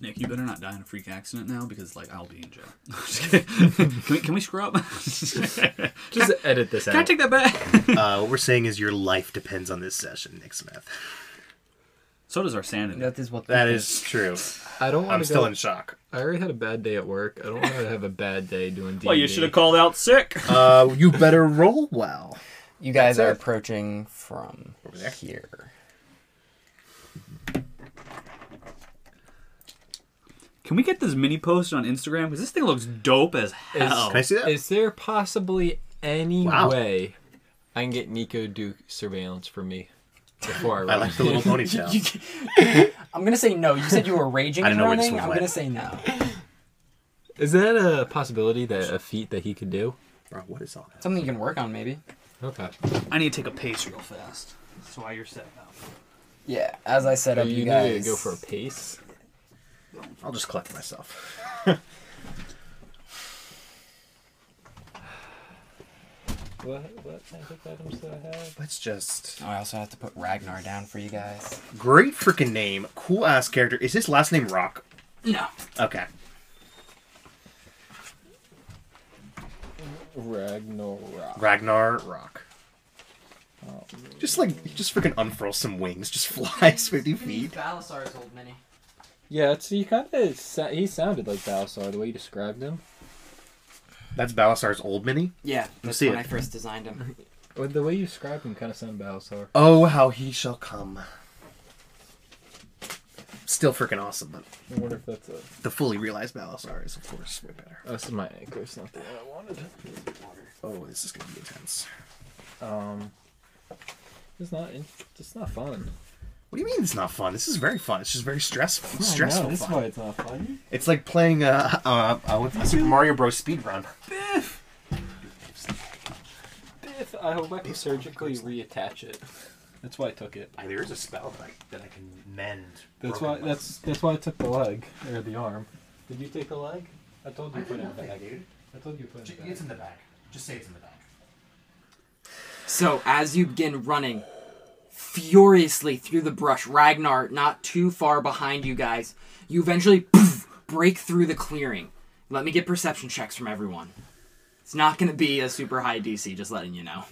[SPEAKER 4] Nick, you better not die in a freak accident now because, like, I'll be in jail. Just kidding. can, we, can we screw up? can
[SPEAKER 6] Just edit this
[SPEAKER 4] I
[SPEAKER 6] out.
[SPEAKER 4] take that back?
[SPEAKER 3] Uh, what we're saying is your life depends on this session, Nick Smith.
[SPEAKER 4] so does our sanity.
[SPEAKER 9] That is what
[SPEAKER 3] That is true.
[SPEAKER 6] I don't want
[SPEAKER 3] I'm
[SPEAKER 6] to
[SPEAKER 3] still
[SPEAKER 6] go.
[SPEAKER 3] in shock.
[SPEAKER 6] I already had a bad day at work. I don't want to have a bad day doing. D&D.
[SPEAKER 4] well, you should have called out sick.
[SPEAKER 3] Uh, you better roll well.
[SPEAKER 9] You guys are approaching from here.
[SPEAKER 4] Can we get this mini post on Instagram? Because this thing looks dope as hell.
[SPEAKER 3] Can I see that?
[SPEAKER 6] Is there possibly any
[SPEAKER 3] Wow.
[SPEAKER 6] way I can get Nico Duke surveillance for me before I run?
[SPEAKER 3] I like the little ponytail.
[SPEAKER 9] I'm gonna say no. You said you were raging
[SPEAKER 3] I
[SPEAKER 9] and
[SPEAKER 3] don't know where this
[SPEAKER 9] running.
[SPEAKER 3] one
[SPEAKER 9] I'm
[SPEAKER 3] went.
[SPEAKER 9] gonna say no.
[SPEAKER 6] Is that a possibility that a feat that he could do?
[SPEAKER 3] Bro, what is all that?
[SPEAKER 9] Something you can work on, maybe.
[SPEAKER 6] Okay.
[SPEAKER 4] I need to take a pace real fast. That's why you're setting up.
[SPEAKER 9] Yeah. As I set
[SPEAKER 6] So
[SPEAKER 9] up,
[SPEAKER 6] you
[SPEAKER 9] you,
[SPEAKER 6] need to
[SPEAKER 9] guys
[SPEAKER 6] go for a pace.
[SPEAKER 3] I'll just collect myself.
[SPEAKER 6] What what magic items do I have?
[SPEAKER 3] Let's just.
[SPEAKER 9] Oh, I also have to put Ragnar down for you guys.
[SPEAKER 3] Great freaking name. Cool ass character. Is his last name Rock?
[SPEAKER 9] No.
[SPEAKER 3] Okay.
[SPEAKER 6] Ragnarok.
[SPEAKER 3] Ragnar Rock. Just like, he just freaking unfurls some wings, just flies 50 feet.
[SPEAKER 1] Balasar's old mini.
[SPEAKER 6] Yeah, it's, he kind of sa- he sounded like Balsar the way you described him.
[SPEAKER 3] That's Balasar's old mini.
[SPEAKER 1] Yeah, that's
[SPEAKER 3] see
[SPEAKER 1] when
[SPEAKER 3] it.
[SPEAKER 1] I first designed him.
[SPEAKER 6] Well, the way you described him kind of sounded Balsar.
[SPEAKER 3] Oh, how he shall come. Still freaking awesome, but
[SPEAKER 6] I wonder if that's a. oh,
[SPEAKER 3] the fully realized Balasar is, of course, way better.
[SPEAKER 6] This is my anchor. It's not the one I wanted.
[SPEAKER 3] Oh, this is gonna be intense.
[SPEAKER 6] Um, it's not. in- It's not fun.
[SPEAKER 3] What do you mean it's not fun? This is very fun. It's just very stressful. stressful
[SPEAKER 6] this
[SPEAKER 3] fun.
[SPEAKER 6] why it's not fun.
[SPEAKER 3] It's like playing a, uh uh a Super Mario Bros. speedrun.
[SPEAKER 6] Biff, I hope I can surgically reattach it. That's why I took it.
[SPEAKER 3] There is a spell that I, that I can mend.
[SPEAKER 6] That's
[SPEAKER 3] broken
[SPEAKER 6] why.
[SPEAKER 3] limbs.
[SPEAKER 6] That's that's why I took the leg or the arm. Did you take the leg? I told
[SPEAKER 3] I
[SPEAKER 6] you
[SPEAKER 3] did
[SPEAKER 6] put it
[SPEAKER 3] nothing,
[SPEAKER 6] back.
[SPEAKER 3] dude.
[SPEAKER 6] I told you put
[SPEAKER 3] J-
[SPEAKER 6] it back.
[SPEAKER 3] It's in the back. Just say it's in the back.
[SPEAKER 1] So, as you begin running furiously through the brush, Ragnar not too far behind you guys, you eventually poof, break through the clearing. Let me get perception checks from everyone. It's not going to be a super high DC, just letting you know.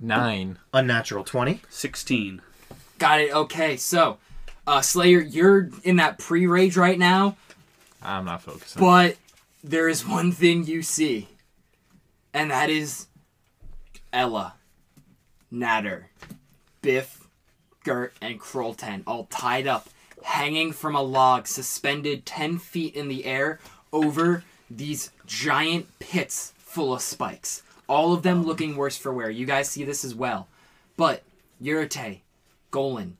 [SPEAKER 6] Nine.
[SPEAKER 3] Unnatural twenty.
[SPEAKER 4] 16.
[SPEAKER 1] Got it. Okay, so, uh, Slayer, you're in that pre rage right now,
[SPEAKER 6] I'm not focusing.
[SPEAKER 1] but there is one thing you see, and that is Ella, Natter, Biff, Gert, and Krolten all tied up, hanging from a log, suspended 10 feet in the air over these giant pits full of spikes. All of them looking worse for wear. You guys see this as well. But Yurite, Golan,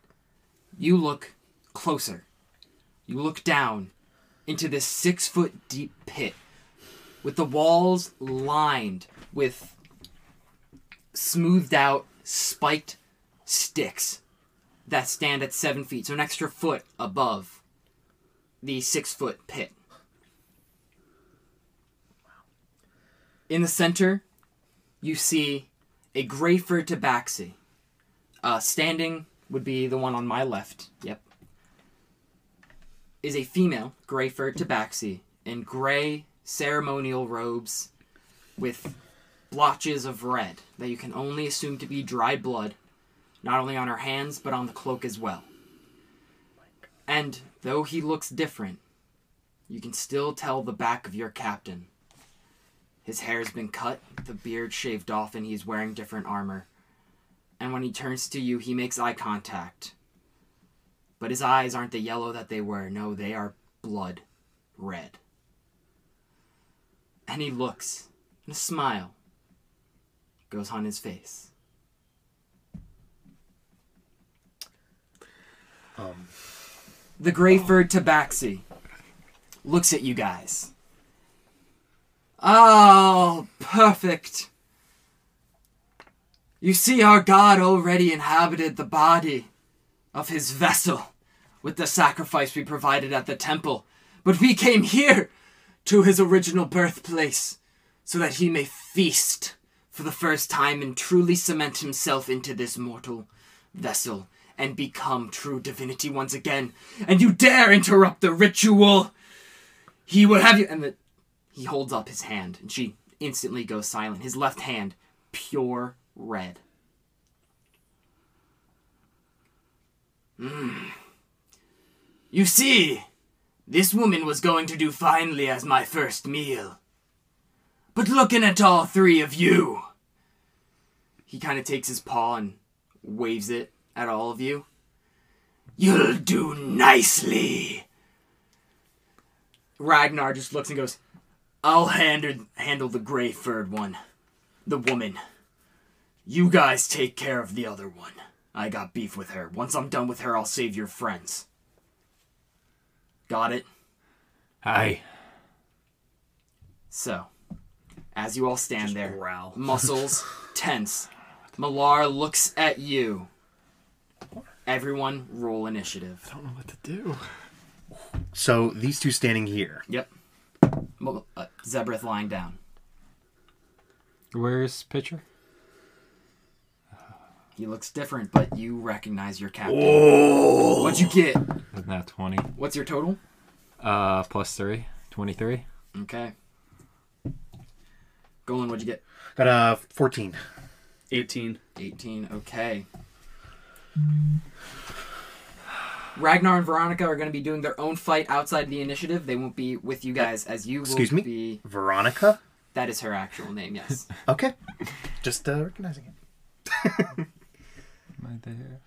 [SPEAKER 1] you look closer. You look down into this six foot deep pit with the walls lined with smoothed out, spiked sticks that stand at seven feet, so an extra foot above the six foot pit. In the center, you see a Greyford tabaxi. Uh, standing would be the one on my left. Yep. Is a female Greyford tabaxi in gray ceremonial robes with blotches of red that you can only assume to be dried blood, not only on her hands, but on the cloak as well. And though he looks different, you can still tell the back of your captain. His hair has been cut, the beard shaved off, and he's wearing different armor. And when he turns to you, he makes eye contact. But his eyes aren't the yellow that they were. No, they are blood red. And he looks, and a smile goes on his face. the Greyford Tabaxi looks at you guys. Oh, perfect. You see, our God already inhabited the body of his vessel with the sacrifice we provided at the temple, but we came here to his original birthplace so that he may feast for the first time and truly cement himself into this mortal vessel and become true divinity once again. And you dare interrupt the ritual! He will have you. And the, he holds up his hand, and she instantly goes silent. His left hand, pure red. Mm. You see, this woman was going to do finely as my first meal. But looking at all three of you, he kind of takes his paw and waves it at all of you. You'll do nicely. Ragnar just looks and goes, I'll handle, handle the Greyford one, the woman. You guys take care of the other one. I got beef with her. Once I'm done with her, I'll save your friends. Got it?
[SPEAKER 5] Aye.
[SPEAKER 1] So, as you all stand there, muscles tense, Malar looks at you. Everyone, roll initiative.
[SPEAKER 5] I don't know what to do.
[SPEAKER 3] So these two standing here.
[SPEAKER 1] Yep. Mal- uh, Zebreth lying down.
[SPEAKER 6] Where's pitcher?
[SPEAKER 1] He looks different, but you recognize your captain. What'd you get?
[SPEAKER 6] Isn't that 20?
[SPEAKER 1] What's your total?
[SPEAKER 6] Uh, plus 3. 23?
[SPEAKER 1] Okay. Golan, what'd you get?
[SPEAKER 3] Got a 14.
[SPEAKER 7] 18.
[SPEAKER 1] 18. Okay. Ragnar and Veronica are going to be doing their own fight outside the initiative. They won't be with you guys as you will
[SPEAKER 3] Excuse me?
[SPEAKER 1] be.
[SPEAKER 3] Veronica?
[SPEAKER 1] That is her actual name, yes.
[SPEAKER 3] Okay. Just uh, recognizing it.
[SPEAKER 6] Right there.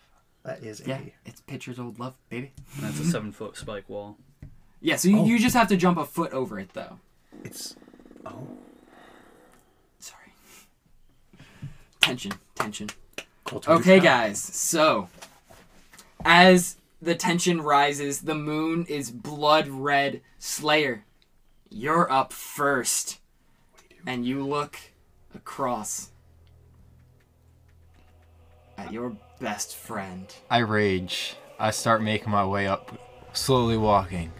[SPEAKER 3] That is
[SPEAKER 1] yeah,
[SPEAKER 3] a.
[SPEAKER 1] it's Pitcher's old love, baby.
[SPEAKER 7] And that's a seven foot spike wall.
[SPEAKER 1] Yeah, so you, you just have to jump a foot over it, though.
[SPEAKER 3] It's.
[SPEAKER 1] Sorry. Tension, tension.
[SPEAKER 3] Colt
[SPEAKER 1] Okay, guys. So, as the tension rises, the moon is blood red. Slayer, you're up first, and you look across at your best friend.
[SPEAKER 5] I rage. I start making my way up, slowly walking.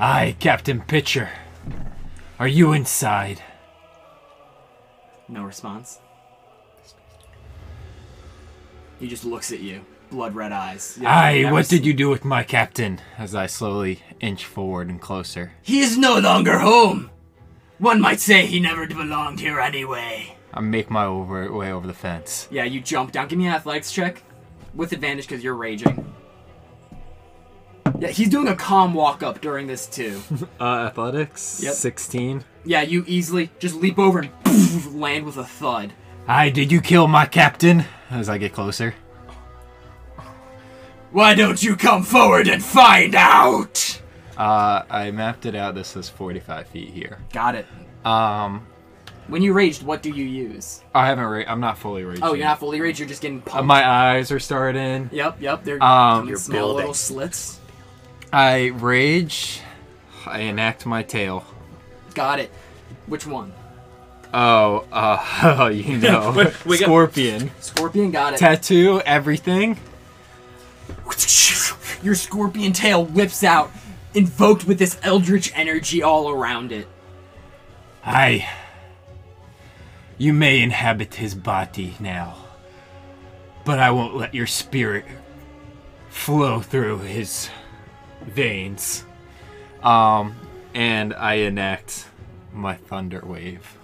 [SPEAKER 5] Aye, Captain Pitcher. Are you inside?
[SPEAKER 1] No response. He just looks at you, blood red eyes.
[SPEAKER 5] Aye, what did you do with my captain? As I slowly inch forward and closer.
[SPEAKER 1] He is no longer home. One might say he never belonged here anyway.
[SPEAKER 5] I make my over, way over the fence.
[SPEAKER 1] Yeah, you jump down. Give me an athletics check with advantage because you're raging. Yeah, he's doing a calm walk up during this too.
[SPEAKER 6] Uh, athletics?
[SPEAKER 1] Yep.
[SPEAKER 6] 16.
[SPEAKER 1] yeah, you easily just leap over and poof, land with a thud.
[SPEAKER 5] Aye, did you kill my captain? As I get closer.
[SPEAKER 1] Why don't you come forward and find out?
[SPEAKER 5] Uh, I mapped it out. This is 45 feet here.
[SPEAKER 1] Got it.
[SPEAKER 5] Um,
[SPEAKER 1] When you raged, what do you use?
[SPEAKER 6] I haven't. Ra- I'm not fully raging.
[SPEAKER 1] Oh, you're not fully raged. You're just getting
[SPEAKER 6] Uh,
[SPEAKER 1] pumped.
[SPEAKER 6] my eyes are starting.
[SPEAKER 1] Yep, yep. They're
[SPEAKER 6] Um,
[SPEAKER 1] coming
[SPEAKER 3] You're
[SPEAKER 1] small little
[SPEAKER 3] building.
[SPEAKER 1] slits.
[SPEAKER 6] I rage.
[SPEAKER 5] Age. I enact my tale.
[SPEAKER 1] Got it. Which one?
[SPEAKER 5] Oh, uh, you know,
[SPEAKER 7] we got-
[SPEAKER 5] scorpion
[SPEAKER 1] Scorpion got it.
[SPEAKER 5] tattoo everything.
[SPEAKER 1] Your scorpion tail whips out, invoked with this eldritch energy all around it.
[SPEAKER 5] I. You may inhabit his body now, but I won't let your spirit flow through his veins. Um, and I enact my thunder wave.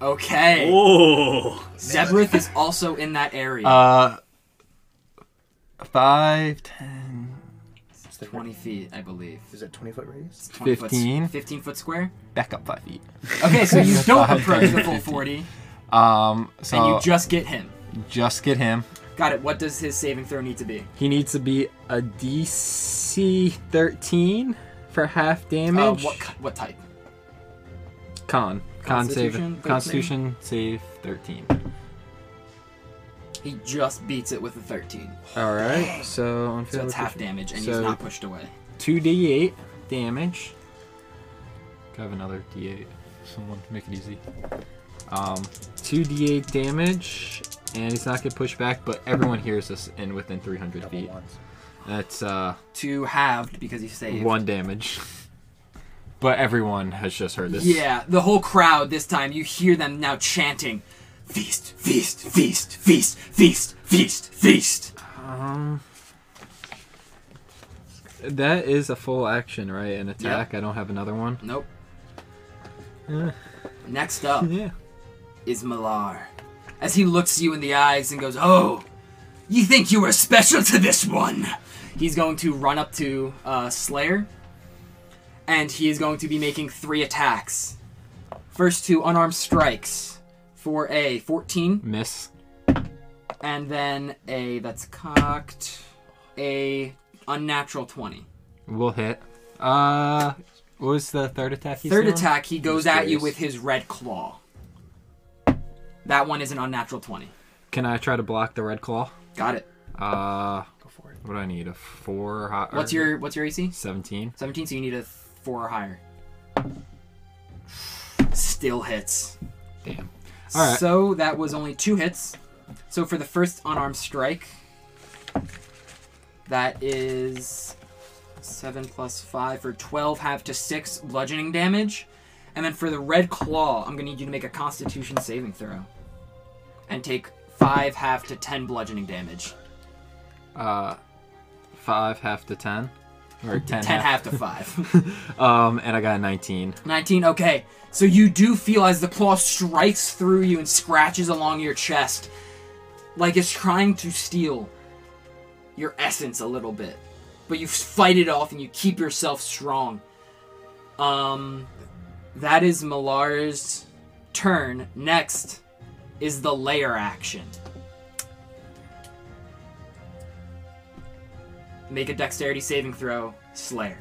[SPEAKER 1] Okay.
[SPEAKER 7] Oh,
[SPEAKER 1] Zebrith is also in that area.
[SPEAKER 5] Uh, five, ten.
[SPEAKER 1] 20 feet, I believe.
[SPEAKER 3] Is it 20 foot
[SPEAKER 1] It's
[SPEAKER 3] radius?
[SPEAKER 1] 20 foot-
[SPEAKER 5] 15?
[SPEAKER 1] 15 foot square?
[SPEAKER 5] Back up five feet.
[SPEAKER 1] Okay, so you don't
[SPEAKER 5] Five,
[SPEAKER 1] approach the
[SPEAKER 5] ten,
[SPEAKER 1] full
[SPEAKER 5] fifteen.
[SPEAKER 1] 40,
[SPEAKER 5] Um,
[SPEAKER 1] and
[SPEAKER 5] so
[SPEAKER 6] Uh,
[SPEAKER 1] you just get him.
[SPEAKER 5] just get him.
[SPEAKER 1] Got it. What does his saving throw need to be?
[SPEAKER 6] He needs to be a DC 13 for half
[SPEAKER 1] Uh,
[SPEAKER 6] damage.
[SPEAKER 1] what, ki- what type?
[SPEAKER 6] Con. Con save.
[SPEAKER 1] Constitution 13?
[SPEAKER 6] Constitution save 13.
[SPEAKER 1] He just beats it with a 13.
[SPEAKER 6] All right. So on
[SPEAKER 1] So it's half damage, and he's
[SPEAKER 6] So-
[SPEAKER 1] not pushed away.
[SPEAKER 6] 2d8 damage. Could have another d8. Someone make it easy. Um, 2d8 damage, and he's not gonna push back, but everyone hears this in within 300 feet. That's uh
[SPEAKER 1] Two halved because he saved.
[SPEAKER 6] one damage. But everyone has just heard this.
[SPEAKER 1] Yeah, the whole crowd this time, you hear them now chanting Feast, feast, feast, feast, feast, feast, feast.
[SPEAKER 6] Um, that is a full action, right? An attack. I don't have another one.
[SPEAKER 1] Nope.
[SPEAKER 6] Yeah.
[SPEAKER 1] Next up
[SPEAKER 6] Yeah.
[SPEAKER 1] is Millar. As he looks you in the eyes and goes, Oh, you think you were special to this one? He's going to run up to uh, Slayer, and he is going to be making three attacks. First two unarmed strikes for a 14.
[SPEAKER 6] Miss.
[SPEAKER 1] and then a that's cocked a unnatural 20
[SPEAKER 6] We'll hit. Uh, what was the third attack? he's
[SPEAKER 1] third
[SPEAKER 6] doing?
[SPEAKER 1] attack he goes
[SPEAKER 6] just
[SPEAKER 1] at you
[SPEAKER 6] curious.
[SPEAKER 1] with his red claw that one is an unnatural 20
[SPEAKER 6] Can I try to block the red claw?
[SPEAKER 1] got it
[SPEAKER 6] Uh, go for it. What do I need? A four uh, or higher?
[SPEAKER 1] what's your what's your ac
[SPEAKER 6] seventeen?
[SPEAKER 1] 17 so you need a four or higher still hits
[SPEAKER 6] Damn. All right.
[SPEAKER 1] so that was only two hits so for the first unarmed strike that is 7 plus 5 for 12 half to 6 bludgeoning damage and then for the red claw i'm going to need you to make a constitution saving throw and take 5 half to 10 bludgeoning damage
[SPEAKER 6] Uh, five half to ten, or ten,
[SPEAKER 1] 10 half
[SPEAKER 6] half.
[SPEAKER 1] to 5
[SPEAKER 6] Um, and I got a nineteen.
[SPEAKER 1] 19 okay so you do feel as the claw strikes through you and scratches along your chest like it's trying to steal your essence a little bit but you fight it off and you keep yourself strong um that is Malar's turn next is the layer action make a dexterity saving throw slayer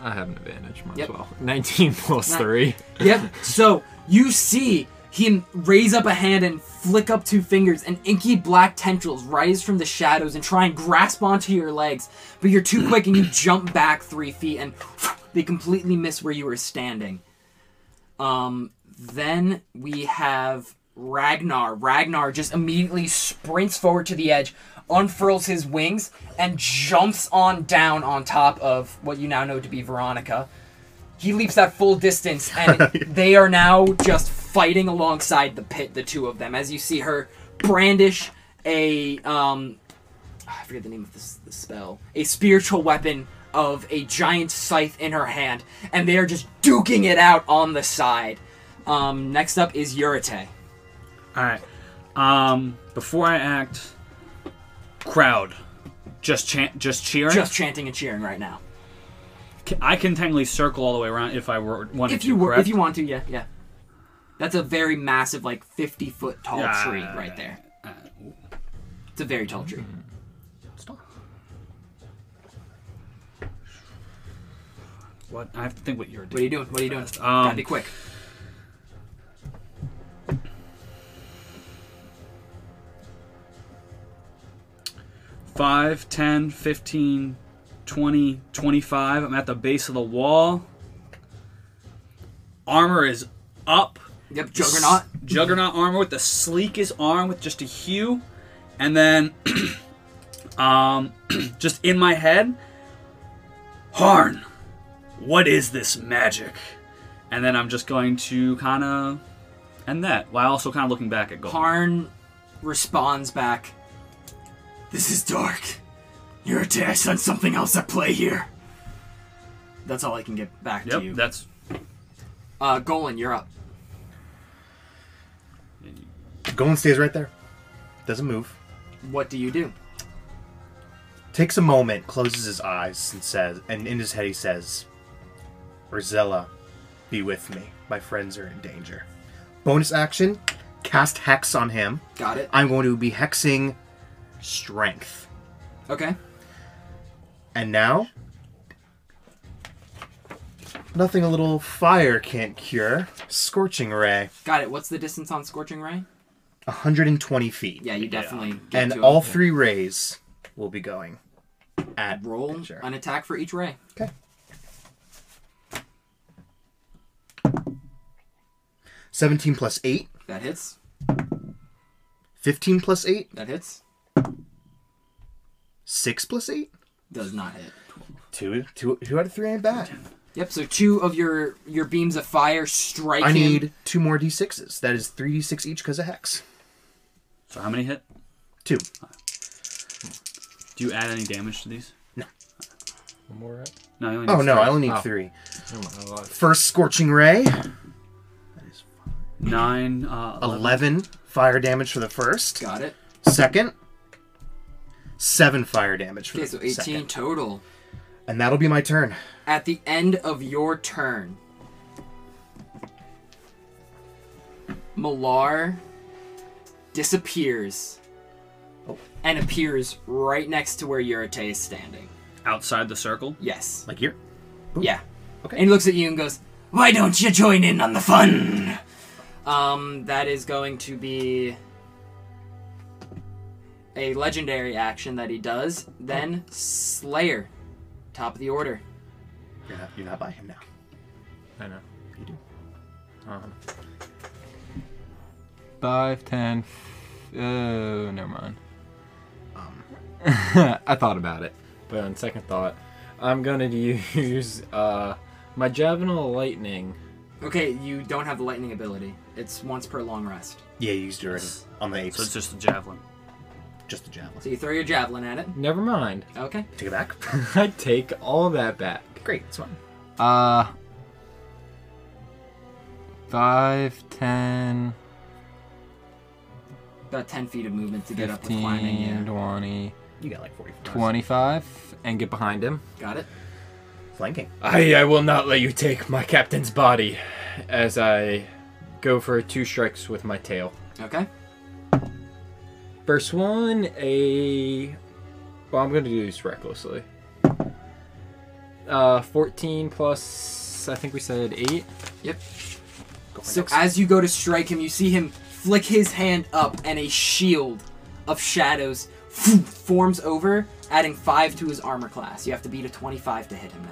[SPEAKER 6] I have an advantage. Might
[SPEAKER 1] Yep.
[SPEAKER 6] as well. Nineteen plus
[SPEAKER 1] Ni-
[SPEAKER 6] three.
[SPEAKER 1] Yep. So you see him raise up a hand and flick up two fingers, and inky black tendrils rise from the shadows and try and grasp onto your legs. But you're too quick and you jump back three feet, and they completely miss where you were standing. Um, then we have Ragnar. Ragnar just immediately sprints forward to the edge, unfurls his wings, and jumps on down on top of what you now know to be Veronica. He leaps that full distance, and they are now just fighting alongside the pit, the two of them, as you see her brandish a um, I forget the name of this, this spell, a spiritual weapon of a giant scythe in her hand, and they are just duking it out on the side. Um, next up is Yurite.
[SPEAKER 7] All right. Um, before I act, crowd, just chant, just cheering.
[SPEAKER 1] Just chanting and cheering right now.
[SPEAKER 7] I can technically circle all the way around if I were wanted
[SPEAKER 1] If
[SPEAKER 7] to.
[SPEAKER 1] you were,
[SPEAKER 7] correct?
[SPEAKER 1] if you want to, yeah, yeah. That's a very massive, like fifty foot tall
[SPEAKER 7] Yeah.
[SPEAKER 1] tree right there. It's a very tall tree.
[SPEAKER 7] Stop.
[SPEAKER 4] What? I have to think what you're doing.
[SPEAKER 1] What are you doing? What are you doing?
[SPEAKER 4] Um,
[SPEAKER 1] Gotta be quick.
[SPEAKER 4] Five, 10, 15, 20, 25. I'm at the base of the wall. Armor is up.
[SPEAKER 1] Yep, Juggernaut.
[SPEAKER 4] Juggernaut armor with the sleekest arm with just a hue. And then um just in my head, Harn, what is this magic? And then I'm just going to kind of end that while also kind of looking back at Gold.
[SPEAKER 1] Karn responds back. This is dark. Your attacks on something else at play here. That's all I can get back to you.
[SPEAKER 4] Yep, that's
[SPEAKER 1] Uh, Golan, you're up.
[SPEAKER 3] Golan stays right there. Doesn't move.
[SPEAKER 1] What do you do?
[SPEAKER 3] Takes a moment, closes his eyes, and says, and in his head he says, Urzella, be with me. My friends are in danger. Bonus action, cast Hex on him.
[SPEAKER 1] Got it.
[SPEAKER 3] I'm going to be hexing Strength.
[SPEAKER 1] Okay.
[SPEAKER 3] And now, nothing a little fire can't cure. Scorching Ray,
[SPEAKER 1] Got it. What's the distance on Scorching Ray?
[SPEAKER 3] 120 feet.
[SPEAKER 1] Yeah, you definitely get
[SPEAKER 3] and
[SPEAKER 1] to
[SPEAKER 3] all
[SPEAKER 1] him.
[SPEAKER 3] three rays will be going at
[SPEAKER 1] roll
[SPEAKER 3] Pitcher.
[SPEAKER 1] an attack for each ray.
[SPEAKER 3] Okay. Seventeen plus eight.
[SPEAKER 1] That hits.
[SPEAKER 3] Fifteen plus eight.
[SPEAKER 1] That hits.
[SPEAKER 3] Six plus eight.
[SPEAKER 1] Does not hit.
[SPEAKER 3] Two. Two. Two out of three ain't bad.
[SPEAKER 1] Yep. So two of your your beams of fire strike
[SPEAKER 3] I
[SPEAKER 1] him.
[SPEAKER 3] need two more d6s. That is three d6 each because of hex.
[SPEAKER 4] So how many hit?
[SPEAKER 3] Two.
[SPEAKER 4] Do you add any damage to these?
[SPEAKER 3] No.
[SPEAKER 4] One more up? No, I only
[SPEAKER 3] Oh
[SPEAKER 4] need
[SPEAKER 3] no,
[SPEAKER 4] three.
[SPEAKER 3] I only need three. First scorching ray.
[SPEAKER 4] Nine, uh, eleven.
[SPEAKER 3] Eleven fire damage for the first.
[SPEAKER 1] Got it.
[SPEAKER 3] Second. Seven fire damage for
[SPEAKER 1] Okay, so
[SPEAKER 3] the
[SPEAKER 1] 18
[SPEAKER 3] second.
[SPEAKER 1] total.
[SPEAKER 3] And that'll be my turn.
[SPEAKER 1] At the end of your turn, Malar disappears and appears right next to where Yurite is standing.
[SPEAKER 4] Outside the circle?
[SPEAKER 1] Yes.
[SPEAKER 3] Like here.
[SPEAKER 1] Yeah.
[SPEAKER 3] Okay.
[SPEAKER 1] And he looks at you and goes, Why don't you join in on the fun? Um, that is going to be a legendary action that he does. Then Slayer, top of the order.
[SPEAKER 3] You're not, you're not by him now.
[SPEAKER 6] I know.
[SPEAKER 3] You do.
[SPEAKER 6] Um,
[SPEAKER 10] 5, 10. f- Oh, never mind.
[SPEAKER 3] Um,
[SPEAKER 10] I thought about it.
[SPEAKER 6] but on second thought, I'm gonna use uh, my javelin of lightning.
[SPEAKER 1] Okay, you don't have the lightning ability. It's once per long rest.
[SPEAKER 3] Yeah, you used it already on the apes.
[SPEAKER 4] So it's just a javelin.
[SPEAKER 3] just the javelin.
[SPEAKER 1] So you throw your javelin at it.
[SPEAKER 6] Never mind.
[SPEAKER 1] Okay.
[SPEAKER 3] Take it back.
[SPEAKER 6] I take all that back.
[SPEAKER 3] Great, it's fine.
[SPEAKER 10] Uh. 5, 10,
[SPEAKER 1] About 10 feet of movement to get up with climbing.
[SPEAKER 10] 15,
[SPEAKER 1] Yeah.
[SPEAKER 10] 20,
[SPEAKER 3] You got like 45.
[SPEAKER 10] 25, and get behind him.
[SPEAKER 1] Got it?
[SPEAKER 3] Flanking.
[SPEAKER 6] I, I will not let you take my captain's body as I go for two strikes with my tail.
[SPEAKER 1] Okay.
[SPEAKER 6] First one, a. Well, I'm going to do this recklessly. Uh, 14 plus, I think we said 8.
[SPEAKER 3] Oh
[SPEAKER 1] So as you go to strike him, you see him flick his hand up, and a shield of shadows forms over, adding five to his armor class. You have to beat a twenty-five to hit him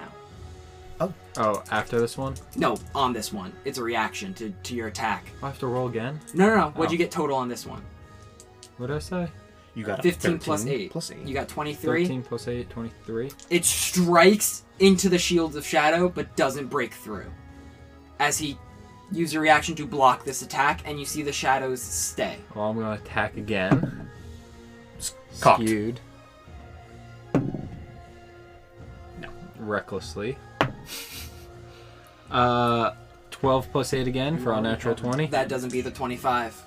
[SPEAKER 1] now.
[SPEAKER 6] Oh, after this one?
[SPEAKER 1] No, on this one, it's a reaction to, to your attack.
[SPEAKER 6] I have to roll again?
[SPEAKER 1] No, no, no. What'd you get total on this one?
[SPEAKER 6] What did I say?
[SPEAKER 3] You got a
[SPEAKER 1] Fifteen
[SPEAKER 3] 13
[SPEAKER 1] plus eight.
[SPEAKER 3] Plus eight.
[SPEAKER 1] You got twenty-three.
[SPEAKER 6] 13 plus 8, 23.
[SPEAKER 1] It strikes into the shields of shadow, but doesn't break through. As he uses a reaction to block this attack, and you see the shadows stay.
[SPEAKER 6] Well, I'm going to attack again.
[SPEAKER 3] Cocked.
[SPEAKER 6] Skewed. No. Recklessly. Uh, 12 plus 8 again for our natural 20.
[SPEAKER 1] That doesn't beat the twenty-five.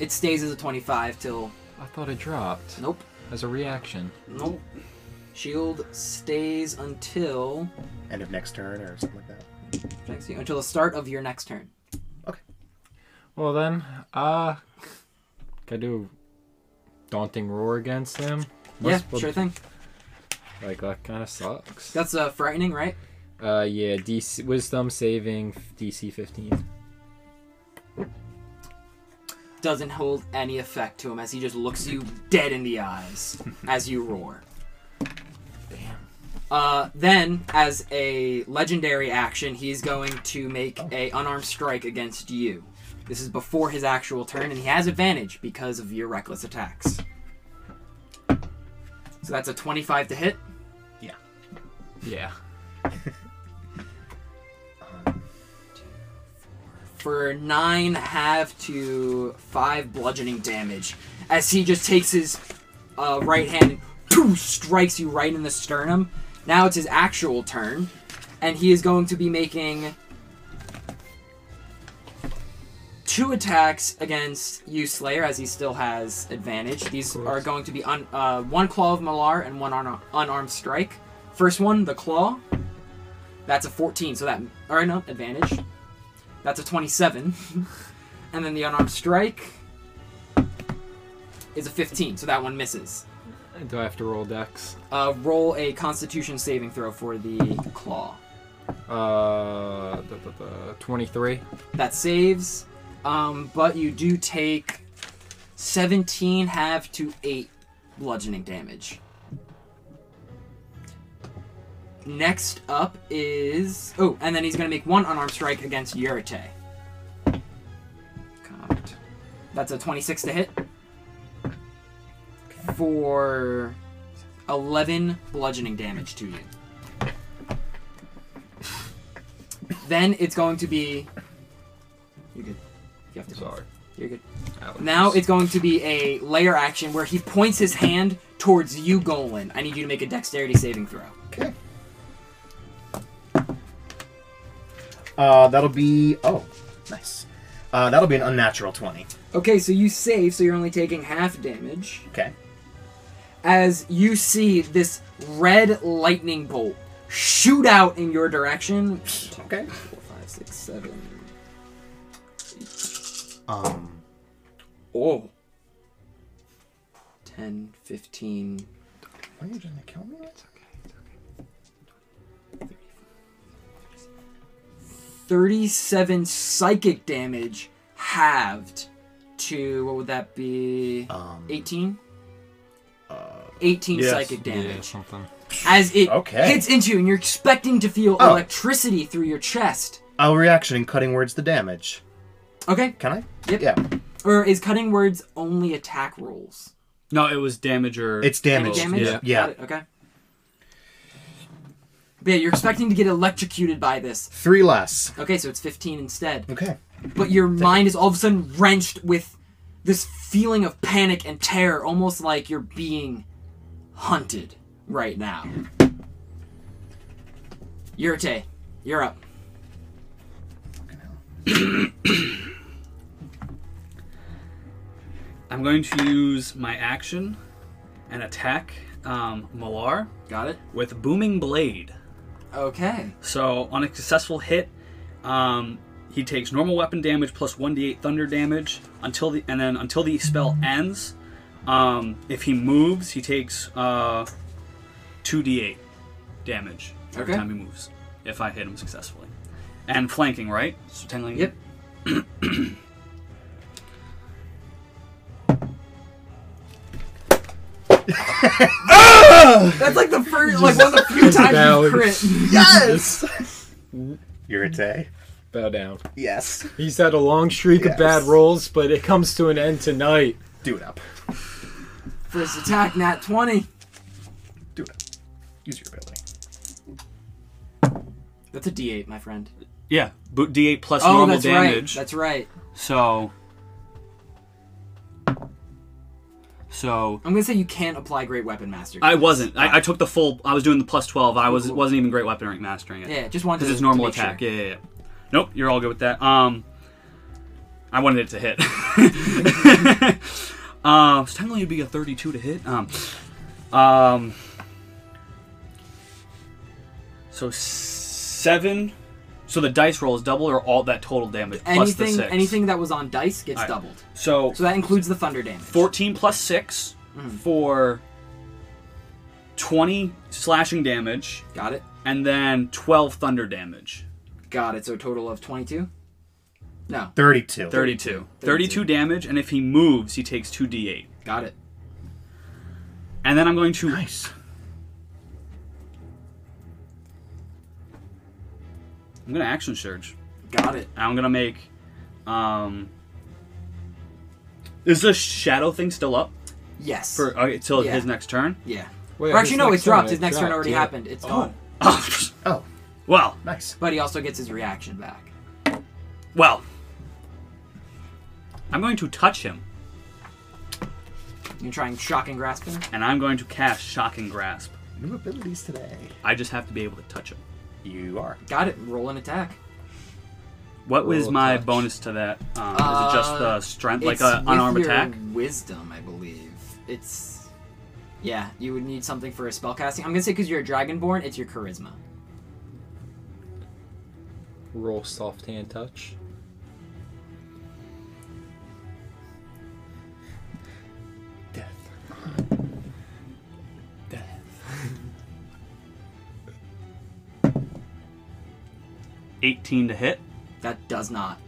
[SPEAKER 1] It stays as a twenty-five till
[SPEAKER 6] I thought it dropped
[SPEAKER 1] nope.
[SPEAKER 6] as a reaction.
[SPEAKER 1] Nope. Shield stays until
[SPEAKER 3] End of next turn or something like that.
[SPEAKER 1] thanks, you- until the start of your next turn.
[SPEAKER 6] Well then, uh, can I do a daunting roar against him?
[SPEAKER 1] yeah,
[SPEAKER 6] Multiple-
[SPEAKER 1] sure thing.
[SPEAKER 6] Like that kind of sucks.
[SPEAKER 1] That's uh, frightening, right?
[SPEAKER 6] Uh, yeah, DC Wisdom saving DC 15.
[SPEAKER 1] Doesn't hold any effect to him as he just looks you dead in the eyes as you roar. Damn. Uh, then, as a legendary action, he's going to make a unarmed strike against you. This is before his actual turn, and he has advantage because of your reckless attacks. So that's a 25 to hit.
[SPEAKER 6] Yeah.
[SPEAKER 1] for nine half to five bludgeoning damage as he just takes his uh, right hand and poof, strikes you right in the sternum. Now it's his actual turn, and he is going to be making two attacks against you, Slayer, as he still has advantage. These are going to be un- uh, one claw of Malar and one un- unarmed strike. First one, the claw. That's a 14, so that. Alright, no, advantage. That's a 27. and then the unarmed strike is a 15, so that one misses.
[SPEAKER 6] Do I have to roll dex?
[SPEAKER 1] Uh, roll a constitution saving throw for the claw.
[SPEAKER 6] Uh, da, da, da, 23.
[SPEAKER 1] That saves, um, but you do take 17 half to 8 bludgeoning damage. Next up is. Oh, and then he's going to make one unarmed strike against Yurite. God. That's a 26 to hit. For 11 bludgeoning damage to you. Then it's going to be. You're good. You have to.
[SPEAKER 6] Sorry.
[SPEAKER 1] You're good. Now it's going to be a layer action where he points his hand towards you, Golan. I need you to make a dexterity saving throw.
[SPEAKER 3] Okay. Uh, that'll be oh, nice. Uh, that'll be an unnatural twenty.
[SPEAKER 1] Okay, so you save, so you're only taking half damage.
[SPEAKER 3] Okay.
[SPEAKER 1] As you see this red lightning bolt shoot out in your direction.
[SPEAKER 3] Okay.
[SPEAKER 1] Four, five, six, seven.
[SPEAKER 3] Um,
[SPEAKER 1] Oh. 10, 15.
[SPEAKER 3] are you trying to kill me?
[SPEAKER 1] 37 psychic damage halved to, what would that be?
[SPEAKER 3] Um, uh,
[SPEAKER 1] 18? 18
[SPEAKER 3] yes.
[SPEAKER 1] psychic
[SPEAKER 6] Yeah,
[SPEAKER 1] damage.
[SPEAKER 6] something.
[SPEAKER 1] as it
[SPEAKER 3] Okay.
[SPEAKER 1] hits into you and you're expecting to feel
[SPEAKER 3] Oh.
[SPEAKER 1] electricity through your chest.
[SPEAKER 3] I'll reaction and cutting words the damage.
[SPEAKER 1] Okay.
[SPEAKER 3] Can I?
[SPEAKER 1] Yep.
[SPEAKER 3] Yeah.
[SPEAKER 1] Or is cutting words only attack rolls?
[SPEAKER 4] No, it was damage or
[SPEAKER 3] It's damage.
[SPEAKER 1] Damage?
[SPEAKER 6] Yeah.
[SPEAKER 3] Yeah.
[SPEAKER 1] Got it, Okay. But yeah, you're expecting to get electrocuted by this.
[SPEAKER 3] Three less.
[SPEAKER 1] Okay, so it's 15 instead.
[SPEAKER 3] Okay.
[SPEAKER 1] But your mind is all of a sudden wrenched with this feeling of panic and terror, almost like you're being hunted right now. Yurite, you're up.
[SPEAKER 4] I'm going to use my action and attack um, Malar
[SPEAKER 1] Got it?
[SPEAKER 4] with booming blade.
[SPEAKER 1] Okay.
[SPEAKER 4] So on a successful hit, um, he takes normal weapon damage plus 1d8 thunder damage until the and then until the spell ends. Um, if he moves, he takes uh, 2d8 damage every
[SPEAKER 1] Okay.
[SPEAKER 4] time he moves. If I hit him successfully, and flanking right, so tangling.
[SPEAKER 1] Yep. That's like the first, like one of the few times you crit.
[SPEAKER 3] Yes. Irritate.
[SPEAKER 11] Bow down.
[SPEAKER 3] Yes.
[SPEAKER 11] He's had a long streak
[SPEAKER 3] Yes.
[SPEAKER 11] of bad rolls, but it comes to an end tonight.
[SPEAKER 3] Do it up.
[SPEAKER 1] First attack, nat 20.
[SPEAKER 3] Do it up. Use your ability.
[SPEAKER 1] That's a d8, my friend.
[SPEAKER 4] Yeah, boot d8 plus
[SPEAKER 1] Oh,
[SPEAKER 4] normal
[SPEAKER 1] that's
[SPEAKER 4] damage.
[SPEAKER 1] right. That's right.
[SPEAKER 4] So. So
[SPEAKER 1] I'm gonna say you can't apply great weapon mastery.
[SPEAKER 4] I wasn't. I, I took the full. I was doing the plus twelve. I was
[SPEAKER 1] Cool.
[SPEAKER 4] wasn't even great weapon rank mastering it.
[SPEAKER 1] yeah, just wanted
[SPEAKER 4] because
[SPEAKER 1] to
[SPEAKER 4] it's normal
[SPEAKER 1] to make
[SPEAKER 4] attack.
[SPEAKER 1] Sure.
[SPEAKER 4] Yeah, yeah, yeah. Nope, you're all good with that. Um, I wanted it to hit. um, so technically it'd be a thirty-two to hit. Um, um, so seven. So the dice roll is double or all that total damage plus the
[SPEAKER 1] Anything,
[SPEAKER 4] six.
[SPEAKER 1] anything that was on dice gets
[SPEAKER 4] Alright.
[SPEAKER 1] doubled.
[SPEAKER 4] So
[SPEAKER 1] So that includes the thunder damage.
[SPEAKER 4] 14 plus 6 for 20 slashing damage
[SPEAKER 1] Got it.
[SPEAKER 4] and then 12 thunder damage.
[SPEAKER 1] Got it. So a total of 22? No.
[SPEAKER 3] 32.
[SPEAKER 4] 32. 32 damage, and if he moves, he takes 2d8.
[SPEAKER 1] Got it.
[SPEAKER 4] And then I'm going to.
[SPEAKER 3] Nice.
[SPEAKER 4] I'm going to action surge.
[SPEAKER 1] Got it.
[SPEAKER 4] And I'm going to make. Um, is the shadow thing still up
[SPEAKER 1] Yes.
[SPEAKER 4] for okay, till
[SPEAKER 1] Yeah.
[SPEAKER 4] his next turn?
[SPEAKER 1] yeah.
[SPEAKER 6] Wait,
[SPEAKER 1] or actually, no,
[SPEAKER 6] next
[SPEAKER 1] it's
[SPEAKER 6] turn,
[SPEAKER 1] dropped.
[SPEAKER 6] it
[SPEAKER 1] His next turn
[SPEAKER 6] dropped,
[SPEAKER 1] already
[SPEAKER 6] yeah.
[SPEAKER 1] happened. It's gone.
[SPEAKER 3] Oh,
[SPEAKER 4] well,
[SPEAKER 3] nice.
[SPEAKER 1] But he also gets his reaction back.
[SPEAKER 4] well. I'm going to touch him,
[SPEAKER 1] You can try and shock and grasp him.
[SPEAKER 4] and I'm going to cast Shocking Grasp.
[SPEAKER 3] New abilities today.
[SPEAKER 4] I just have to be able to touch him.
[SPEAKER 3] You are.
[SPEAKER 1] Got it. Roll an attack.
[SPEAKER 4] What was
[SPEAKER 6] Roll
[SPEAKER 4] my
[SPEAKER 6] touch.
[SPEAKER 4] bonus to that? Um, is it just
[SPEAKER 1] Uh,
[SPEAKER 4] the strength, like
[SPEAKER 1] It's
[SPEAKER 4] an
[SPEAKER 1] with
[SPEAKER 4] unarmed
[SPEAKER 1] your
[SPEAKER 4] attack?
[SPEAKER 1] Wisdom, I believe. It's. Yeah, you would need something for a spell casting. I'm gonna say because you're a dragonborn, it's your charisma.
[SPEAKER 6] Roll soft hand touch.
[SPEAKER 4] Eighteen to hit.
[SPEAKER 1] That does not.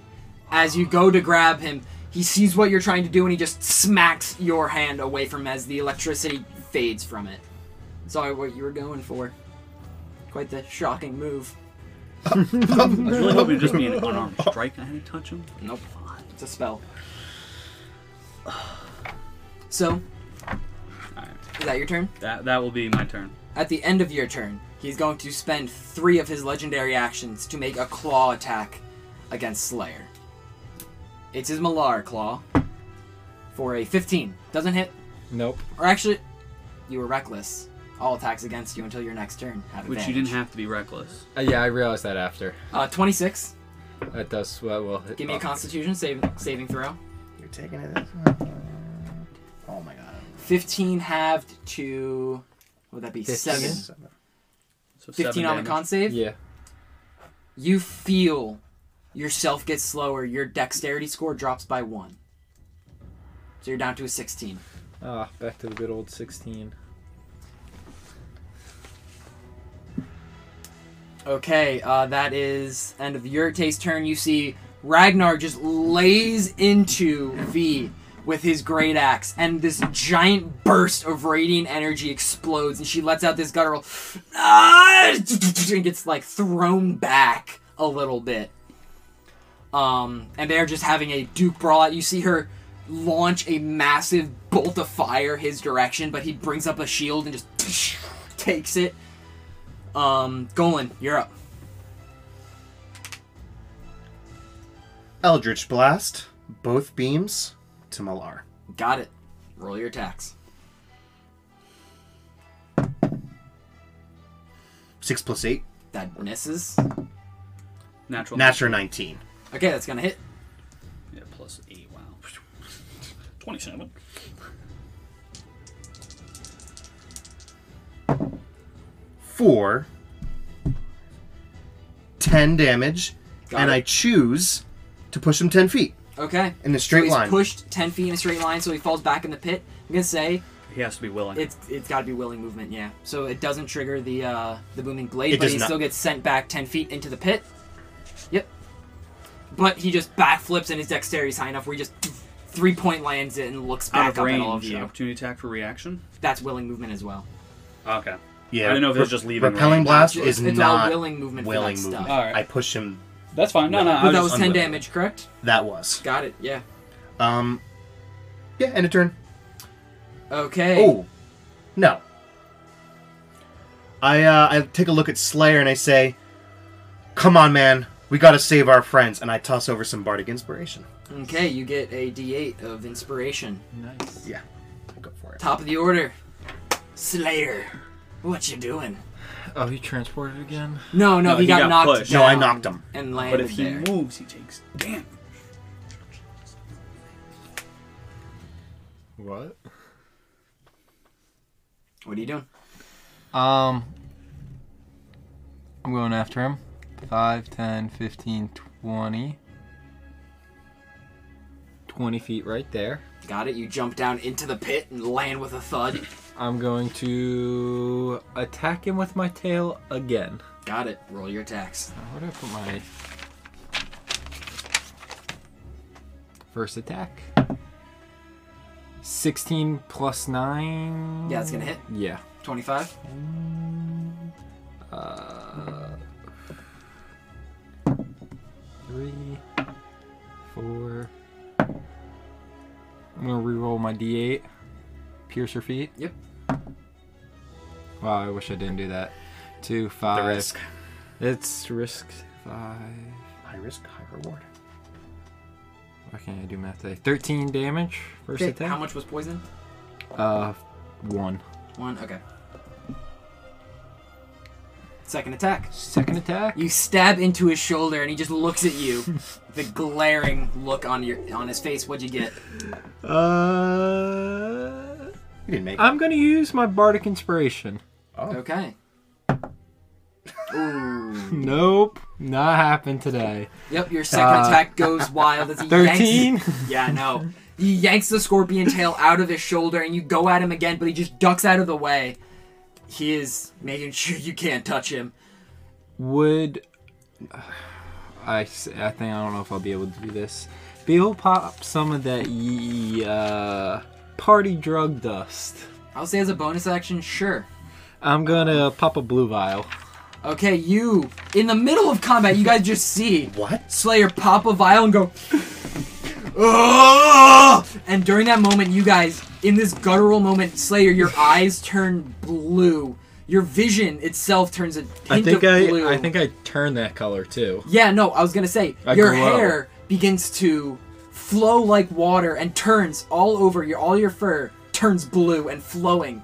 [SPEAKER 1] As you go to grab him, he sees what you're trying to do and he just smacks your hand away from as the electricity fades from it. Sorry, what you were going for. Quite the shocking move.
[SPEAKER 4] I was really hoping it'd just be an unarmed strike. I had to touch him.
[SPEAKER 1] Nope. It's a spell. So,
[SPEAKER 4] Alright.
[SPEAKER 1] is that your turn?
[SPEAKER 4] That that will be my turn.
[SPEAKER 1] At the end of your turn, he's going to spend three of his legendary actions to make a claw attack against Slayer. It's his Malar claw for a 15. Doesn't hit.
[SPEAKER 6] Nope.
[SPEAKER 1] Or actually, you were reckless. All attacks against you until your next turn have
[SPEAKER 4] Which you
[SPEAKER 1] advantage.
[SPEAKER 4] didn't have to be reckless.
[SPEAKER 6] Uh, yeah, I realized that after.
[SPEAKER 1] Uh, 26.
[SPEAKER 6] That does well. well uh, hit-
[SPEAKER 1] Give me a Constitution save, saving throw.
[SPEAKER 3] You're taking it. Oh my god.
[SPEAKER 1] 15 halved to. What would that be? 7.
[SPEAKER 3] Seven.
[SPEAKER 4] So
[SPEAKER 1] 15 on the con save.
[SPEAKER 6] Yeah.
[SPEAKER 1] You feel yourself get slower. Your dexterity score drops by 1. So you're down to a 16.
[SPEAKER 6] Ah, back to the good old sixteen.
[SPEAKER 1] Okay, uh, that is end of Yurte's turn. You see Ragnar just lays into V with his great axe, and this giant burst of radiant energy explodes, and she lets out this guttural "Ah!" and gets like thrown back a little bit. Um, and they're just having a duke brawl out. You see her launch a massive bolt of fire his direction, but he brings up a shield and just takes it. Um, Golan, you're up.
[SPEAKER 3] Eldritch Blast. Both beams to Malar.
[SPEAKER 1] Got it. Roll your attacks.
[SPEAKER 3] 6 plus 8.
[SPEAKER 1] That misses.
[SPEAKER 4] Natural.
[SPEAKER 3] Natural 19.
[SPEAKER 1] Okay, that's gonna hit.
[SPEAKER 4] Yeah, plus eight. Wow. Twenty-seven.
[SPEAKER 3] Four. Ten damage.
[SPEAKER 1] Got
[SPEAKER 3] and
[SPEAKER 1] it.
[SPEAKER 3] I choose to push him 10 feet
[SPEAKER 1] Okay.
[SPEAKER 3] in a
[SPEAKER 1] so
[SPEAKER 3] straight
[SPEAKER 1] he's
[SPEAKER 3] line.
[SPEAKER 1] pushed ten feet in a straight line, so he falls back in the pit. I'm gonna say
[SPEAKER 4] He has to be willing.
[SPEAKER 1] it's it's got to be willing movement, yeah. So it doesn't trigger the uh, the booming blade,
[SPEAKER 3] It
[SPEAKER 1] but
[SPEAKER 3] does
[SPEAKER 1] he
[SPEAKER 3] not.
[SPEAKER 1] still gets sent back ten feet into the pit. Yep. But he just backflips, and his dexterity's high enough where he just three point lands it and looks
[SPEAKER 4] out
[SPEAKER 1] back
[SPEAKER 4] of
[SPEAKER 1] up
[SPEAKER 4] range.
[SPEAKER 1] at all of you.
[SPEAKER 4] Opportunity attack for reaction.
[SPEAKER 1] That's willing movement as well.
[SPEAKER 4] Okay.
[SPEAKER 3] yeah,
[SPEAKER 4] I didn't know if it was
[SPEAKER 3] re-
[SPEAKER 4] just leaving
[SPEAKER 3] Repelling
[SPEAKER 4] range.
[SPEAKER 3] blast
[SPEAKER 1] It's-
[SPEAKER 3] is
[SPEAKER 1] it's all
[SPEAKER 3] not
[SPEAKER 1] willing movement for
[SPEAKER 3] willing
[SPEAKER 1] that
[SPEAKER 3] movement.
[SPEAKER 1] stuff.
[SPEAKER 4] Alright.
[SPEAKER 3] I push him.
[SPEAKER 4] That's fine. No, no. I
[SPEAKER 1] But
[SPEAKER 4] was
[SPEAKER 1] that
[SPEAKER 4] just
[SPEAKER 1] was ten
[SPEAKER 4] unwilling.
[SPEAKER 1] damage, correct?
[SPEAKER 3] That was.
[SPEAKER 1] Got it. Yeah.
[SPEAKER 3] Um. Yeah, end of turn.
[SPEAKER 1] Okay.
[SPEAKER 3] Oh, no. I uh, I take a look at Slayer and I say, "Come on, man, we gotta save our friends." And I toss over some bardic inspiration.
[SPEAKER 1] Okay, you get a D8 of inspiration.
[SPEAKER 6] Nice.
[SPEAKER 3] Go for it.
[SPEAKER 1] Top of the order, Slayer. What you doing?
[SPEAKER 12] Oh, he transported again?
[SPEAKER 1] No, no,
[SPEAKER 4] No,
[SPEAKER 1] he,
[SPEAKER 4] he
[SPEAKER 1] got,
[SPEAKER 4] got
[SPEAKER 1] knocked
[SPEAKER 4] pushed.
[SPEAKER 1] down.
[SPEAKER 3] No, I knocked him.
[SPEAKER 1] And
[SPEAKER 4] But
[SPEAKER 1] landed
[SPEAKER 4] if he
[SPEAKER 1] there.
[SPEAKER 4] moves, he takes damage.
[SPEAKER 12] What?
[SPEAKER 1] What are you doing?
[SPEAKER 12] Um, I'm going after him. 5, 10, 15, 20.
[SPEAKER 6] Twenty feet right there.
[SPEAKER 1] Got it. You jump down into the pit and land with a thud.
[SPEAKER 6] I'm going to attack him with my tail again.
[SPEAKER 1] Got it. Roll your attacks.
[SPEAKER 6] Where do I put my first attack? 16 plus 9.
[SPEAKER 1] Yeah, it's gonna hit.
[SPEAKER 6] Yeah.
[SPEAKER 1] Twenty-five.
[SPEAKER 6] Uh, three, four. I'm gonna re-roll my D8. Pierce her feet.
[SPEAKER 1] Yep.
[SPEAKER 6] Wow, I wish I didn't do that. Two, five.
[SPEAKER 3] The risk.
[SPEAKER 6] It's risk five.
[SPEAKER 3] High risk, high reward.
[SPEAKER 6] Why can't I do math today? Thirteen damage. First
[SPEAKER 1] Okay,
[SPEAKER 6] attack.
[SPEAKER 1] How much was poison?
[SPEAKER 6] Uh, one.
[SPEAKER 1] One. Okay. Second attack.
[SPEAKER 6] Second attack.
[SPEAKER 1] You stab into his shoulder, and he just looks at you, the glaring look on your on his face. What'd you get?
[SPEAKER 6] Uh,
[SPEAKER 3] You didn't make it.
[SPEAKER 6] I'm gonna use my bardic inspiration.
[SPEAKER 3] Oh.
[SPEAKER 1] Okay. Ooh.
[SPEAKER 6] Nope, not happened today.
[SPEAKER 1] Yep. Your second
[SPEAKER 6] Uh,
[SPEAKER 1] attack goes wild as he yanks.
[SPEAKER 6] Thirteen.
[SPEAKER 1] Yeah, no. He yanks the scorpion tail out of his shoulder, and you go at him again, but he just ducks out of the way. He is making sure you can't touch him.
[SPEAKER 6] Would I? s- I think I don't know if I'll be able to do this. Be able to pop some of that ye, uh, party drug dust.
[SPEAKER 1] I'll say as a bonus action, sure.
[SPEAKER 6] I'm gonna pop a blue vial.
[SPEAKER 1] Okay, you in the middle of combat, you guys just see
[SPEAKER 3] What?
[SPEAKER 1] Slayer pop a vial and go.
[SPEAKER 6] Ah!
[SPEAKER 1] "Ugh!" and during that moment, you guys, in this guttural moment, Slayer, your eyes turn blue. Your vision itself turns a hint
[SPEAKER 2] I think
[SPEAKER 1] of
[SPEAKER 2] I,
[SPEAKER 1] blue.
[SPEAKER 2] I think I turned that color too.
[SPEAKER 1] Yeah, no, I was gonna say
[SPEAKER 2] I
[SPEAKER 1] your
[SPEAKER 2] glow.
[SPEAKER 1] hair begins to flow like water and turns all over your all your fur turns blue and flowing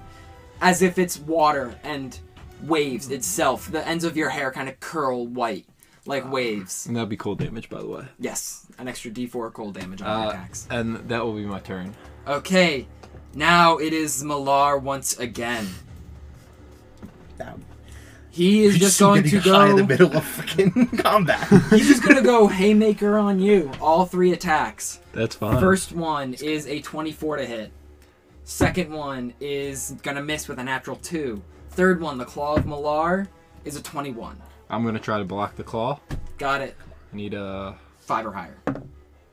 [SPEAKER 1] as if it's water and waves itself. The ends of your hair kind of curl white
[SPEAKER 3] Uh.
[SPEAKER 1] like waves.
[SPEAKER 6] And that'd be cool damage, by the way.
[SPEAKER 1] Yes, an extra D4 cold damage on
[SPEAKER 6] Uh,
[SPEAKER 1] attacks.
[SPEAKER 6] and that will be my turn.
[SPEAKER 1] Okay, now it is Malar once again.
[SPEAKER 3] Now,
[SPEAKER 1] He is
[SPEAKER 3] you're
[SPEAKER 1] just going to
[SPEAKER 3] getting high in the
[SPEAKER 1] go.
[SPEAKER 3] middle of freaking combat.
[SPEAKER 1] He's just gonna go haymaker on you. All three attacks.
[SPEAKER 6] That's fine.
[SPEAKER 1] First one is a 24 to hit. Second one is gonna miss with a natural two. Third one, the Claw of Malar, is a 21.
[SPEAKER 6] I'm gonna try to block the claw.
[SPEAKER 1] Got it.
[SPEAKER 6] I need uh, a
[SPEAKER 1] Five or higher.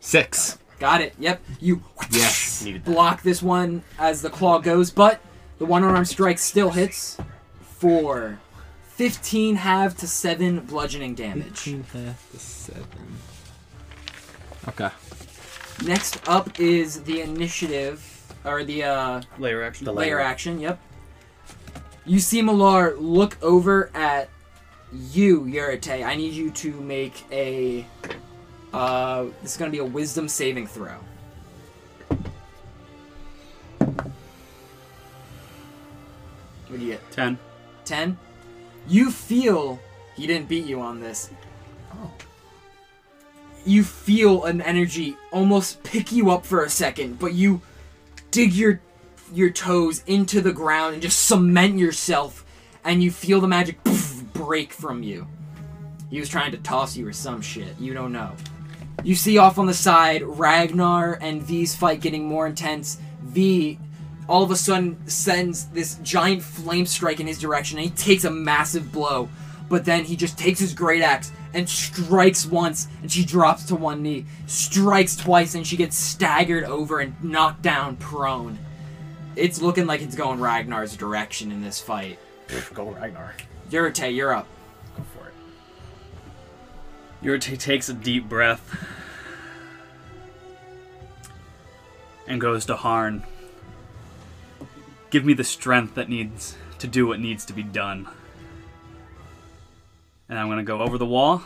[SPEAKER 2] Six.
[SPEAKER 1] Got it. Yep. You
[SPEAKER 6] yes.
[SPEAKER 3] Needed that.
[SPEAKER 1] block this one as the claw goes, but the one arm strike still hits for 15 half to 7 bludgeoning damage.
[SPEAKER 6] half to seven. Okay.
[SPEAKER 1] Next up is the initiative, or the uh,
[SPEAKER 9] Layer action.
[SPEAKER 3] The
[SPEAKER 1] layer
[SPEAKER 3] layer.
[SPEAKER 1] action. Yep. You see Malar look over at you, Yurite. I need you to make a. Uh, this is gonna be a Wisdom saving throw. What do you get?
[SPEAKER 7] Ten.
[SPEAKER 1] 10 you feel he didn't beat you on this you feel an energy almost pick you up for a second but you dig your your toes into the ground and just cement yourself and you feel the magic poof, break from you he was trying to toss you or some shit you don't know you see off on the side Ragnar and V's fight getting more intense. V all of a sudden sends this giant flame strike in his direction and he takes a massive blow. But then he just takes his great axe and strikes once and she drops to one knee, strikes twice and she gets staggered over and knocked down prone. It's looking like it's going Ragnar's direction in this fight.
[SPEAKER 3] Go Ragnar.
[SPEAKER 1] Yurite, you're up.
[SPEAKER 3] Go for it.
[SPEAKER 7] Yurite takes a deep breath and goes to Harn. Give me the strength that needs to do what needs to be done. And I'm gonna go over the wall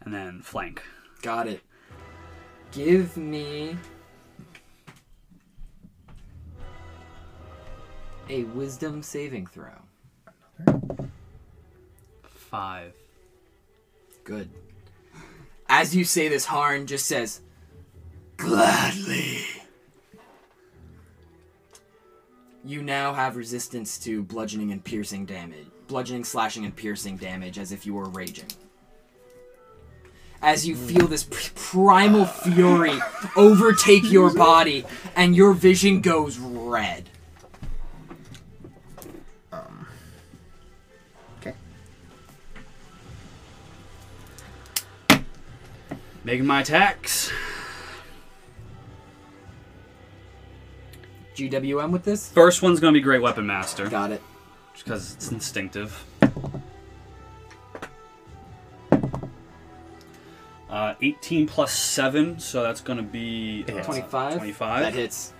[SPEAKER 7] and then flank.
[SPEAKER 1] Got it. Give me a wisdom saving throw.
[SPEAKER 4] Five.
[SPEAKER 1] Good. As you say this, Harn just says, Gladly. You now have resistance to bludgeoning and piercing damage. Bludgeoning, slashing, and piercing damage as if you were raging. As you feel this p- primal fury overtake your body, and your vision goes red.
[SPEAKER 4] Making my attacks.
[SPEAKER 1] GWM with this?
[SPEAKER 4] First one's gonna be Great Weapon Master,
[SPEAKER 1] Got it.
[SPEAKER 4] just because it's instinctive. Uh, 18 plus 7, so that's gonna be uh,
[SPEAKER 3] It hits.
[SPEAKER 1] 25.
[SPEAKER 4] 25.
[SPEAKER 1] That hits.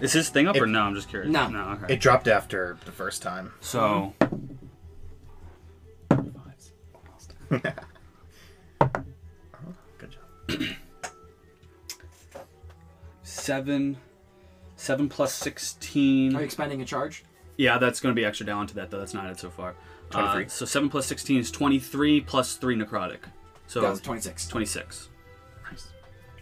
[SPEAKER 4] Is his thing up or
[SPEAKER 3] It-
[SPEAKER 4] no? I'm just curious.
[SPEAKER 1] No.
[SPEAKER 4] No, okay.
[SPEAKER 3] It dropped after the first time.
[SPEAKER 4] so,
[SPEAKER 3] Good job.
[SPEAKER 4] 7. 7 plus
[SPEAKER 1] Are you
[SPEAKER 4] 16.
[SPEAKER 1] expending a charge?
[SPEAKER 4] Yeah, that's gonna be extra down to that, though. That's not it so far. Uh,
[SPEAKER 3] 23.
[SPEAKER 4] so 7 plus 16 is 23 plus 3 necrotic. So,
[SPEAKER 1] That was 26.
[SPEAKER 4] 26.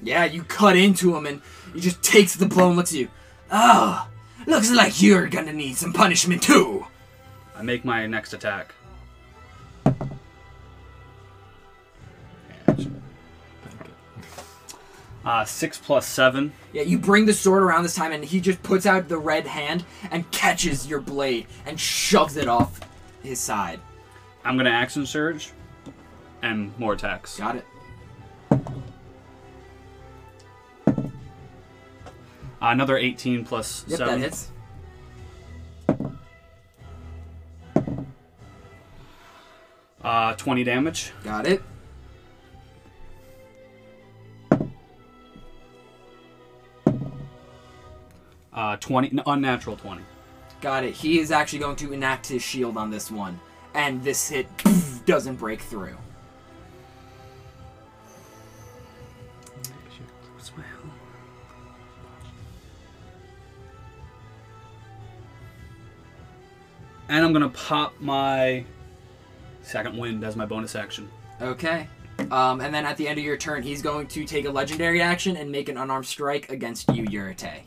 [SPEAKER 1] Yeah, you cut into him and he just takes the blow and looks at you. Ah, looks like you're gonna need some punishment too.
[SPEAKER 4] I make my next attack. Uh, six plus seven.
[SPEAKER 1] Yeah, you bring the sword around this time and he just puts out the red hand and catches your blade and shoves it off his side.
[SPEAKER 4] I'm gonna action surge, and more attacks.
[SPEAKER 1] Got it.
[SPEAKER 4] Uh, another 18 plus
[SPEAKER 1] Yep,
[SPEAKER 4] seven.
[SPEAKER 1] that hits.
[SPEAKER 4] Uh, 20 damage.
[SPEAKER 1] Got it.
[SPEAKER 4] Uh, 20 n- unnatural 20.
[SPEAKER 1] Got it. He is actually going to enact his shield on this one, and this hit doesn't break through.
[SPEAKER 4] What's my health? And I'm gonna pop my second wind as my bonus action.
[SPEAKER 1] Okay. Um, and then at the end of your turn, he's going to take a legendary action and make an unarmed strike against you, Yurite.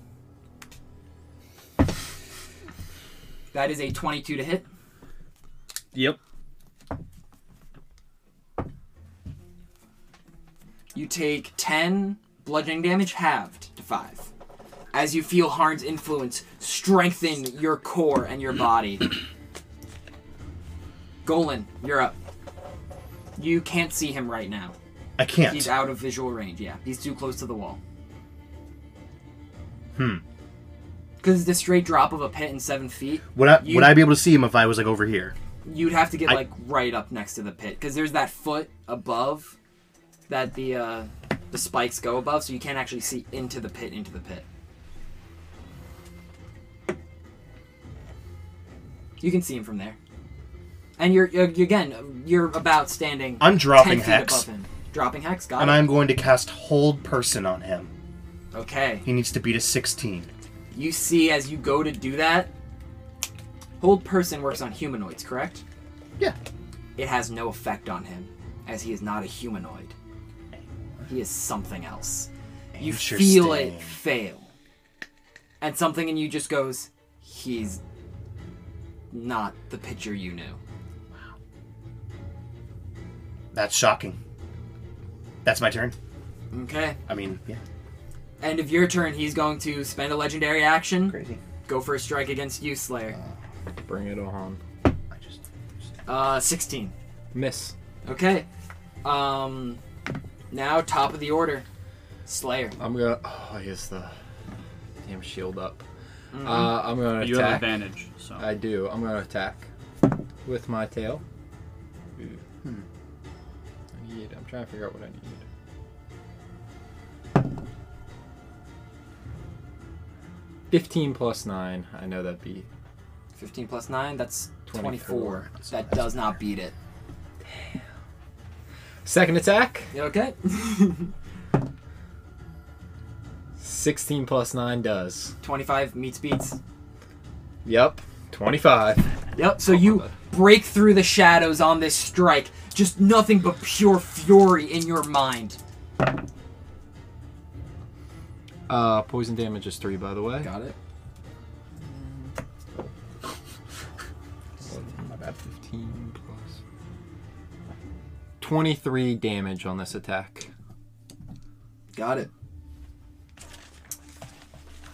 [SPEAKER 1] That is a 22 to hit.
[SPEAKER 4] Yep.
[SPEAKER 1] You take 10 bludgeoning damage, halved to 5. As you feel Harn's influence strengthen your core and your body. Golan, you're up. You can't see him right now.
[SPEAKER 3] I can't.
[SPEAKER 1] He's out of visual range, yeah. He's too close to the wall.
[SPEAKER 3] Hmm.
[SPEAKER 1] Because it's a straight drop of a pit in seven feet.
[SPEAKER 3] Would I
[SPEAKER 1] You-
[SPEAKER 3] would I be able to see him if I was like over here?
[SPEAKER 1] You'd have to get,
[SPEAKER 3] I-
[SPEAKER 1] like, right up next to the pit. Because there's that foot above that the, uh, the spikes go above, so you can't actually see into the pit, into the pit. You can see him from there. And you're, you're again, you're about standing
[SPEAKER 3] I'm dropping
[SPEAKER 1] 10 feet
[SPEAKER 3] hex,
[SPEAKER 1] above him. Dropping hex, got
[SPEAKER 3] and
[SPEAKER 1] it.
[SPEAKER 3] I'm going to cast hold person on him.
[SPEAKER 1] Okay.
[SPEAKER 3] He needs to beat a 16.
[SPEAKER 1] You see as you go to do that, hold person works on humanoids, correct?
[SPEAKER 3] Yeah.
[SPEAKER 1] It has no effect on him, as he is not a humanoid. He is something else. You feel it
[SPEAKER 3] Interesting.
[SPEAKER 1] fail. And something in you just goes, he's not the picture you knew.
[SPEAKER 3] That's shocking. That's my turn.
[SPEAKER 1] Okay.
[SPEAKER 3] I mean, yeah,
[SPEAKER 1] End of your turn, he's going to spend a legendary action,
[SPEAKER 3] crazy.
[SPEAKER 1] go for a strike against you, Slayer.
[SPEAKER 6] Bring it on.
[SPEAKER 3] I just
[SPEAKER 1] Uh, 16.
[SPEAKER 6] Miss.
[SPEAKER 1] Okay. Um now top of the order. Slayer.
[SPEAKER 13] I'm gonna. Oh, I guess the damn shield up.
[SPEAKER 6] Uh, I'm gonna
[SPEAKER 4] Mm-hmm. You have
[SPEAKER 6] attack.
[SPEAKER 4] advantage. So
[SPEAKER 6] I do. I'm gonna attack with my tail.
[SPEAKER 4] Hmm.
[SPEAKER 6] I need. I'm trying to figure out what I need. Fifteen plus nine. I know that'd be
[SPEAKER 1] 15 plus 9, that's 24.
[SPEAKER 6] 24.
[SPEAKER 1] That does not beat it.
[SPEAKER 6] second attack.
[SPEAKER 1] You okay?
[SPEAKER 6] Sixteen plus nine does.
[SPEAKER 1] 25 meets beats.
[SPEAKER 6] Yep. Twenty-five.
[SPEAKER 1] Yep, so you break through the shadows on this strike. Just nothing but pure fury in your mind.
[SPEAKER 6] Uh, poison damage is three, by the way.
[SPEAKER 1] Got it.
[SPEAKER 6] My bad. Fifteen plus. Twenty-three damage on this attack.
[SPEAKER 1] Got it.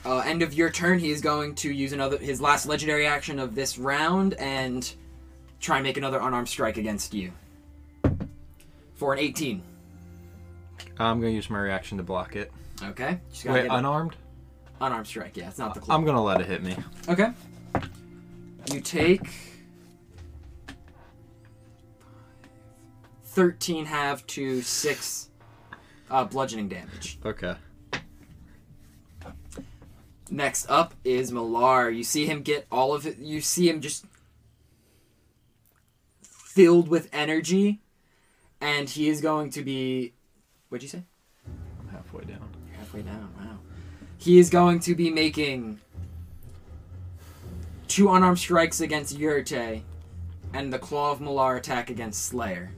[SPEAKER 1] Uh, end of your turn, he is going to use another his last legendary action of this round and try and make another unarmed strike against you. For an 18.
[SPEAKER 6] I'm gonna use my reaction to block it.
[SPEAKER 1] Okay. Just gotta
[SPEAKER 6] Wait, Um,
[SPEAKER 1] get an
[SPEAKER 6] unarmed?
[SPEAKER 1] unarmed strike. Yeah, it's not the clue.
[SPEAKER 6] I'm gonna let it hit me.
[SPEAKER 1] Okay. You take 13 half to 6 uh, bludgeoning damage.
[SPEAKER 6] Okay.
[SPEAKER 1] Next up is Millar. You see him get all of it. You see him just filled with energy, and he is going to be. What'd you say?
[SPEAKER 6] I'm halfway down.
[SPEAKER 1] Halfway down, wow. He is going to be making two unarmed strikes against Yurite and the Claw of Malar attack against Slayer.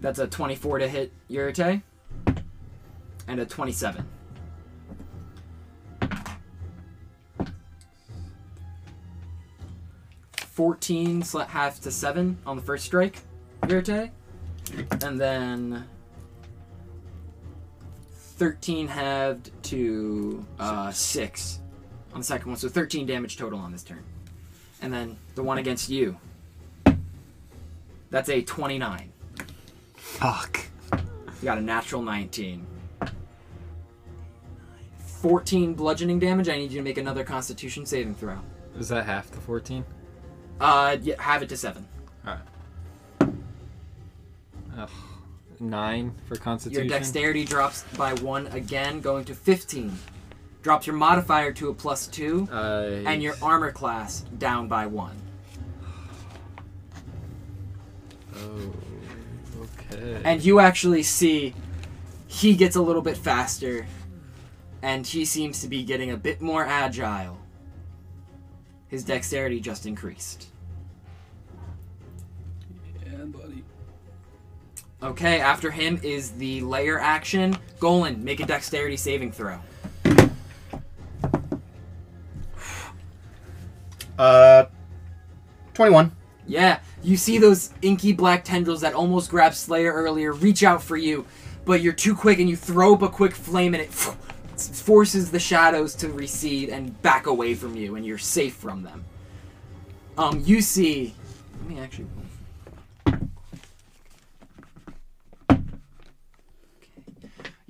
[SPEAKER 1] That's a 24 to hit Yurite and a 27. Fourteen sla- half to seven on the first strike, Yurite, and then 13 halved to uh, 6 on the second one. So 13 damage total on this turn. And then the one against you. That's a 29.
[SPEAKER 6] Fuck.
[SPEAKER 1] You got a natural 19. 14 bludgeoning damage. I need you to make another constitution saving throw.
[SPEAKER 6] Is that half the 14?
[SPEAKER 1] Uh, yeah, have it to 7.
[SPEAKER 6] Ugh. Nine for Constitution.
[SPEAKER 1] Your dexterity drops by 1 again, going to 15. Drops your modifier to a plus 2.
[SPEAKER 6] Uh,
[SPEAKER 1] and your armor class down by one.
[SPEAKER 6] Oh. Okay.
[SPEAKER 1] And you actually see he gets a little bit faster, and he seems to be getting a bit more agile. His dexterity just increased.
[SPEAKER 7] Yeah, buddy.
[SPEAKER 1] Okay, after him is the layer action. Golan, make a dexterity saving throw.
[SPEAKER 3] Uh, 21.
[SPEAKER 1] Yeah, you see those inky black tendrils that almost grabbed Slayer earlier reach out for you, but you're too quick and you throw up a quick flame and it forces the shadows to recede and back away from you, and you're safe from them. Um, you see. Let me actually.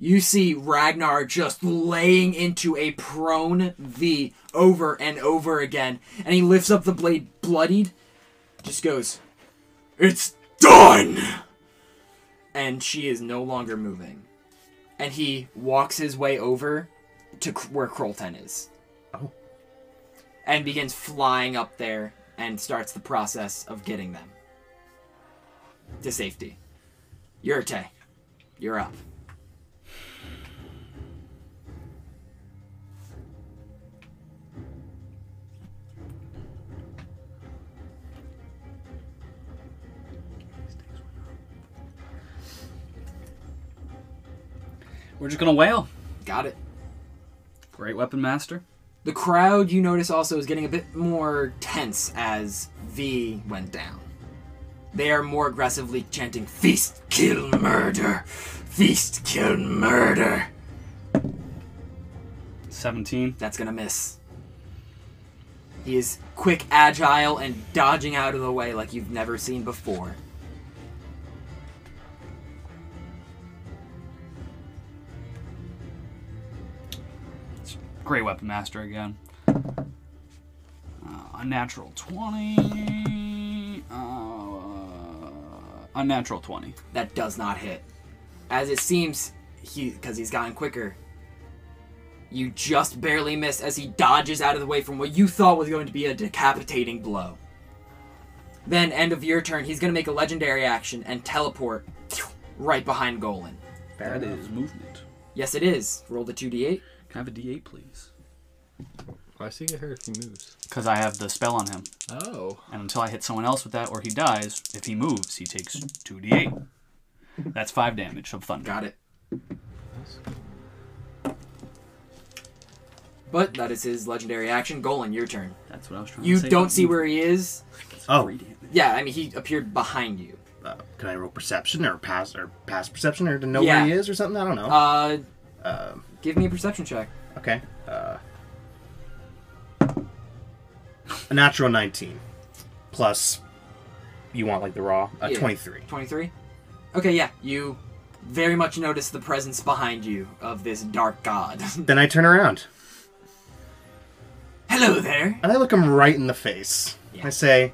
[SPEAKER 1] You see Ragnar just laying into a prone V over and over again, and he lifts up the blade bloodied just goes, It's done! And she is no longer moving. And he walks his way over to c- where Krolten is.
[SPEAKER 3] Oh.
[SPEAKER 1] And begins flying up there and starts the process of getting them to safety. Yurte, you're up.
[SPEAKER 7] We're just gonna wail.
[SPEAKER 1] Got it.
[SPEAKER 7] Great weapon master.
[SPEAKER 1] The crowd, you notice also, is getting a bit more tense as V went down. They are more aggressively chanting, Feast, kill, murder! Feast, kill, murder!
[SPEAKER 4] 17.
[SPEAKER 1] That's gonna miss. He is quick, agile, and dodging out of the way like you've never seen before.
[SPEAKER 4] Great weapon master again. Uh, unnatural 20. Uh, unnatural 20.
[SPEAKER 1] That does not hit. As it seems, he because he's gotten quicker. You just barely miss as he dodges out of the way from what you thought was going to be a decapitating blow. Then, end of your turn, he's gonna make a legendary action and teleport right behind Golan.
[SPEAKER 7] That is movement.
[SPEAKER 1] Yes, it is. Roll the 2d8.
[SPEAKER 7] Can I have a D8, please?
[SPEAKER 6] Why does he get hurt if he moves?
[SPEAKER 4] Because I have the spell on him.
[SPEAKER 6] Oh.
[SPEAKER 4] And until I hit someone else with that or he dies, if he moves, he takes 2d8. That's 5 damage of thunder.
[SPEAKER 1] Got it. But that is his legendary action. Golan, your turn.
[SPEAKER 7] That's what I was trying
[SPEAKER 1] You
[SPEAKER 7] to say.
[SPEAKER 1] don't see where he is.
[SPEAKER 3] Oh,
[SPEAKER 1] Yeah, I mean he appeared behind you.
[SPEAKER 3] uh, can I roll perception or pass or pass perception or to know
[SPEAKER 1] Yeah.
[SPEAKER 3] where he is or something? I don't know.
[SPEAKER 1] Uh,
[SPEAKER 3] Um,
[SPEAKER 1] give me a perception check.
[SPEAKER 3] okay. Uh, a natural 19 plus you want like the raw a
[SPEAKER 1] Yeah.
[SPEAKER 3] 23.
[SPEAKER 1] Twenty-three. Okay, yeah, you very much notice the presence behind you of this dark god.
[SPEAKER 3] Then I turn around
[SPEAKER 1] Hello there.
[SPEAKER 3] and I look him right in the face. I say,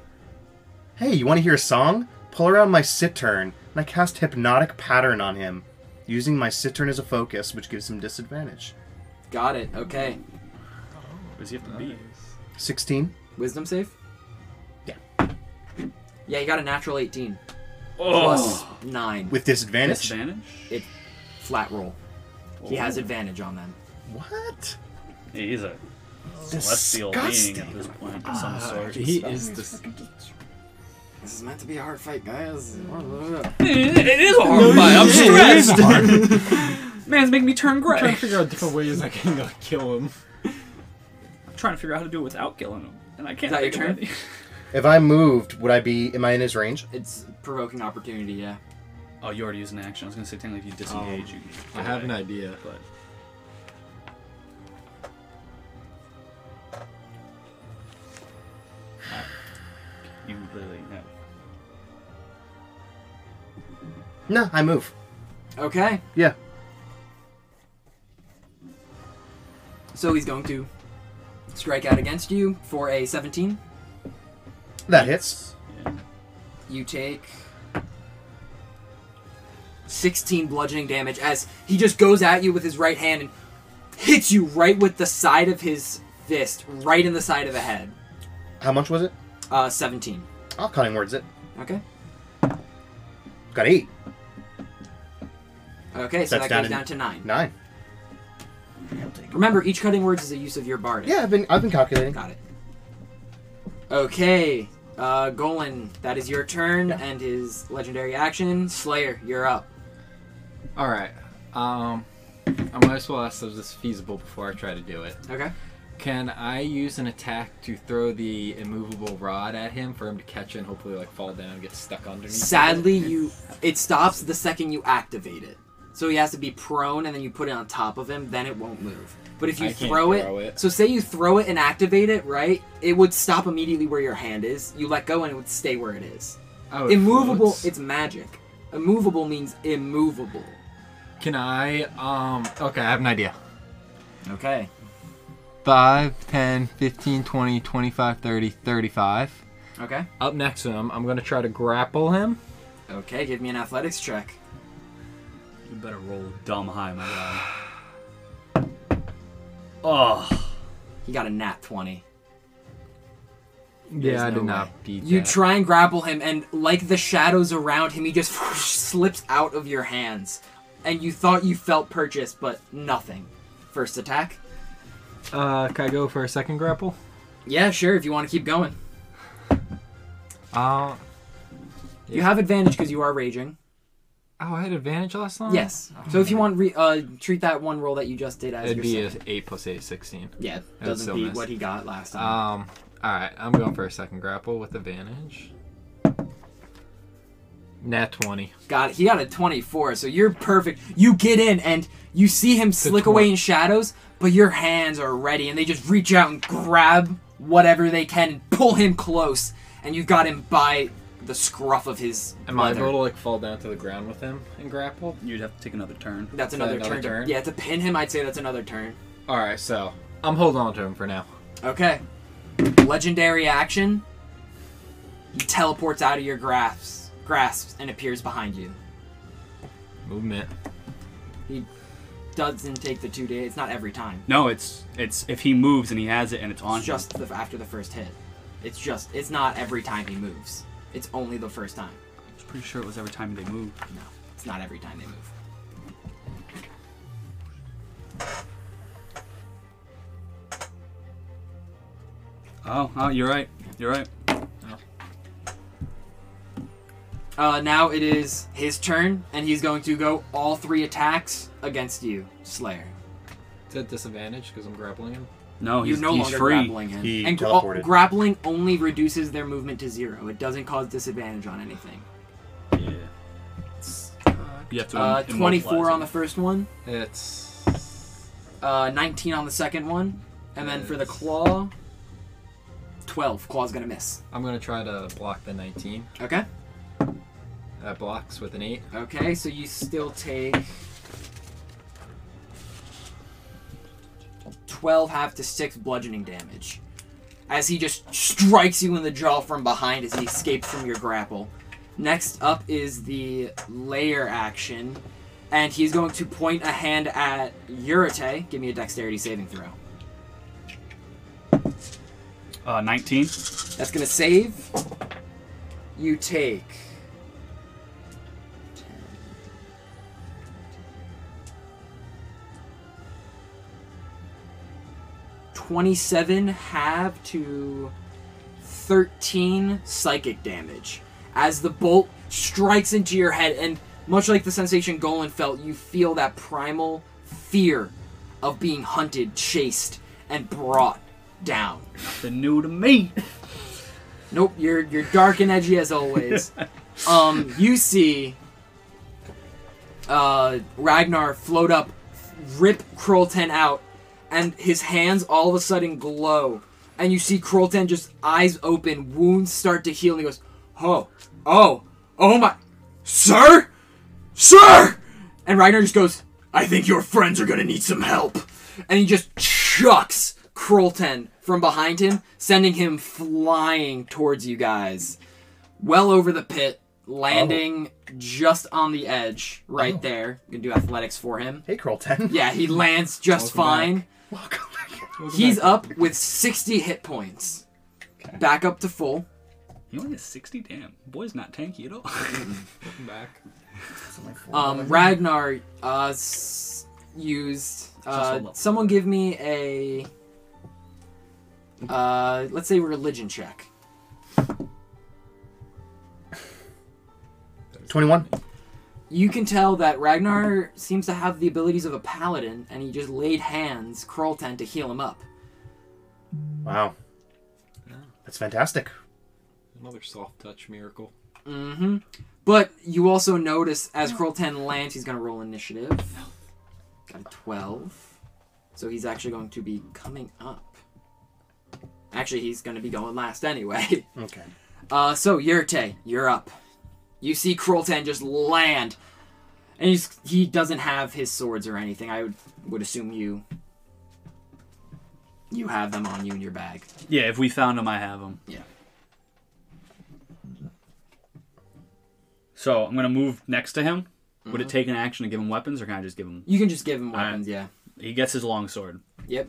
[SPEAKER 3] Hey, you want to hear a song? Pull around my cittern, and I cast Hypnotic Pattern on him, using my cittern as a focus, which gives him disadvantage.
[SPEAKER 1] Got it. Okay.
[SPEAKER 7] Does he have to be?
[SPEAKER 3] 16.
[SPEAKER 1] Wisdom save?
[SPEAKER 3] Yeah.
[SPEAKER 1] Yeah, you got a natural 18
[SPEAKER 7] Oh.
[SPEAKER 1] plus 9 with
[SPEAKER 3] With disadvantage?
[SPEAKER 7] Disadvantage?
[SPEAKER 1] flat roll. He has advantage on them.
[SPEAKER 3] What?
[SPEAKER 7] He's a celestial being at
[SPEAKER 3] Disgusting.
[SPEAKER 7] this point of some sort.
[SPEAKER 6] He is this.
[SPEAKER 1] This is meant to be a hard fight, guys.
[SPEAKER 7] It is a hard fight. I'm stressed. Man's making me turn gray.
[SPEAKER 6] Trying to figure out different ways I can uh, kill him.
[SPEAKER 7] trying to figure out how to do it without killing him, and I can't.
[SPEAKER 1] that your
[SPEAKER 7] think of
[SPEAKER 1] turn?
[SPEAKER 7] any.
[SPEAKER 3] If I moved, would I be. Am I in his range?
[SPEAKER 1] It's provoking opportunity, yeah.
[SPEAKER 7] Oh, you already used an action. I was gonna say technically if you disengage, you can.
[SPEAKER 6] I have an idea.
[SPEAKER 7] But you literally no.
[SPEAKER 3] No, I move.
[SPEAKER 1] Okay.
[SPEAKER 3] Yeah.
[SPEAKER 1] So he's going to strike out against you for a 17.
[SPEAKER 3] That hits.
[SPEAKER 1] You take 16 bludgeoning damage as he just goes at you with his right hand and hits you right with the side of his fist, right in the side of the head.
[SPEAKER 3] How much was it?
[SPEAKER 1] Uh, 17.
[SPEAKER 3] I'll cutting words it.
[SPEAKER 1] Okay.
[SPEAKER 3] Got 8.
[SPEAKER 1] Okay, so that
[SPEAKER 3] That's down
[SPEAKER 1] goes
[SPEAKER 3] in-
[SPEAKER 1] down to 9.
[SPEAKER 3] 9.
[SPEAKER 1] Remember, each cutting words is a use of your bardic.
[SPEAKER 3] Yeah, I've been, I've been calculating.
[SPEAKER 1] Got it. Okay, uh, Golan, that is your turn and his legendary action. Slayer, you're up.
[SPEAKER 6] All right. Um, I might as well ask if this is feasible before I try to do it.
[SPEAKER 1] Okay.
[SPEAKER 6] Can I use an attack to throw the immovable rod at him for him to catch and hopefully like fall down and get stuck underneath? it?
[SPEAKER 1] Sadly, you it stops the second you activate it. So he has to be prone, and then you put it on top of him. Then it won't move. But if you
[SPEAKER 6] I can't
[SPEAKER 1] throw, it,
[SPEAKER 6] throw it.
[SPEAKER 1] so say you throw it and activate it, right? It would stop immediately where your hand is. You let go, and it would stay where it is.
[SPEAKER 6] Oh, it
[SPEAKER 1] immovable.
[SPEAKER 6] floats.
[SPEAKER 1] It's magic. Immovable means immovable.
[SPEAKER 6] Can I? Um. Okay, I have an idea.
[SPEAKER 1] Okay.
[SPEAKER 5] 5, 10, 15, 20, 25, 30, 35.
[SPEAKER 1] Okay.
[SPEAKER 6] Up next to him, I'm gonna try to grapple him.
[SPEAKER 1] Okay. Give me an athletics check.
[SPEAKER 4] You better roll dumb high, my guy.
[SPEAKER 7] Oh,
[SPEAKER 1] He got a nat twenty.
[SPEAKER 6] Yeah, I
[SPEAKER 1] no
[SPEAKER 6] did
[SPEAKER 1] way.
[SPEAKER 6] not beat
[SPEAKER 1] You
[SPEAKER 6] that.
[SPEAKER 1] try and grapple him, and like the shadows around him, he just slips out of your hands. And you thought you felt purchase, but nothing. First attack?
[SPEAKER 6] uh, can I go for a second grapple?
[SPEAKER 1] Yeah, sure, if you want to keep going.
[SPEAKER 6] Uh,
[SPEAKER 1] You have advantage because you are raging.
[SPEAKER 6] oh, I had advantage last time.
[SPEAKER 1] Yes. So if you want, re- uh, treat that one roll that you just did as
[SPEAKER 6] It'd
[SPEAKER 1] your
[SPEAKER 6] be a
[SPEAKER 1] second.
[SPEAKER 6] eight plus eight is sixteen.
[SPEAKER 1] Yeah,
[SPEAKER 6] would
[SPEAKER 1] doesn't
[SPEAKER 6] still
[SPEAKER 1] beat
[SPEAKER 6] miss.
[SPEAKER 1] what he got last time.
[SPEAKER 6] Um. All right, I'm going for a second grapple with advantage. Nat twenty.
[SPEAKER 1] Got he got a 24, so you're perfect. You get in and you see him slick away in shadows, but your hands are ready and they just reach out and grab whatever they can and pull him close and you've got him by the scruff of his
[SPEAKER 6] Am I
[SPEAKER 1] leather.
[SPEAKER 6] able to like fall down to the ground with him and grapple?
[SPEAKER 7] you'd have to take another turn.
[SPEAKER 1] That's another,
[SPEAKER 6] another
[SPEAKER 1] turn. to-
[SPEAKER 6] turn?
[SPEAKER 1] yeah, to pin him, I'd say that's another turn.
[SPEAKER 6] All right, so I'm holding on to him for now.
[SPEAKER 1] Okay. Legendary action. He teleports out of your grasps, grasps and appears behind you.
[SPEAKER 6] Movement.
[SPEAKER 1] Doesn't take the two days. It's not every time.
[SPEAKER 7] No, it's it's if he moves and he has it and it's on.
[SPEAKER 1] It's just the, after the first hit. It's just it's not every time he moves. It's only the first time.
[SPEAKER 7] him. I was pretty sure it was every time they move.
[SPEAKER 1] No, it's not every time they move.
[SPEAKER 7] Oh, oh, you're right. You're right.
[SPEAKER 1] Uh, now it is his turn, and he's going to go all three attacks against you, Slayer.
[SPEAKER 6] Is that disadvantage because I'm grappling him?
[SPEAKER 7] No, he's,
[SPEAKER 1] You're no
[SPEAKER 7] he's
[SPEAKER 1] longer
[SPEAKER 7] free.
[SPEAKER 1] grappling him,
[SPEAKER 3] He
[SPEAKER 1] and gra-
[SPEAKER 3] teleported.
[SPEAKER 1] grappling only reduces their movement to zero. It doesn't cause disadvantage on anything.
[SPEAKER 7] Yeah. You have to
[SPEAKER 1] Uh,
[SPEAKER 7] im-
[SPEAKER 1] Twenty-four
[SPEAKER 7] immobilize
[SPEAKER 1] on the
[SPEAKER 7] him.
[SPEAKER 1] first one,
[SPEAKER 6] It's
[SPEAKER 1] uh, nineteen on the second one, and then for the claw, twelve. Claw's gonna miss.
[SPEAKER 6] I'm gonna try to block the 19.
[SPEAKER 1] Okay.
[SPEAKER 6] Uh, That blocks with an eight.
[SPEAKER 1] Okay, so you still take 12 half to 6 bludgeoning damage as he just strikes you in the jaw from behind as he escapes from your grapple. Next up is the layer action, and he's going to point a hand at Yurite. Give me a dexterity saving throw.
[SPEAKER 4] Uh, 19.
[SPEAKER 1] That's gonna save. You take. 27 half to 13 psychic damage as the bolt strikes into your head and much like the sensation golan felt you feel that primal fear of being hunted chased and brought down
[SPEAKER 7] Nothing new to me.
[SPEAKER 1] Nope, you're you're dark and edgy as always. um, you see uh, Ragnar float up, rip Krolten out, and his hands all of a sudden glow. And you see Krolten just eyes open, wounds start to heal, and he goes, Oh, oh, oh my, sir, sir! And Ragnar just goes, I think your friends are gonna need some help. And he just chucks Krolten from behind him, sending him flying towards you guys. Well over the pit, landing just on the edge right
[SPEAKER 3] Oh.
[SPEAKER 1] there. You can do athletics for him.
[SPEAKER 3] Hey, Curl 10.
[SPEAKER 1] Yeah, he lands just fine.
[SPEAKER 3] Welcome back.
[SPEAKER 1] He's up with 60 hit points. Back up to full.
[SPEAKER 7] You only get 60? Damn. Boy's not tanky at all.
[SPEAKER 6] Back.
[SPEAKER 1] Um, Ragnar uh, s- used.
[SPEAKER 7] also
[SPEAKER 1] Uh,
[SPEAKER 7] level.
[SPEAKER 1] someone give me a. Uh, let's say religion check.
[SPEAKER 3] 21.
[SPEAKER 1] You can tell that Ragnar seems to have the abilities of a paladin, and he just laid hands Krolten to heal him up.
[SPEAKER 3] Wow. That's fantastic.
[SPEAKER 6] Another soft touch miracle.
[SPEAKER 1] Mm-hmm. But you also notice as Kroll 10 lands, he's going to roll initiative. Got a 12. So he's actually going to be coming up. Actually, he's going to be going last anyway.
[SPEAKER 3] Okay.
[SPEAKER 1] Uh, so Yurte, you're up. You see Krolten just land, and he's, he doesn't have his swords or anything. I would would assume you you have them on you in your bag.
[SPEAKER 4] Yeah, if we found him, I have him.
[SPEAKER 7] so I'm going to move next to him. Would it take an action to give him weapons, or can I just give him.
[SPEAKER 1] You can just give him
[SPEAKER 7] All right.
[SPEAKER 1] weapons. Yeah.
[SPEAKER 7] He gets his long sword.
[SPEAKER 1] Yep.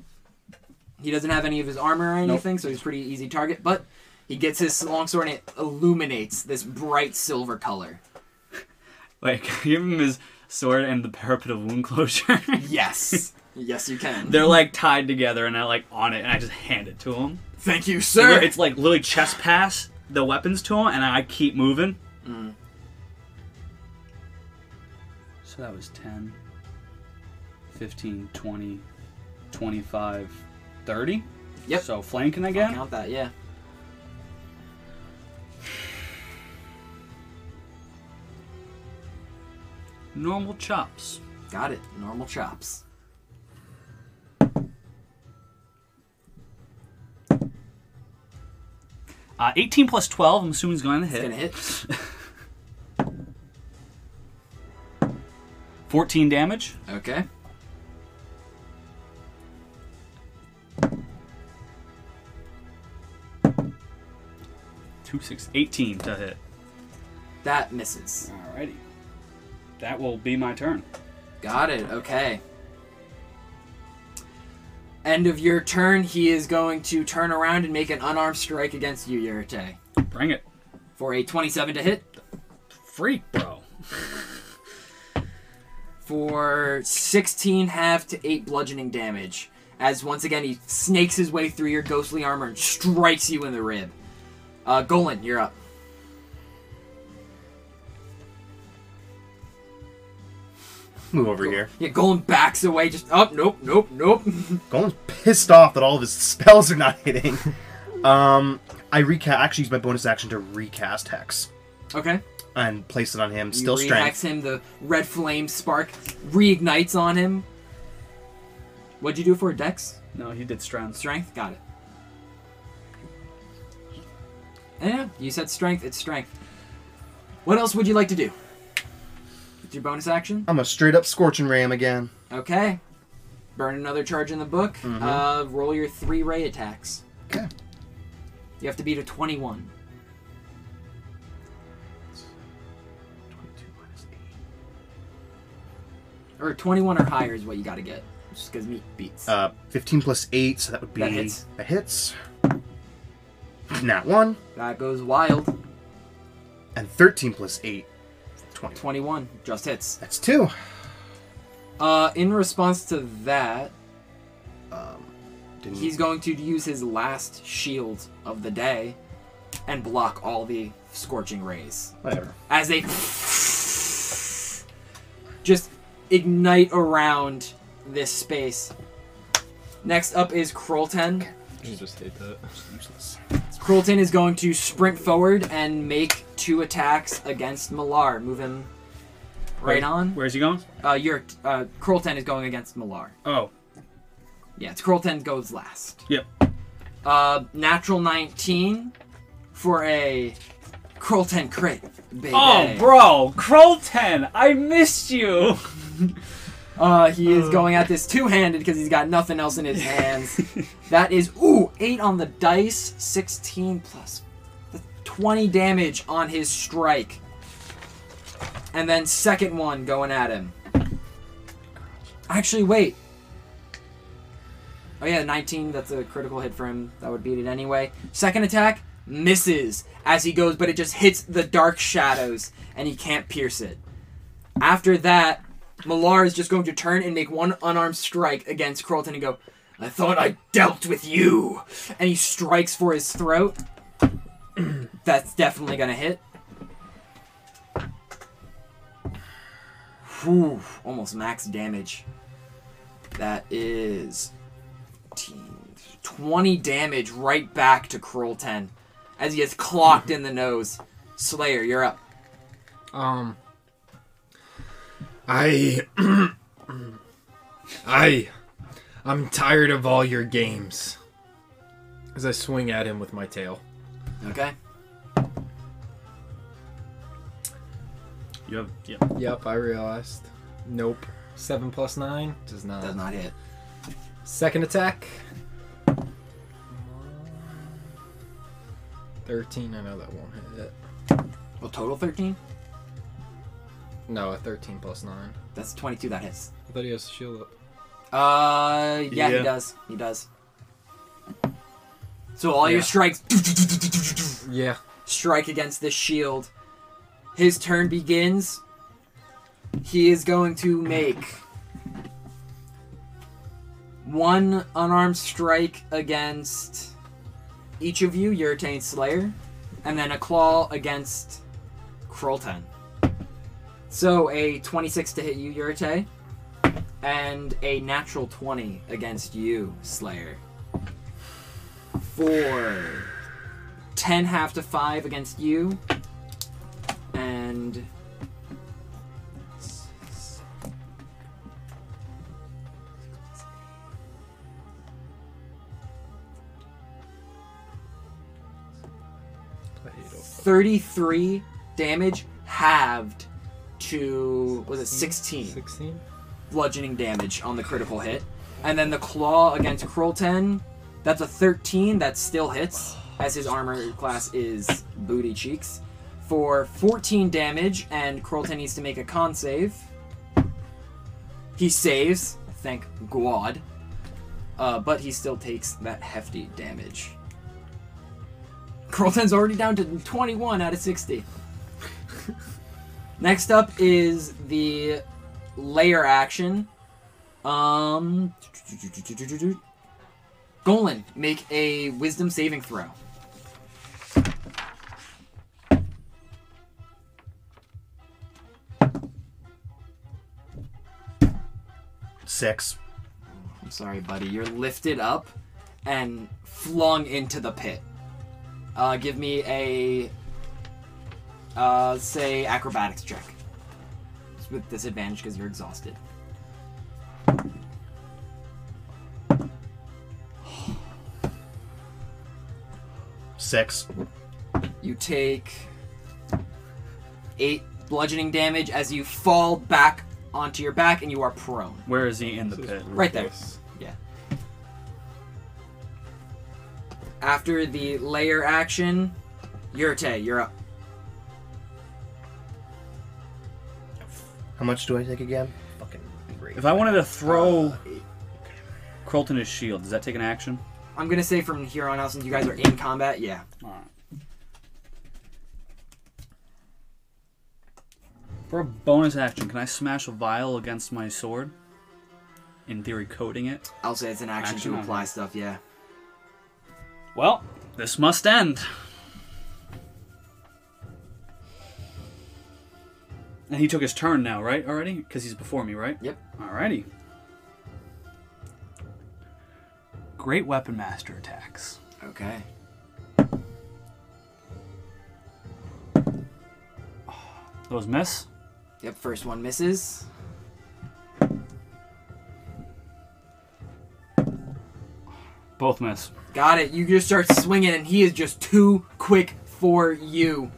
[SPEAKER 1] He doesn't have any of his armor or anything, so he's pretty easy target. But he gets his longsword and it illuminates this bright silver color.
[SPEAKER 4] Like, give him his sword and the parapet of wound closure.
[SPEAKER 1] Yes, yes, you can.
[SPEAKER 4] They're like tied together, and I like on it, and I just hand it to him.
[SPEAKER 1] Thank you, sir.
[SPEAKER 7] Sir! It's like literally chest pass the weapons to him, and I keep moving.
[SPEAKER 1] Mm.
[SPEAKER 4] So that was 10, 15, 20, 25, 30.
[SPEAKER 1] Yep.
[SPEAKER 4] So flanking
[SPEAKER 1] I'll
[SPEAKER 4] again.
[SPEAKER 1] count that. Yeah.
[SPEAKER 4] Normal chops.
[SPEAKER 1] Got it. Normal chops.
[SPEAKER 4] Uh, 18 plus 12, I'm assuming is going to hit.
[SPEAKER 1] It's gonna hit.
[SPEAKER 4] 14 damage.
[SPEAKER 1] Okay.
[SPEAKER 4] Two six, 18 to hit.
[SPEAKER 1] That misses.
[SPEAKER 4] Alrighty. That will be my turn.
[SPEAKER 1] Got it. Okay. End of your turn, he is going to turn around and make an unarmed strike against you, Yurite.
[SPEAKER 4] Bring it.
[SPEAKER 1] For a 27 to hit,
[SPEAKER 4] Freak, bro.
[SPEAKER 1] for 16 half to 8 bludgeoning damage. As once again he snakes his way through your ghostly armor and strikes you in the rib. Uh, Golan, you're up.
[SPEAKER 3] Move over here.
[SPEAKER 1] Yeah, Golan backs away, just up, nope, nope, nope.
[SPEAKER 3] Golan's pissed off that all of his spells are not hitting. um, I recast. Actually, use my bonus action to recast hex
[SPEAKER 1] okay.
[SPEAKER 3] and place it on him.
[SPEAKER 1] You
[SPEAKER 3] Still strength.
[SPEAKER 1] rehex him, the red flame spark reignites on him. What'd you do for a dex?
[SPEAKER 4] No, he did strands.
[SPEAKER 1] Strength? Got it. Yeah, you said strength, it's strength. What else would you like to do? With your bonus action?
[SPEAKER 3] I'm a straight up scorching ram again.
[SPEAKER 1] Okay. Burn another charge in the book.
[SPEAKER 3] Mm-hmm.
[SPEAKER 1] Uh, roll your three ray attacks.
[SPEAKER 3] Okay.
[SPEAKER 1] You have to beat a 21. 22 minus 8. Or 21 or higher is what you gotta get. Just because me beats.
[SPEAKER 3] Uh, 15 plus 8, so that would be.
[SPEAKER 1] That hits.
[SPEAKER 3] That hits. Nat 1.
[SPEAKER 1] that goes wild.
[SPEAKER 3] And 13 plus 8. 20.
[SPEAKER 1] 21 just hits.
[SPEAKER 3] That's 2.
[SPEAKER 1] Uh, in response to that,
[SPEAKER 3] Didn't-
[SPEAKER 1] he's going to use his last shield of the day and block all the scorching rays
[SPEAKER 3] Whatever.
[SPEAKER 1] as they just ignite around this space. Next up is Krolten.
[SPEAKER 6] just hit that.
[SPEAKER 1] Krolten is going to sprint forward and make two attacks against Malar. Move him right on.
[SPEAKER 7] Where's he going?
[SPEAKER 1] Uh, your uh, Krolten is going against Malar.
[SPEAKER 7] Oh,
[SPEAKER 1] Yeah, it's Krolten goes last.
[SPEAKER 7] Yep.
[SPEAKER 1] Uh, natural 19 for a Krolten crit. Baby.
[SPEAKER 7] oh, bro, Krolten, I missed you.
[SPEAKER 1] Uh, he is going at this two-handed because he's got nothing else in his hands. that is ooh eight on the dice, 16 plus that's 20 damage on his strike, and then second one going at him. Actually, wait. Oh yeah, 19. That's a critical hit for him. That would beat it anyway. Second attack misses as he goes, but it just hits the dark shadows, and he can't pierce it. After that, Malar is just going to turn and make one unarmed strike against Carlton and go, I thought I dealt with you! And he strikes for his throat. That's definitely gonna hit. Whew, almost max damage. That is 20 damage right back to Krolten as he gets clocked in the nose. Slayer, you're up.
[SPEAKER 6] Um,
[SPEAKER 2] I. I. I'm tired of all your games. As I swing at him with my tail.
[SPEAKER 1] Okay?
[SPEAKER 7] You have, yeah.
[SPEAKER 6] yep, I realized. Nope. Seven plus nine does not.
[SPEAKER 1] Does not hit.
[SPEAKER 6] Second attack. Thirteen. I know that won't hit.
[SPEAKER 1] Well, total 13?
[SPEAKER 6] No, a thirteen plus nine.
[SPEAKER 1] That's 22 that hits.
[SPEAKER 6] I thought he has the shield up.
[SPEAKER 1] Uh, yeah,
[SPEAKER 7] Yeah.
[SPEAKER 1] he does. He does. So all your strikes
[SPEAKER 6] Yeah.
[SPEAKER 1] strike against this shield. His turn begins. He is going to make one unarmed strike against each of you, Yurtain Slayer, and then a claw against Krolten. So a 26 to hit you, Yurte, and a natural 20 against you, Slayer. Four. 10 half to 5 against you and Thirty-three damage halved to was it sixteen
[SPEAKER 6] Sixteen.
[SPEAKER 1] bludgeoning damage on the critical hit, and then the claw against Krolten. That's a thirteen that still hits, as his armor class is booty cheeks, for fourteen damage, and Krolten needs to make a con save. He saves, thank God, uh, but he still takes that hefty damage. Krolten's already down to twenty-one out of sixty. Next up is the layer action. Um, Golan, make a wisdom saving throw.
[SPEAKER 3] Six.
[SPEAKER 1] I'm sorry, buddy. You're lifted up and flung into the pit. Uh, give me a, uh, say acrobatics check. It's with disadvantage because you're exhausted.
[SPEAKER 3] Six.
[SPEAKER 1] You take eight bludgeoning damage as you fall back onto your back and you are prone.
[SPEAKER 4] Where is he in the pit?
[SPEAKER 1] Right there. Yeah. After the layer action, Yurte, you're up.
[SPEAKER 3] How much do I take again? Fucking great.
[SPEAKER 7] If I wanted to throw Krolton his shield, does that take an action?
[SPEAKER 1] I'm gonna say from here on out, since you guys are in combat, yeah.
[SPEAKER 7] For a bonus action, can I smash a vial against my sword? In theory, coating it.
[SPEAKER 1] I'll say it's an action,
[SPEAKER 7] Action
[SPEAKER 1] to
[SPEAKER 7] only.
[SPEAKER 1] apply stuff, yeah.
[SPEAKER 7] Well, this must end. And he took his turn now, right? Already? Because he's before me, right?
[SPEAKER 1] Yep.
[SPEAKER 7] Alrighty. Great weapon master attacks.
[SPEAKER 1] Okay.
[SPEAKER 4] Those miss.
[SPEAKER 1] Yep, first one misses.
[SPEAKER 4] Both miss.
[SPEAKER 1] Got it. You just start swinging, and he is just too quick for you.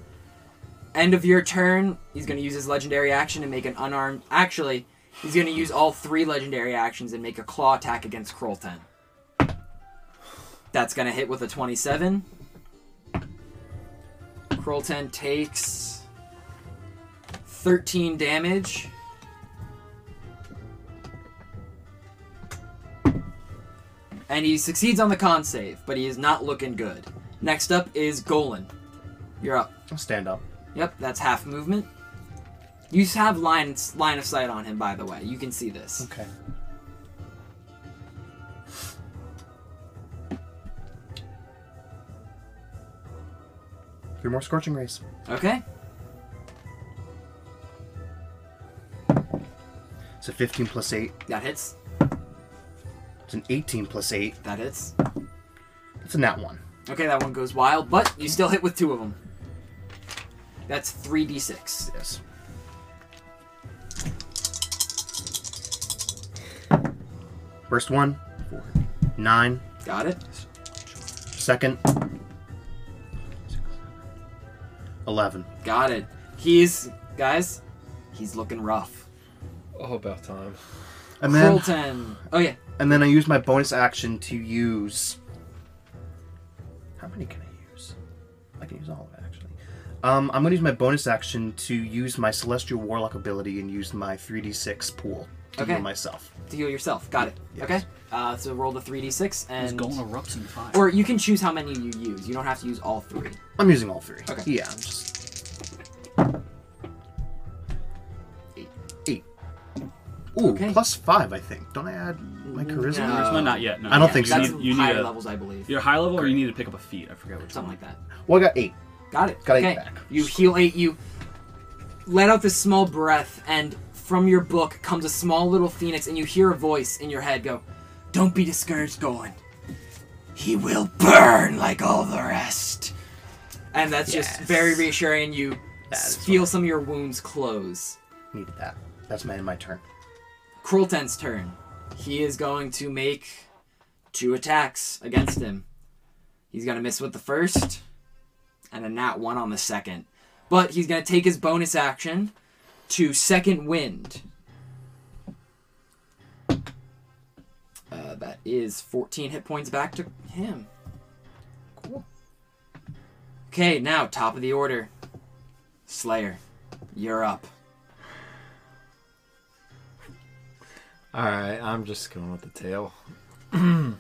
[SPEAKER 1] End of your turn. He's going to use his legendary action and make an unarmed. Actually, he's going to use all three legendary actions and make a claw attack against Krolten. That's going to hit with a 27. Krolten takes 13 damage. and he succeeds on the con save, but he is not looking good. Next up is Golan. You're up.
[SPEAKER 3] I'll stand up.
[SPEAKER 1] Yep, that's half movement. You have line line of sight on him, by the way. You can see this.
[SPEAKER 3] Okay. Three more scorching rays.
[SPEAKER 1] Okay.
[SPEAKER 3] So 15 plus 8.
[SPEAKER 1] That hits.
[SPEAKER 3] It's an 18 plus 8.
[SPEAKER 1] That hits.
[SPEAKER 3] It's a nat 1.
[SPEAKER 1] Okay, that one goes wild, but you still hit with two of them. That's three d six.
[SPEAKER 3] Yes. First one, four, nine.
[SPEAKER 1] Got it.
[SPEAKER 3] Second, 11.
[SPEAKER 1] Got it. He's guys. He's looking rough.
[SPEAKER 2] Oh, about time.
[SPEAKER 3] And then,
[SPEAKER 1] Krolten. Oh yeah.
[SPEAKER 3] and then I use my bonus action to use. How many can I use? I can use all of it, actually. Um, I'm going to use my bonus action to use my Celestial Warlock ability and use my 3d6 pool to
[SPEAKER 1] Okay.
[SPEAKER 3] heal myself.
[SPEAKER 1] To heal yourself. Got it. Okay. Uh, so roll the three d six
[SPEAKER 7] His
[SPEAKER 1] and
[SPEAKER 7] golem erupts in fire.
[SPEAKER 1] Or you can choose how many you use. You don't have to use all three.
[SPEAKER 3] I'm using all three.
[SPEAKER 1] Okay.
[SPEAKER 3] Yeah, I'm just. Eight. Eight. Ooh,
[SPEAKER 1] Okay.
[SPEAKER 3] plus five, I think. Don't I add my charisma?
[SPEAKER 1] No.
[SPEAKER 7] Charisma? Not yet. No.
[SPEAKER 3] I don't think so.
[SPEAKER 1] That's
[SPEAKER 4] need- you need
[SPEAKER 1] higher
[SPEAKER 4] a-
[SPEAKER 1] levels, I believe.
[SPEAKER 7] You're high level, or you need to pick up a feat. I forget which
[SPEAKER 1] Something
[SPEAKER 7] one.
[SPEAKER 1] like that.
[SPEAKER 3] Well, I got eight.
[SPEAKER 1] Got it.
[SPEAKER 3] Got eight
[SPEAKER 1] okay.
[SPEAKER 3] back.
[SPEAKER 1] You heal eight. You let out this small breath, and from your book comes a small little phoenix, and you hear a voice in your head go, "Don't be discouraged, Golan. He will burn like all the rest." And that's just
[SPEAKER 3] Yes.
[SPEAKER 1] very reassuring. You
[SPEAKER 3] is
[SPEAKER 1] feel some of your wounds close.
[SPEAKER 3] Needed that. That's my end of my turn.
[SPEAKER 1] Krolten's turn. He is going to make two attacks against him. He's going to miss with the first and a nat one on the second. But he's going to take his bonus action to second wind. Uh, that is 14 hit points back to him. Cool. Okay, now top of the order. Slayer, you're up.
[SPEAKER 5] All right, I'm just going with the tail. Two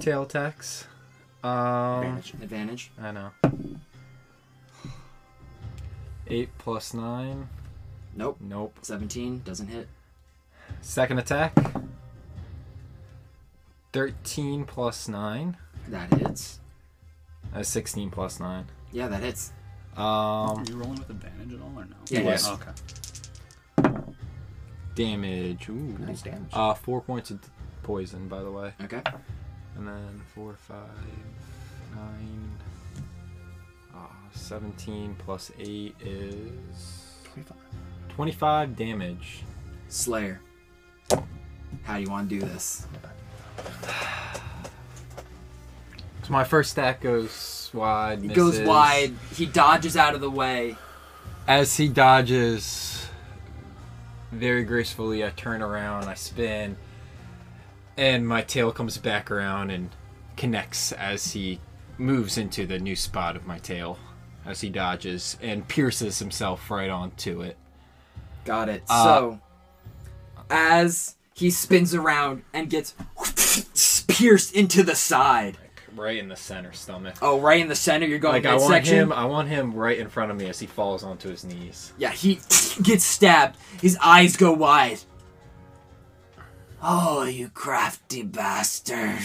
[SPEAKER 5] tail attacks. Um,
[SPEAKER 3] Advantage.
[SPEAKER 1] Advantage.
[SPEAKER 5] I know.
[SPEAKER 6] Eight plus nine.
[SPEAKER 1] Nope.
[SPEAKER 5] Nope.
[SPEAKER 1] 17 doesn't hit.
[SPEAKER 5] Second attack. Thirteen plus nine.
[SPEAKER 1] That hits.
[SPEAKER 5] Uh, Sixteen plus nine.
[SPEAKER 1] Yeah, that hits.
[SPEAKER 5] Um,
[SPEAKER 7] Are you rolling with advantage at all, or no?
[SPEAKER 1] Yeah,
[SPEAKER 3] Yes.
[SPEAKER 1] yeah.
[SPEAKER 7] Okay.
[SPEAKER 6] Damage. Ooh.
[SPEAKER 3] Nice damage.
[SPEAKER 6] Uh, four points of poison, by the way.
[SPEAKER 1] Okay.
[SPEAKER 6] And then four, five, nine. Uh, 17 plus 8 is
[SPEAKER 3] 25.
[SPEAKER 6] 25 damage.
[SPEAKER 1] Slayer. How do you want to do this?
[SPEAKER 6] So my first stack goes goes wide.
[SPEAKER 1] He
[SPEAKER 6] Misses.
[SPEAKER 1] goes wide. He dodges out of the way.
[SPEAKER 6] As he dodges, very gracefully, I turn around, I spin, and my tail comes back around and connects as he moves into the new spot of my tail as he dodges and pierces himself right onto it.
[SPEAKER 1] Got it.
[SPEAKER 6] Uh,
[SPEAKER 1] so, as he spins around and gets pierced into the side.
[SPEAKER 6] Right in the center stomach.
[SPEAKER 1] Oh, right in the center. You're going
[SPEAKER 6] Like I want
[SPEAKER 1] midsection.
[SPEAKER 6] him I want him right in front of me as he falls onto his knees.
[SPEAKER 1] Yeah, he gets stabbed. His eyes go wide. Oh, you crafty bastard.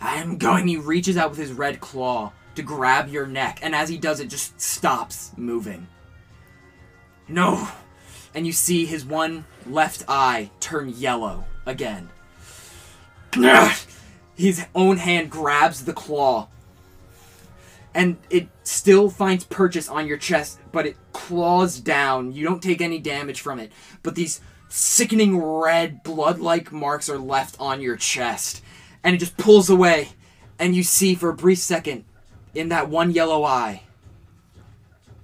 [SPEAKER 1] I'm going. He reaches out with his red claw to grab your neck, and as he does it, just stops moving. No! And you see his one left eye turn yellow again. His own hand grabs the claw and it still finds purchase on your chest, but it claws down. You don't take any damage from it, but these sickening red blood like marks are left on your chest. And it just pulls away, and you see for a brief second in that one yellow eye,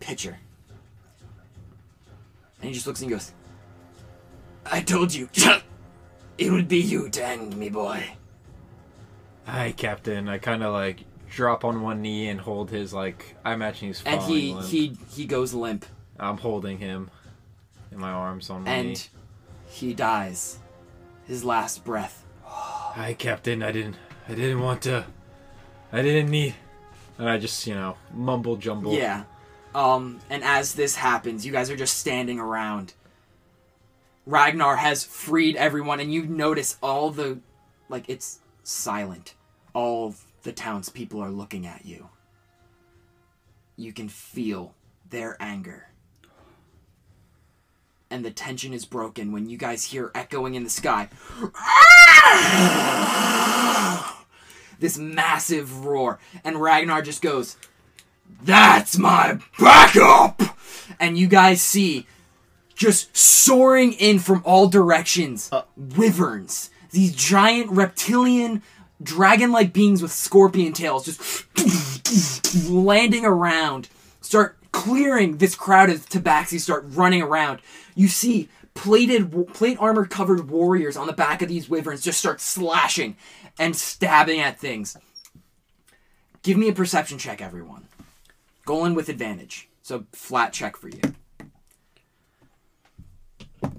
[SPEAKER 1] Pitcher. And he just looks and goes, I told you, it would be you to end me, boy.
[SPEAKER 6] Hi, Captain. I kind of like drop on one knee and hold his like. I imagine he's falling.
[SPEAKER 1] And he,
[SPEAKER 6] Oh, limp.
[SPEAKER 1] he, he goes limp,
[SPEAKER 6] I'm holding him in my arms on my knee.
[SPEAKER 1] and he dies. His last breath.
[SPEAKER 6] Hi, Captain. I didn't. I didn't want to. I didn't need. And I just you know mumble jumble.
[SPEAKER 1] Yeah. Um, and as this happens, you guys are just standing around. Ragnar has freed everyone, and you notice all the, like, it's silent. All of the townspeople are looking at you. You can feel their anger. And the tension is broken when you guys hear echoing in the sky. this massive roar, and Ragnar just goes, that's my backup! And you guys see just soaring in from all directions wyverns. These giant reptilian, dragon like beings with scorpion tails just landing around, start clearing this crowd of tabaxi, start running around. You see plated, plate armor covered warriors on the back of these wyverns just start slashing and stabbing at things. Give me a perception check, everyone. Golan with advantage. So flat check for you.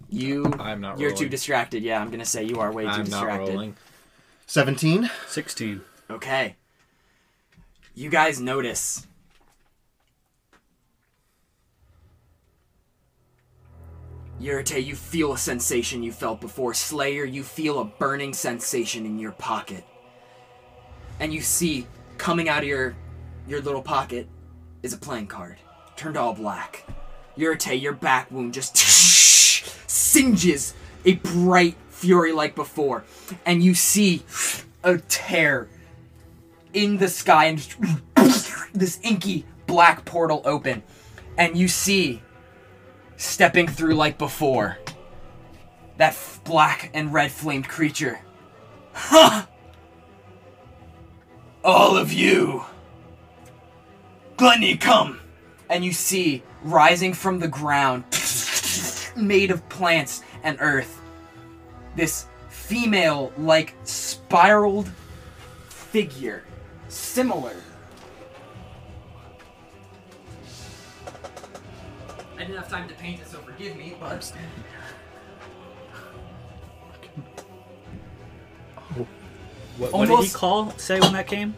[SPEAKER 1] You
[SPEAKER 6] I'm not
[SPEAKER 1] You're too
[SPEAKER 6] rolling.
[SPEAKER 1] distracted. Yeah, I'm gonna say you are way too
[SPEAKER 6] I'm not
[SPEAKER 1] distracted.
[SPEAKER 6] rolling.
[SPEAKER 3] 17.
[SPEAKER 7] 16.
[SPEAKER 1] Okay. You guys notice. Yurite, you feel a sensation you felt before. Slayer, you feel a burning sensation in your pocket. And you see coming out of your your little pocket is a playing card. Turned all black. Yurite, your back wound just singes a bright fury like before. And you see a tear in the sky and just this inky black portal open. And you see, stepping through like before, that f- black and red flamed creature. Huh! All of you! Gluttony, come! And you see, rising from the ground, made of plants and earth, this female like spiraled figure similar. I didn't have time to paint it, so forgive me, but.
[SPEAKER 7] What, what did
[SPEAKER 1] Almost-
[SPEAKER 7] he call? Say when that came?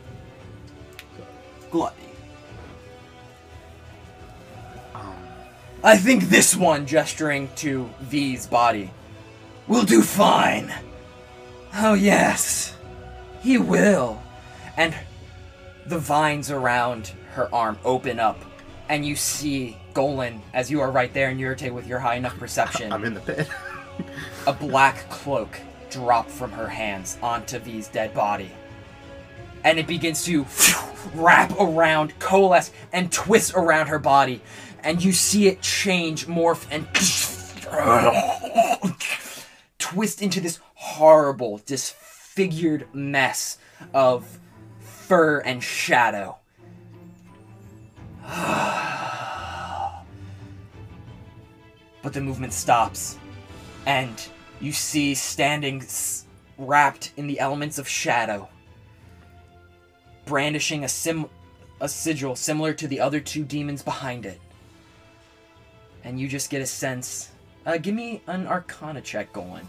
[SPEAKER 1] Gluttony. Um, I think this one, gesturing to V's body, will do fine. Oh, yes. He will. And the vines around her arm open up, and you see Golan, as you are right there in Yurite with your high enough perception.
[SPEAKER 3] I'm in the pit.
[SPEAKER 1] a black cloak drop from her hands onto V's dead body. And it begins to wrap around, coalesce, and twist around her body. And you see it change, morph, and twist into this horrible, disfigured mess of fur and shadow. but the movement stops, and you see standing s- wrapped in the elements of shadow, brandishing a sim, a sigil similar to the other two demons behind it. And you just get a sense. Uh, give me an Arcana check going.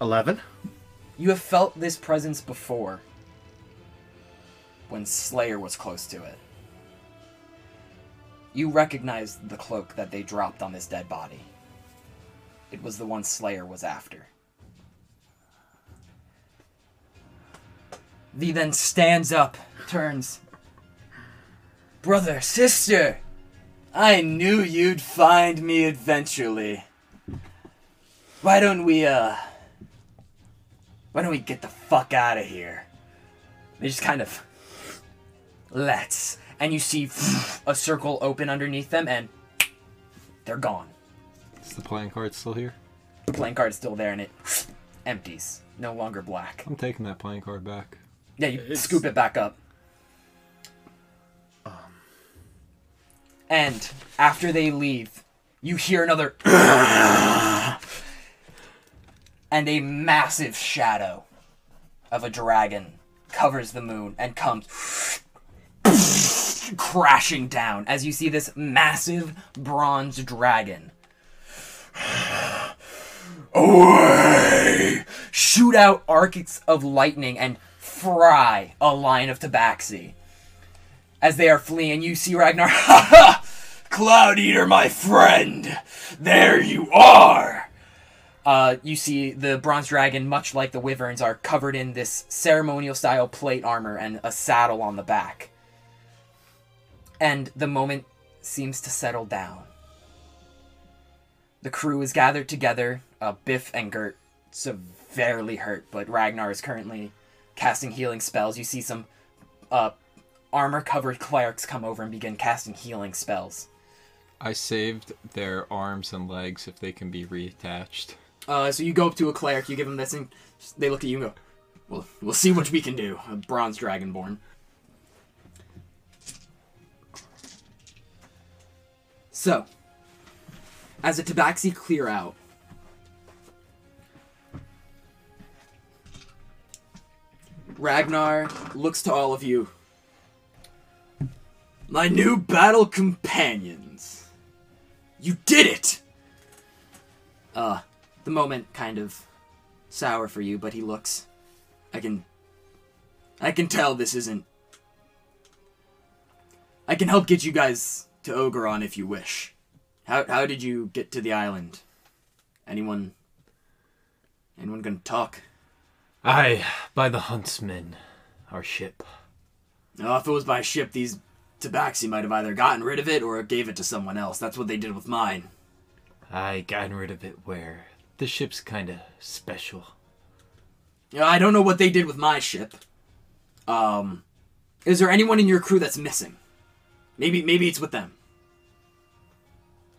[SPEAKER 3] 11.
[SPEAKER 1] You have felt this presence before when Slayer was close to it. You recognize the cloak that they dropped on this dead body. It was the one Slayer was after. Thee then stands up, turns. Brother, sister, I knew you'd find me eventually. Why don't we, uh, why don't we get the fuck out of here? They just kind of let's, and you see a circle open underneath them, and they're gone.
[SPEAKER 14] Is the playing card still here?
[SPEAKER 1] The playing card's still there, and it empties, no longer black.
[SPEAKER 14] I'm taking that playing card back.
[SPEAKER 1] Yeah, you scoop it back up. And after they leave, you hear another. and a massive shadow of a dragon covers the moon and comes crashing down as you see this massive bronze dragon. Away! Shoot out arcs of lightning and fry a line of tabaxi. As they are fleeing, you see Ragnar. Ha ha! Cloud Eater, my friend! There you are! Uh, you see the bronze dragon, much like the wyverns, are covered in this ceremonial style plate armor and a saddle on the back. And the moment seems to settle down. The crew is gathered together. Uh, Biff and Gert severely hurt, but Ragnar is currently casting healing spells. You see some uh, armor covered clerics come over and begin casting healing spells.
[SPEAKER 14] I saved their arms and legs if they can be reattached.
[SPEAKER 15] Uh, so you go up to a cleric, you give them this, and they look at you and go, "Well, we'll see what we can do." A bronze dragonborn. So, as a tabaxi clear out, Ragnar looks to all of you. My new battle companions. You did it! Uh, the moment kind of sour for you, but he looks. I can. I can tell this isn't. I can help get you guys to Ogeron if you wish. How how did you get to the island? Anyone? Anyone gonna talk?
[SPEAKER 6] Aye, by the huntsman, our ship.
[SPEAKER 15] Oh, if it was by ship, these tabaxi might have either gotten rid of it or gave it to someone else. That's what they did with mine.
[SPEAKER 6] I gotten rid of it where the ship's kinda special.
[SPEAKER 15] Yeah, I don't know what they did with my ship. Um, is there anyone in your crew that's missing? Maybe maybe it's with them.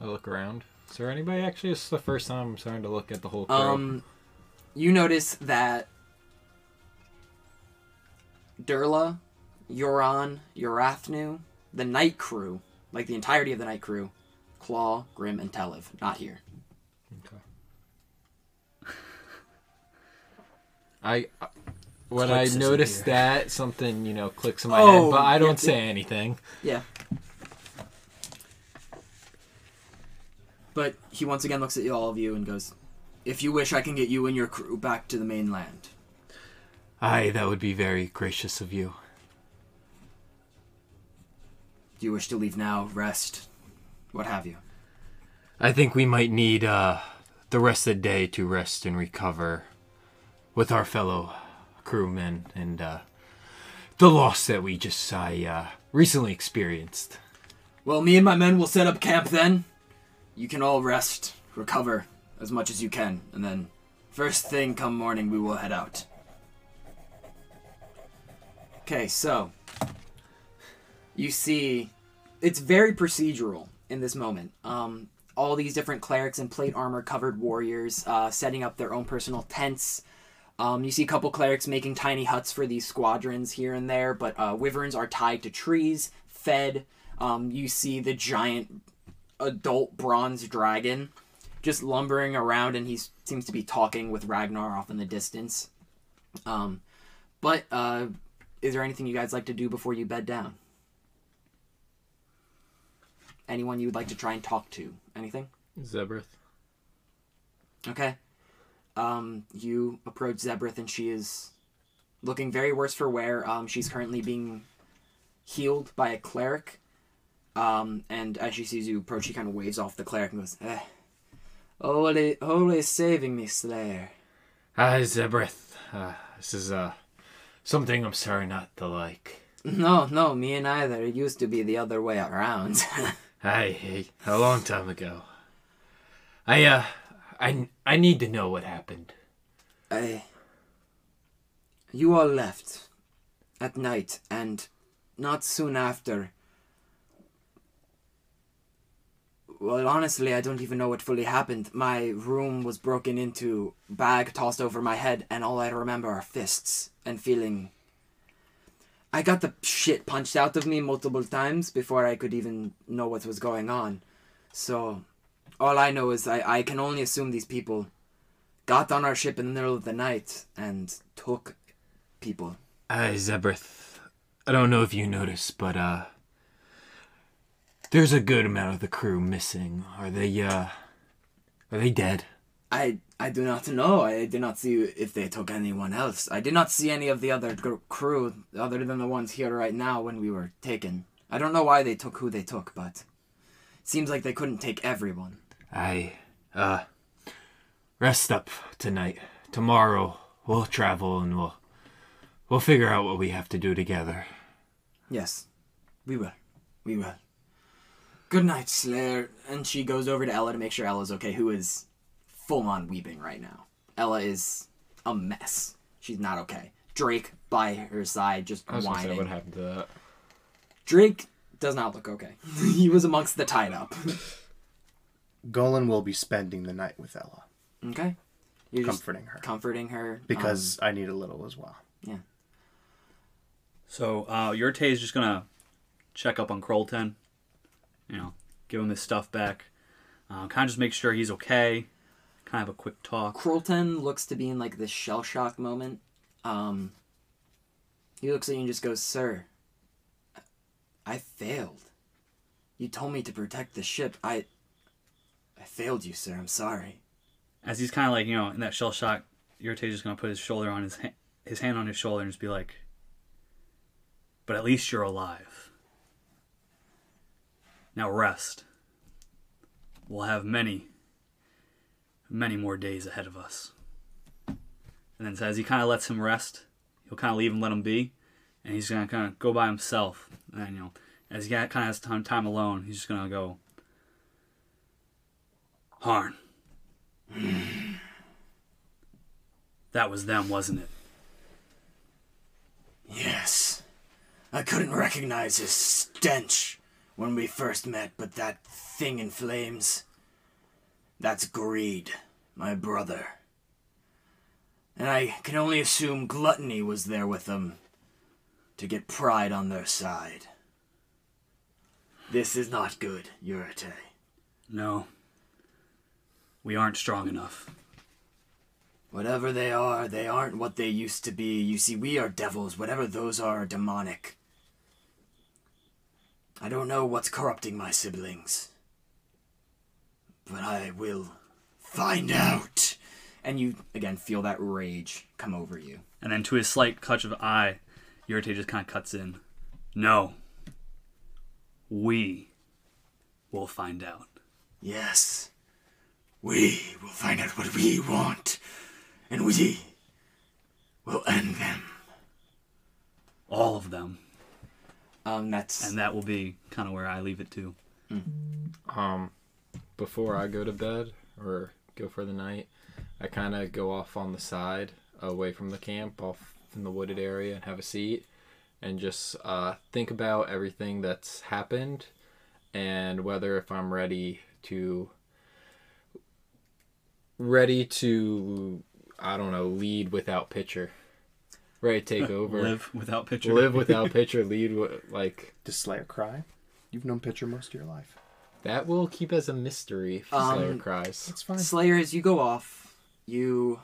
[SPEAKER 14] I look around. Is there anybody actually? This is the first time I'm starting to look at the whole crew.
[SPEAKER 15] Um, you notice that Durla, Yoran, Yorathnu, the night crew, like the entirety of the night crew, Claw, Grim, and Telev, not here.
[SPEAKER 14] I uh, when I
[SPEAKER 6] Clicks isn't
[SPEAKER 14] notice
[SPEAKER 6] here.
[SPEAKER 14] that something you know clicks in my
[SPEAKER 15] Oh,
[SPEAKER 14] head, but I don't
[SPEAKER 15] yeah,
[SPEAKER 14] say anything.
[SPEAKER 15] Yeah. But he once again looks at all of you and goes, "If you wish, I can get you and your crew back to the mainland."
[SPEAKER 6] Aye, that would be very gracious of you.
[SPEAKER 15] Do you wish to leave now, rest, what have you?
[SPEAKER 6] I think we might need uh, the rest of the day to rest and recover with our fellow crewmen and uh, the loss that we just I, uh, recently experienced.
[SPEAKER 15] Well, me and my men will set up camp then. You can all rest, recover as much as you can, and then first thing come morning we will head out. Okay, so you see it's very procedural in this moment. Um all these different clerics and plate armor covered warriors uh, setting up their own personal tents,
[SPEAKER 1] Um, you see a couple clerics making tiny huts for these squadrons here and there, but uh, wyverns are tied to trees, fed. Um, you see the giant adult bronze dragon just lumbering around, and he seems to be talking with Ragnar off in the distance. Um, but uh, is there anything you guys like to do before you bed down? Anyone you would like to try and talk to? Anything?
[SPEAKER 14] Zebrith.
[SPEAKER 1] Okay. Um, you approach Zebrith, and she is looking very worse for wear. Um, she's currently being healed by a cleric. Um, and as she sees you approach, she kind of waves off the cleric and goes, eh. Holy, holy saving me, Slayer.
[SPEAKER 6] Ah, Zebrith. Uh, this is uh, something I'm sorry not to like.
[SPEAKER 1] No, no, me and either. It used to be the other way around.
[SPEAKER 6] Aye, aye, a long time ago. I uh, I I need to know what happened.
[SPEAKER 1] I. You all left at night, and not soon after. Well, honestly, I don't even know what fully happened. My room was broken into, bag tossed over my head, and all I remember are fists and feeling. I got the shit punched out of me multiple times before I could even know what was going on. So, all I know is I, I can only assume these people got on our ship in the middle of the night and took people.
[SPEAKER 6] Aye, Zebrith. I don't know if you noticed, but uh, there's a good amount of the crew missing. Are they uh, are they dead?
[SPEAKER 1] I I do not know. I did not see if they took anyone else. I did not see any of the other gr- crew other than the ones here right now when we were taken. I don't know why they took who they took, but seems like they couldn't take everyone.
[SPEAKER 6] I uh, rest up tonight. Tomorrow we'll travel and we'll we'll figure out what we have to do together.
[SPEAKER 1] Yes, we will. We will. Good night, Slayer. And she goes over to Ella to make sure Ella's okay, who is full on weeping right now. Ella is a mess. She's not okay. Drake by her side, just
[SPEAKER 14] I was gonna say
[SPEAKER 1] whining.
[SPEAKER 14] what happened to that.
[SPEAKER 1] Drake does not look okay. he was amongst the tied up.
[SPEAKER 3] Golan will be spending the night with Ella,
[SPEAKER 1] Okay. You're just
[SPEAKER 3] comforting her
[SPEAKER 1] comforting her. um,
[SPEAKER 3] because I need a little as well.
[SPEAKER 4] So uh, Yurte is just gonna check up on Krolten, you know, give him his stuff back, uh, kind of just make sure he's okay, kind of a quick talk.
[SPEAKER 1] Krolten looks to be in like this shell shock moment. Um, he looks at you and just goes, "Sir, I failed. You told me to protect the ship. I, I failed you, sir. I'm sorry."
[SPEAKER 4] As he's kind of like you know in that shell shock, Yurte is just gonna put his shoulder on his ha- his hand on his shoulder and just be like, "But at least you're alive. Now rest. We'll have many, many more days ahead of us." And then so as he kind of lets him rest, he'll kind of leave and let him be, and he's gonna kind of go by himself. And then, you know, as he kind of has time time alone, he's just gonna go. Harn. That was them, wasn't it?
[SPEAKER 1] Yes, I couldn't recognize his stench when we first met, but that thing in flames. That's greed, my brother. And I can only assume gluttony was there with them to get pride on their side. This is not good, Yurite.
[SPEAKER 4] No. We aren't strong enough.
[SPEAKER 1] Whatever they are, they aren't what they used to be. You see, we are devils. Whatever those are, are demonic. I don't know what's corrupting my siblings. But I will find out. And you, again, feel that rage come over you.
[SPEAKER 4] And then to his slight touch of eye, Yurite just kind of cuts in. No. We will find out.
[SPEAKER 1] Yes. We will find out what we want. And we will end them.
[SPEAKER 4] All of them.
[SPEAKER 1] Um, that's.
[SPEAKER 4] And that will be kind of where I leave it to.
[SPEAKER 14] Um, before I go to bed or go for the night, I kind of go off on the side, away from the camp, off in the wooded area, and have a seat, and just uh, think about everything that's happened, and whether if I'm ready to ready to
[SPEAKER 5] I don't know, lead without pitcher. Right, take over.
[SPEAKER 4] Live without picture.
[SPEAKER 5] Live without pitcher, lead wi- like
[SPEAKER 3] Does Slayer cry? You've known Pitcher most of your life.
[SPEAKER 5] that will keep as a mystery if
[SPEAKER 1] Um,
[SPEAKER 5] Slayer cries.
[SPEAKER 3] It's fine.
[SPEAKER 1] Slayer, as you go off, you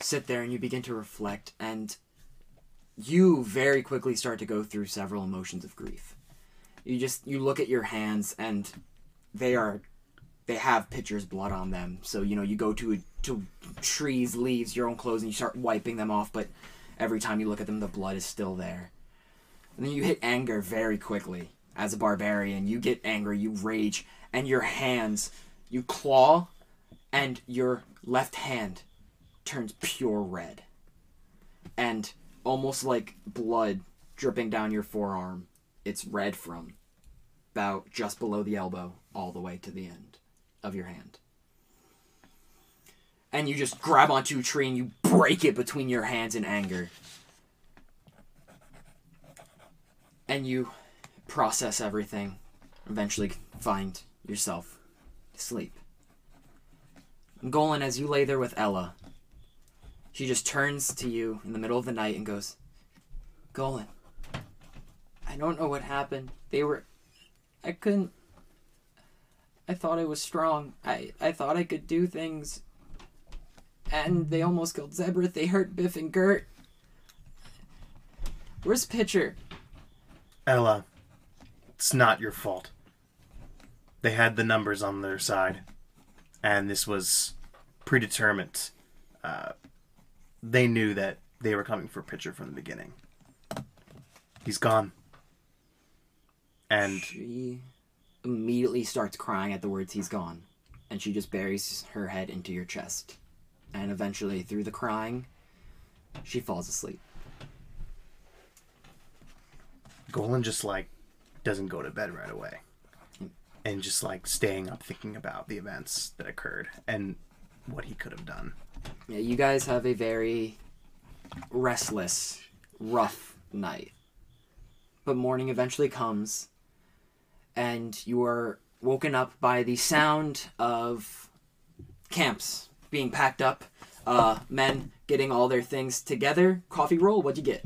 [SPEAKER 1] sit there and you begin to reflect, and you very quickly start to go through several emotions of grief. You just you look at your hands, and they are they have pitcher's blood on them. So you know you go to to trees, leaves, your own clothes, and you start wiping them off. But every time you look at them, the blood is still there. And then you hit anger very quickly. As a barbarian, you get angry, you rage, and your hands, you claw, and your left hand turns pure red. And almost like blood dripping down your forearm, it's red from about just below the elbow all the way to the end of your hand. And you just grab onto a tree and you break it between your hands in anger. and you process everything, eventually find yourself asleep. Golan, as you lay there with Ella, she just turns to you in the middle of the night and goes, Golan, I don't know what happened. They were. I couldn't. I thought I was strong. I, I thought I could do things. And they almost killed Zebra. They hurt Biff and Gert. Where's Pitcher?
[SPEAKER 3] Ella, it's not your fault. They had the numbers on their side, and this was predetermined. Uh, they knew that they were coming for Pitcher from the beginning. He's gone. And
[SPEAKER 1] She immediately starts crying at the words he's gone, and she just buries her head into your chest. And eventually, through the crying, she falls asleep.
[SPEAKER 3] Golan just like doesn't go to bed right away. And just like staying up thinking about the events that occurred and what he could have done.
[SPEAKER 1] Yeah, you guys have a very restless, rough night. But morning eventually comes, and you are woken up by the sound of camps being packed up, uh, men getting all their things together. Coffee roll, what'd you get?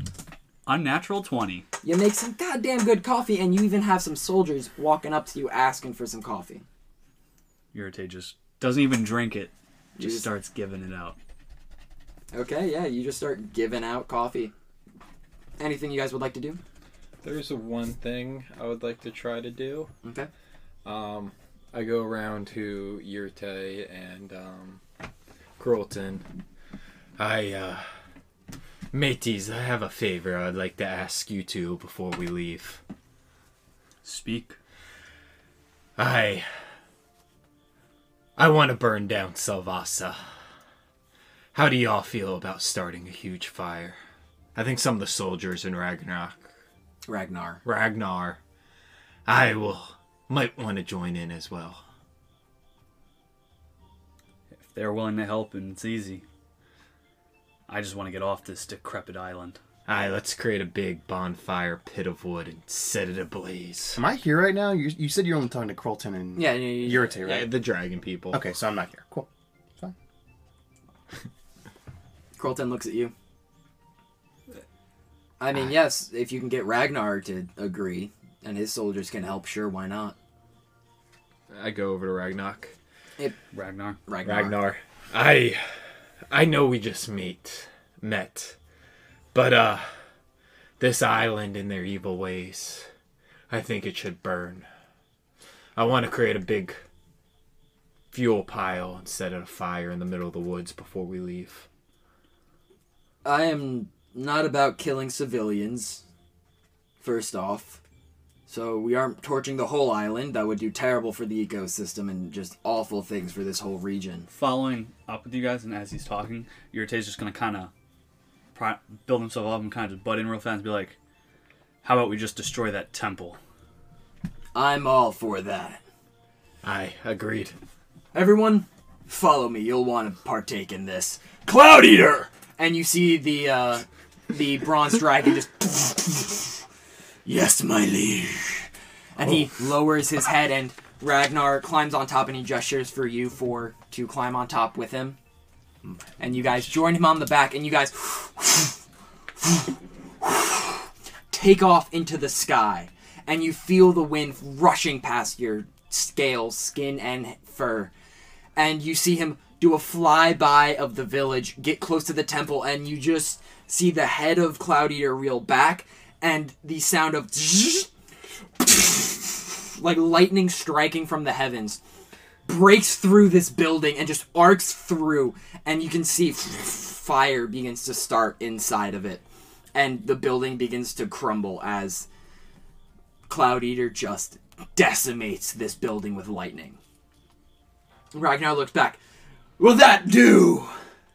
[SPEAKER 4] Unnatural 20.
[SPEAKER 1] You make some goddamn good coffee, and you even have some soldiers walking up to you asking for some coffee.
[SPEAKER 4] Irritate just doesn't even drink it. Just
[SPEAKER 1] Jeez.
[SPEAKER 4] starts giving it out.
[SPEAKER 1] Okay, yeah, you just start giving out coffee. Anything you guys would like to do?
[SPEAKER 5] There's one thing I would like to try to do.
[SPEAKER 1] Okay.
[SPEAKER 5] Um, I go around to Yurte and um, Crolton.
[SPEAKER 2] I, uh. Mateys, I have a favor I'd like to ask you two before we leave.
[SPEAKER 4] Speak.
[SPEAKER 2] I. I want to burn down Salvasa. How do y'all feel about starting a huge fire? I think some of the soldiers in Ragnarok.
[SPEAKER 1] Ragnar.
[SPEAKER 2] Ragnar. I will. Might want to join in as well.
[SPEAKER 4] If they're willing to help and it's easy. I just want to get off this decrepit island.
[SPEAKER 2] Aye, let's create a big bonfire pit of wood and set it ablaze.
[SPEAKER 3] Am I here right now? You, you said you're only talking to Crolton and
[SPEAKER 1] Yeah, yeah, yeah, yeah.
[SPEAKER 3] Yurite, right?
[SPEAKER 2] Yeah, the dragon people.
[SPEAKER 3] Okay, so I'm not here. Cool.
[SPEAKER 1] Crolton looks at you. I mean, yes, if you can get Ragnar to agree and his soldiers can help, sure, why not?
[SPEAKER 5] I go over to Ragnok.
[SPEAKER 4] Ragnar.
[SPEAKER 1] Ragnar.
[SPEAKER 2] Ragnar. I I know we just meet met. But uh this island and their evil ways, I think it should burn. I want to create a big fuel pile and set it afire in the middle of the woods before we leave.
[SPEAKER 1] I am not about killing civilians, first off. So we aren't torching the whole island. That would do terrible for the ecosystem and just awful things for this whole region.
[SPEAKER 4] Following up with you guys, and as he's talking, Irritate's just going to kind of pri- build himself up and kind of just butt in real fast and be like, how about we just destroy that temple?
[SPEAKER 1] I'm all for that.
[SPEAKER 2] I agreed.
[SPEAKER 1] Everyone, follow me. You'll want to partake in this. Cloud Eater! And you see the, uh, the bronze dragon just. yes, my liege. And he lowers his head, and Ragnar climbs on top and he gestures for you for to climb on top with him. And you guys join him on the back, and you guys take off into the sky. And you feel the wind rushing past your scales, skin, and fur. And you see him do a flyby of the village, get close to the temple, and you just see the head of Cloud Eater reel back, and the sound of like lightning striking from the heavens breaks through this building and just arcs through and you can see fire begins to start inside of it and the building begins to crumble as cloud eater just decimates this building with lightning ragnar looks back will that do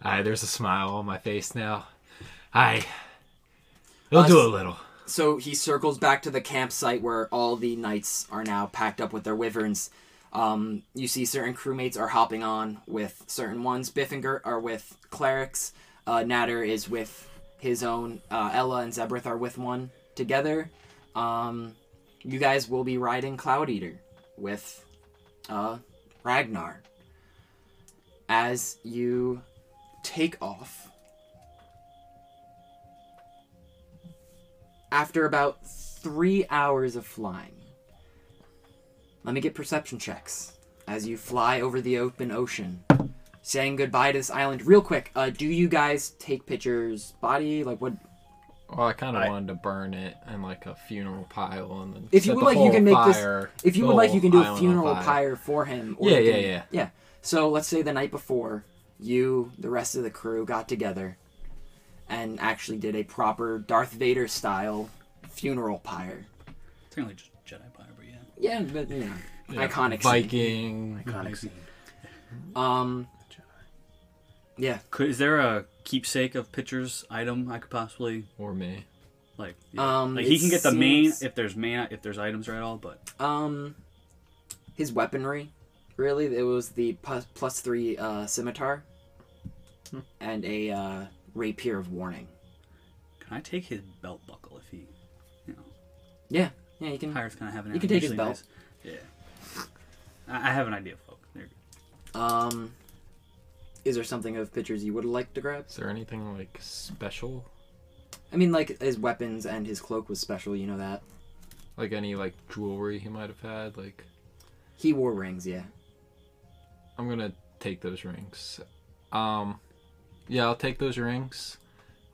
[SPEAKER 6] Aye, there's a smile on my face now. Aye. It'll do a little.
[SPEAKER 1] so he circles back to the campsite where all the knights are now packed up with their wyverns. Um, you see certain crewmates are hopping on with certain ones. Biffinger are with clerics. Uh, Natter is with his own. Uh, Ella and Zebrith are with one together. Um, you guys will be riding Cloud Eater with uh, Ragnar. As you take off, after about three hours of flying. Let me get perception checks as you fly over the open ocean, saying goodbye to this island. Real quick, uh, do you guys take pictures? Body, like what?
[SPEAKER 14] Well, I kind of wanted to burn it in like a funeral pile and then.
[SPEAKER 1] If you
[SPEAKER 14] set
[SPEAKER 1] would
[SPEAKER 14] the
[SPEAKER 1] like, you
[SPEAKER 14] whole
[SPEAKER 1] can make this-
[SPEAKER 14] fire-
[SPEAKER 1] If you
[SPEAKER 14] the
[SPEAKER 1] would like,
[SPEAKER 14] whole
[SPEAKER 1] you can do
[SPEAKER 14] island
[SPEAKER 1] a
[SPEAKER 14] on
[SPEAKER 1] funeral
[SPEAKER 14] fire.
[SPEAKER 1] pyre for him. Or
[SPEAKER 14] Yeah,
[SPEAKER 1] you
[SPEAKER 14] yeah,
[SPEAKER 1] can-
[SPEAKER 14] yeah.
[SPEAKER 1] Yeah. So let's say the night before, you, the rest of the crew, got together and actually did a proper Darth Vader style funeral pyre.
[SPEAKER 4] Technically just Jedi Pyre, but yeah.
[SPEAKER 1] Yeah, but you know, iconic. scene.
[SPEAKER 14] Viking.
[SPEAKER 3] Iconic scene.
[SPEAKER 1] Um. Yeah.
[SPEAKER 4] Could, is there a keepsake of pictures item I could possibly
[SPEAKER 14] Or me.
[SPEAKER 4] like?
[SPEAKER 1] Um,
[SPEAKER 4] like he
[SPEAKER 1] it
[SPEAKER 4] can get the main
[SPEAKER 1] seems-
[SPEAKER 4] if there's main if there's items or at all, but
[SPEAKER 1] Um, his weaponry, really, it was the plus, plus three uh, scimitar and a uh, rapier of warning.
[SPEAKER 4] can I take his belt buckle if he
[SPEAKER 1] Yeah, yeah, you can.
[SPEAKER 4] pirates kind of have an?
[SPEAKER 1] You can take his
[SPEAKER 4] usually
[SPEAKER 1] belt.
[SPEAKER 4] nice- Yeah, I, I have an idea, folk. There.
[SPEAKER 1] Um, is there something of pictures you would like to grab?
[SPEAKER 14] Is there anything like special?
[SPEAKER 1] I mean, like his weapons and his cloak was special. You know that
[SPEAKER 14] Like any like jewelry he might have had? Like
[SPEAKER 1] he wore rings. Yeah.
[SPEAKER 14] I'm gonna take those rings. Um, yeah, I'll take those rings.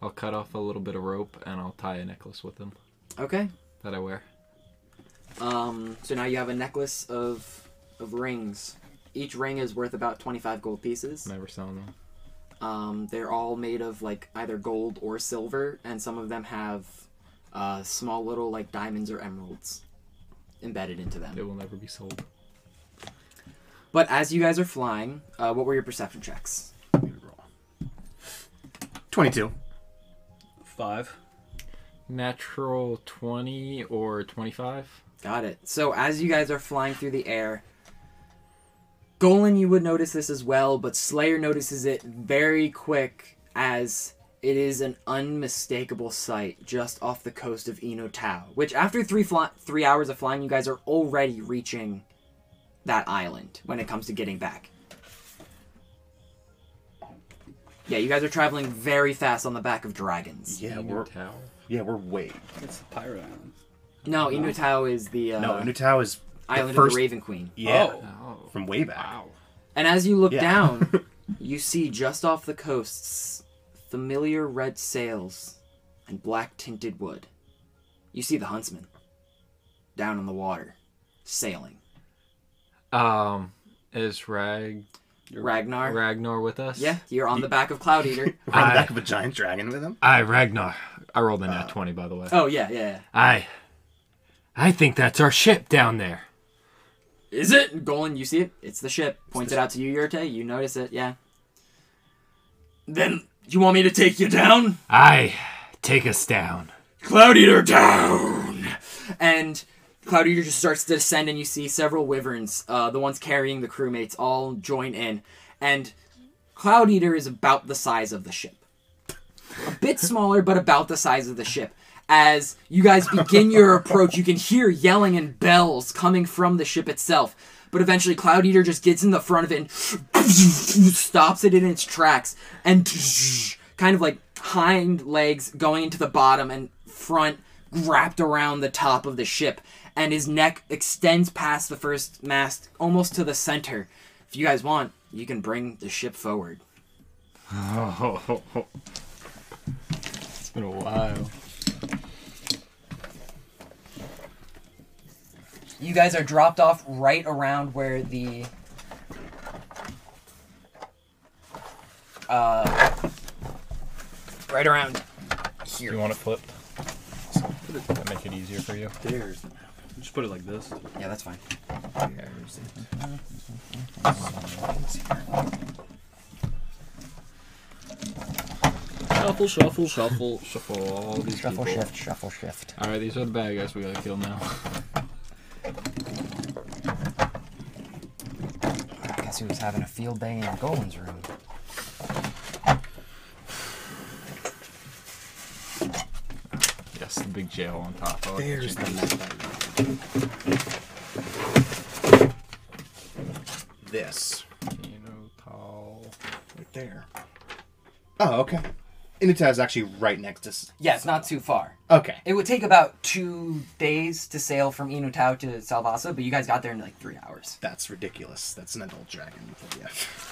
[SPEAKER 14] I'll cut off a little bit of rope and I'll tie a necklace with them
[SPEAKER 1] Okay.
[SPEAKER 14] that I wear.
[SPEAKER 1] Um, so now you have a necklace of of rings. Each ring is worth about twenty five gold pieces.
[SPEAKER 14] Never selling them.
[SPEAKER 1] Um, they're all made of like either gold or silver, and some of them have uh, small little like diamonds or emeralds embedded into
[SPEAKER 14] They
[SPEAKER 1] them.
[SPEAKER 14] will never be sold.
[SPEAKER 1] But as you guys are flying, uh, what were your perception checks?
[SPEAKER 3] 22.
[SPEAKER 4] Five.
[SPEAKER 14] Natural twenty or twenty-five.
[SPEAKER 1] Got it. So as you guys are flying through the air, Golan, you would notice this as well, but Slayer notices it very quick as it is an unmistakable sight just off the coast of Eno Tau, which after three fly- three hours of flying, you guys are already reaching that island when it comes to getting back. Yeah, you guys are traveling very fast on the back of dragons.
[SPEAKER 3] Yeah,
[SPEAKER 14] New
[SPEAKER 3] we're
[SPEAKER 14] towel.
[SPEAKER 3] yeah we're way.
[SPEAKER 4] That's the pirate island.
[SPEAKER 1] No, Eno Tau is the uh,
[SPEAKER 3] No, Unutau is
[SPEAKER 1] island
[SPEAKER 3] the first,
[SPEAKER 1] of the Raven Queen.
[SPEAKER 3] Yeah,
[SPEAKER 14] Oh.
[SPEAKER 3] from way back.
[SPEAKER 1] And as you look
[SPEAKER 3] Yeah.
[SPEAKER 1] down, you see just off the coasts familiar red sails and black tinted wood. You see the huntsman down on the water, sailing.
[SPEAKER 14] Um, is Rag
[SPEAKER 1] Ragnar.
[SPEAKER 14] Ragnar with us?
[SPEAKER 1] yeah, you're on the back of Cloud Eater.
[SPEAKER 3] We're on the
[SPEAKER 14] I-
[SPEAKER 3] back of a giant dragon with him.
[SPEAKER 6] Aye, Ragnar. I rolled a
[SPEAKER 2] Uh.
[SPEAKER 6] nat 20, by the way.
[SPEAKER 1] oh yeah, yeah.
[SPEAKER 6] Aye. I think that's our ship down there.
[SPEAKER 1] yeah. Is it Golan? You see it? It's the ship. Points it out to you, Yurte. You notice it. Yeah.
[SPEAKER 16] Then you want me to take you down?
[SPEAKER 6] Aye. Take us down.
[SPEAKER 16] Cloud Eater down!
[SPEAKER 1] and Cloud Eater just starts to descend, and you see several wyverns, uh, the ones carrying the crewmates, all join in. And Cloud Eater is about the size of the ship. A bit smaller, but about the size of the ship. As you guys begin your approach, you can hear yelling and bells coming from the ship itself. But eventually, Cloud Eater just gets in the front of it and stops it in its tracks and kind of like hind legs going into the bottom and front wrapped around the top of the ship and his neck extends past the first mast almost to the center if you guys want you can bring the ship forward
[SPEAKER 6] It's been a while.
[SPEAKER 1] Oh.
[SPEAKER 9] You guys are dropped off right around where the uh right around
[SPEAKER 14] You want it flipped? That make it easier for you.
[SPEAKER 3] There's
[SPEAKER 4] Just put it like this.
[SPEAKER 9] Yeah, that's fine.
[SPEAKER 3] there's it.
[SPEAKER 4] Shuffle, shuffle, shuffle.
[SPEAKER 6] Shuffle all these
[SPEAKER 3] Shuffle
[SPEAKER 6] people.
[SPEAKER 3] shift, shuffle shift.
[SPEAKER 6] All right, these are the bad guys we gotta kill now.
[SPEAKER 9] I guess he was having a field day in Golan's room.
[SPEAKER 6] Yes, the big jail on top. of it.
[SPEAKER 3] There's the map. This. Right there. Oh, okay. Inutile is actually right next to. s-
[SPEAKER 9] Yeah, it's not too far.
[SPEAKER 3] Okay.
[SPEAKER 9] It would take about two days to sail from Inutau to Salvasa, but you guys got there in like three hours.
[SPEAKER 3] That's ridiculous. That's an adult dragon. Yeah.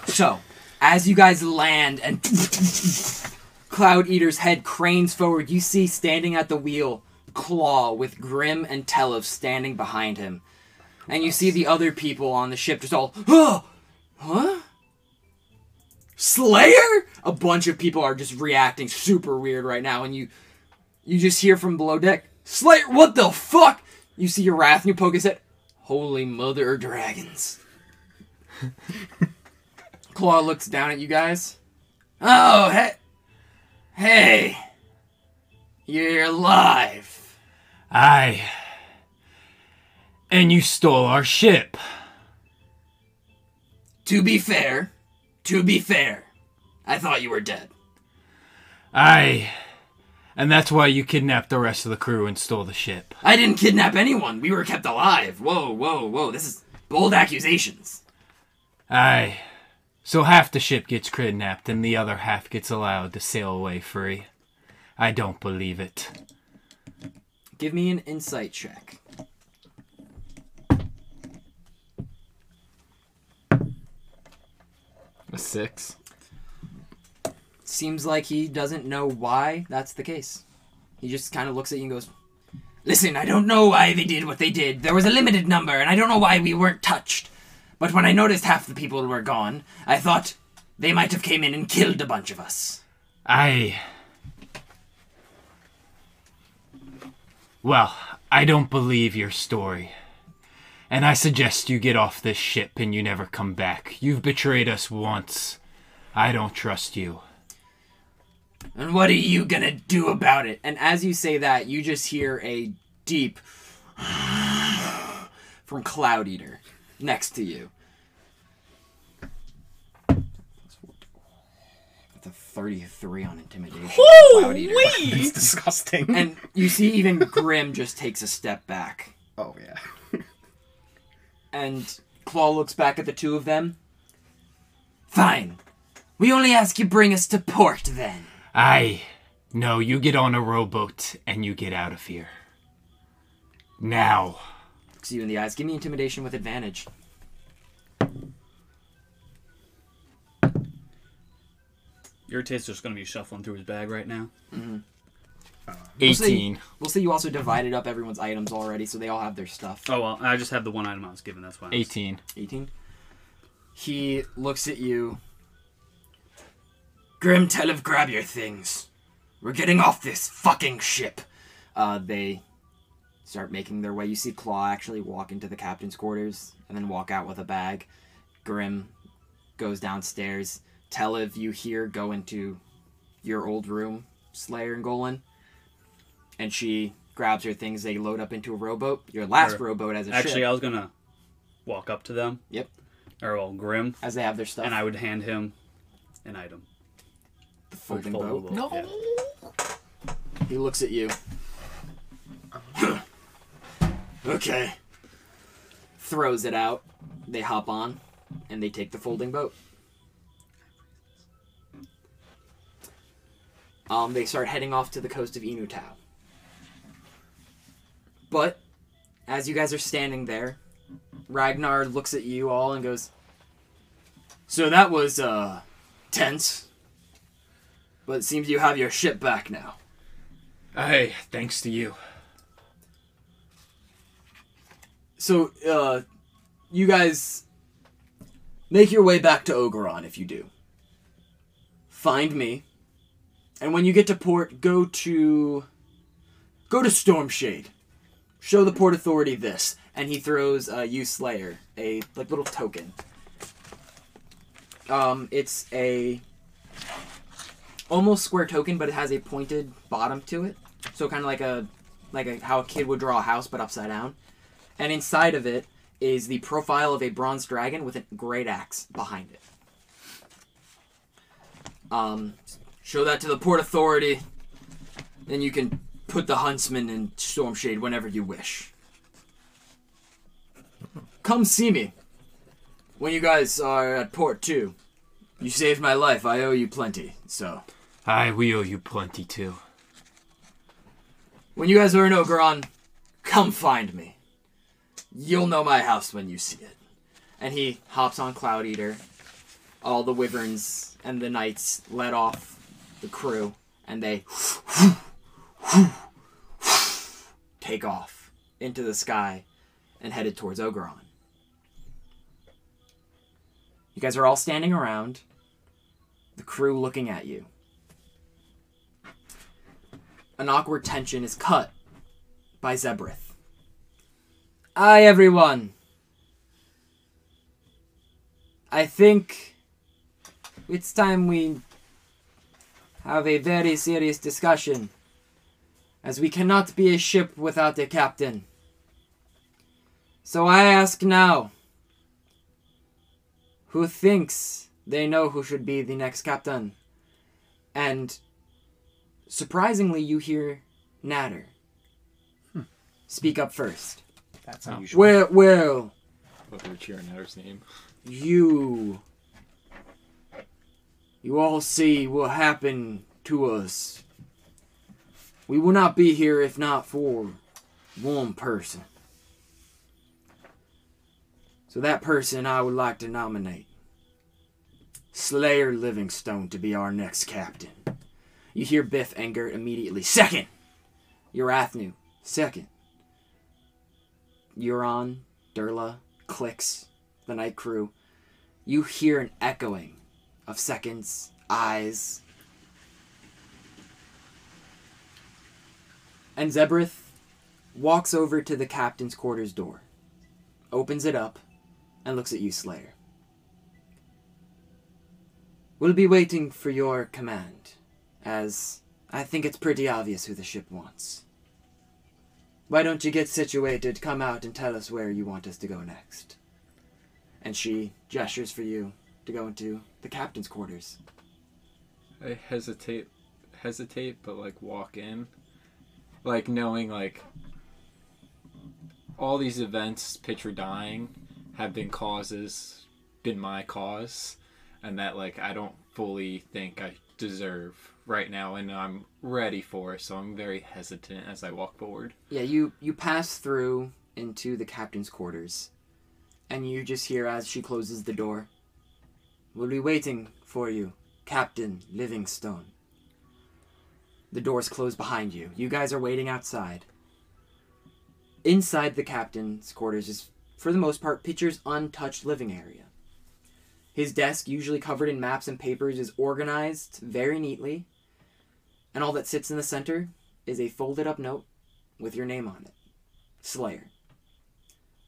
[SPEAKER 1] So, as you guys land and Cloud Eater's head cranes forward, you see standing at the wheel Claw with Grim and Telos standing behind him. And you see the other people on the ship just all, huh? Huh? Slayer? A bunch of people are just reacting super weird right now, and you you just hear from below deck, Slayer, what the fuck? You see your wrath and you poke his head. Holy mother of dragons. Claw looks down at you guys. Oh, hey. Hey. You're alive.
[SPEAKER 5] Aye. And you stole our ship.
[SPEAKER 1] To be fair, to be fair, I thought you were dead.
[SPEAKER 5] Aye. And that's why you kidnapped the rest of the crew and stole the ship.
[SPEAKER 1] I didn't kidnap anyone. We were kept alive. Whoa, whoa, whoa. This is bold accusations.
[SPEAKER 5] Aye. So half the ship gets kidnapped and the other half gets allowed to sail away free. I don't believe it.
[SPEAKER 1] Give me an insight check.
[SPEAKER 6] A six.
[SPEAKER 1] Seems like he doesn't know why that's the case. He just kind of looks at you and goes, Listen, I don't know why they did what they did. There was a limited number, and I don't know why we weren't touched. But when I noticed half the people were gone, I thought they might have came in and killed a bunch of us.
[SPEAKER 5] I. Well, I don't believe your story. And I suggest you get off this ship and you never come back. You've betrayed us once. I don't trust you.
[SPEAKER 1] And what are you gonna do about it? And as you say that, you just hear a deep from Cloud Eater next to you. That's a 33 on intimidation. Cloud Eater.
[SPEAKER 3] It's disgusting.
[SPEAKER 1] And you see, even Grim just takes a step back.
[SPEAKER 3] oh yeah.
[SPEAKER 1] And Claw looks back at the two of them. Fine. We only ask you bring us to port then.
[SPEAKER 5] I. No, you get on a rowboat and you get out of here. Now.
[SPEAKER 1] Looks you in the eyes. Give me intimidation with advantage.
[SPEAKER 4] Your taste just gonna be shuffling through his bag right now.
[SPEAKER 6] 18.
[SPEAKER 1] We'll see you also divided up everyone's items already, so they all have their stuff.
[SPEAKER 4] Oh well, I just have the one item I was given. That's why. I was-
[SPEAKER 6] 18.
[SPEAKER 1] 18. He looks at you. Grim, tell of grab your things. We're getting off this fucking ship. Uh, they start making their way. You see Claw actually walk into the captain's quarters and then walk out with a bag. Grim goes downstairs. Telev, you hear go into your old room, Slayer and Golan. And she grabs her things. They load up into a rowboat. Your last
[SPEAKER 4] Or-
[SPEAKER 1] rowboat as a
[SPEAKER 4] Actually,
[SPEAKER 1] ship.
[SPEAKER 4] I was gonna walk up to them.
[SPEAKER 1] Yep.
[SPEAKER 4] Or well, Grim,
[SPEAKER 1] As they have their stuff.
[SPEAKER 4] and I would hand him an item.
[SPEAKER 1] the folding
[SPEAKER 4] Fold
[SPEAKER 1] boat.
[SPEAKER 4] the boat, yeah.
[SPEAKER 1] He looks at you. okay. Throws it out. They hop on and they take the folding boat. um, they start heading off to the coast of Inutau. But as you guys are standing there, Ragnar looks at you all and goes, "So that was uh, tense, but it seems you have your ship back now."
[SPEAKER 2] Hey, thanks to you.
[SPEAKER 1] So, uh, you guys make your way back to Ogeron if you do. Find me, and when you get to port, go to go to Stormshade. Show the port authority this, and he throws uh, you Slayer a like little token. Um, it's a almost square token, but it has a pointed bottom to it, so kind of like a like a, how a kid would draw a house, but upside down. And inside of it is the profile of a bronze dragon with a great axe behind it. Um, show that to the port authority, then you can put the huntsman in Stormshade whenever you wish. Come see me when you guys are at port too. You saved my life. I owe you plenty. So
[SPEAKER 5] Aye, we owe you plenty too.
[SPEAKER 1] when you guys are in Ogeron, come find me. You'll know my house when you see it. And he hops on Cloud Eater. All the wyverns and the knights let off the crew, and they take off into the sky and headed towards Ogeron. You guys are all standing around, the crew looking at you. An awkward tension is cut by Zebrith. Aye, everyone. I think it's time we have a very serious discussion, as we cannot be a ship without a captain. So I ask now who thinks they know who should be the next captain. And surprisingly, you hear Natter speak up first.
[SPEAKER 3] That's unusual.
[SPEAKER 1] Well, well,
[SPEAKER 14] But we're cheering Natter's name.
[SPEAKER 1] you. You all see what happened to us. We will not be here if not for one person. So that person I would like to nominate Slayer Livingstone to be our next captain. You hear Biff anger immediately. Second! Urathnu. Second. Euron, Durla, Clicks, the night crew. You hear an echoing of seconds, eyes. And Zebrith walks over to the captain's quarters door, opens it up, and looks at you, Slayer. We'll be waiting for your command, as I think it's pretty obvious who the ship wants. Why don't you get situated, come out, and tell us where you want us to go next? And she gestures for you to go into the captain's quarters.
[SPEAKER 14] I hesitate, hesitate, but like walk in, like knowing like all these events, picture dying, have been causes, been my cause, and that like I don't fully think I deserve right now, and I'm ready for it, so I'm very hesitant as I walk forward.
[SPEAKER 1] Yeah, you you pass through into the captain's quarters, and you just hear as she closes the door, "We'll be waiting for you, Captain Livingstone." The doors close behind you. You guys are waiting outside. Inside the captain's quarters is, for the most part, Pitcher's untouched living area. His desk, usually covered in maps and papers, is organized very neatly, and all that sits in the center is a folded up note with your name on it Slayer.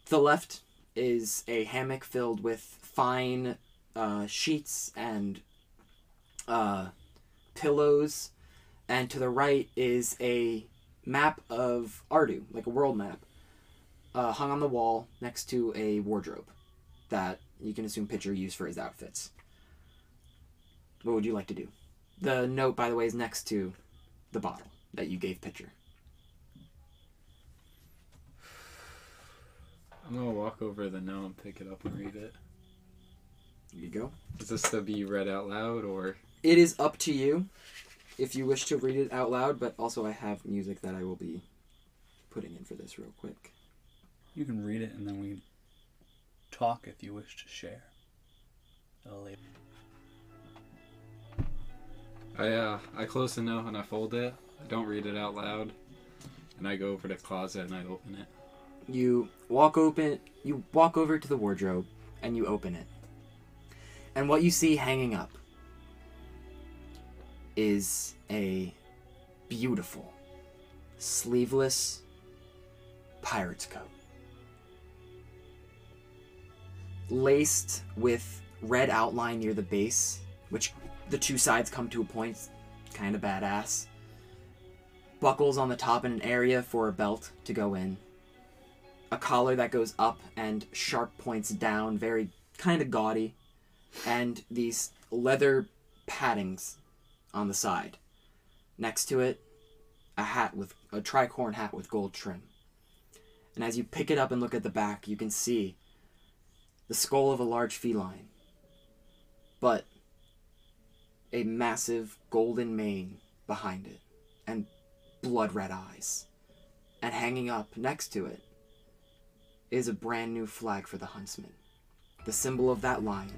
[SPEAKER 1] To the left is a hammock filled with fine uh, sheets and uh, pillows, and to the right is a map of Ardu, like a world map, uh, hung on the wall next to a wardrobe that you can assume Pitcher used for his outfits. What would you like to do? The note, by the way, is next to the bottle that you gave Pitcher.
[SPEAKER 14] I'm gonna walk over the note and pick it up and read it.
[SPEAKER 1] Here you go.
[SPEAKER 14] Is this to be read out loud or?
[SPEAKER 1] It is up to you if you wish to read it out loud, but also I have music that I will be putting in for this real quick.
[SPEAKER 7] You can read it and then we can talk if you wish to share. at a later-
[SPEAKER 14] I uh, I close the note and I fold it. I don't read it out loud, and I go over to closet and I open it.
[SPEAKER 1] You walk open you walk over to the wardrobe and you open it. And what you see hanging up is a beautiful sleeveless pirate's coat. Laced with red outline near the base, which the two sides come to a point, kind of badass. Buckles on the top in an area for a belt to go in a collar that goes up and sharp points down, very kind of gaudy, and these leather paddings on the side. Next to it, a hat with a tricorn hat with gold trim. And as you pick it up and look at the back, you can see the skull of a large feline, but a massive golden mane behind it, and blood red eyes. And hanging up next to it is a brand new flag for the huntsman, the symbol of that lion,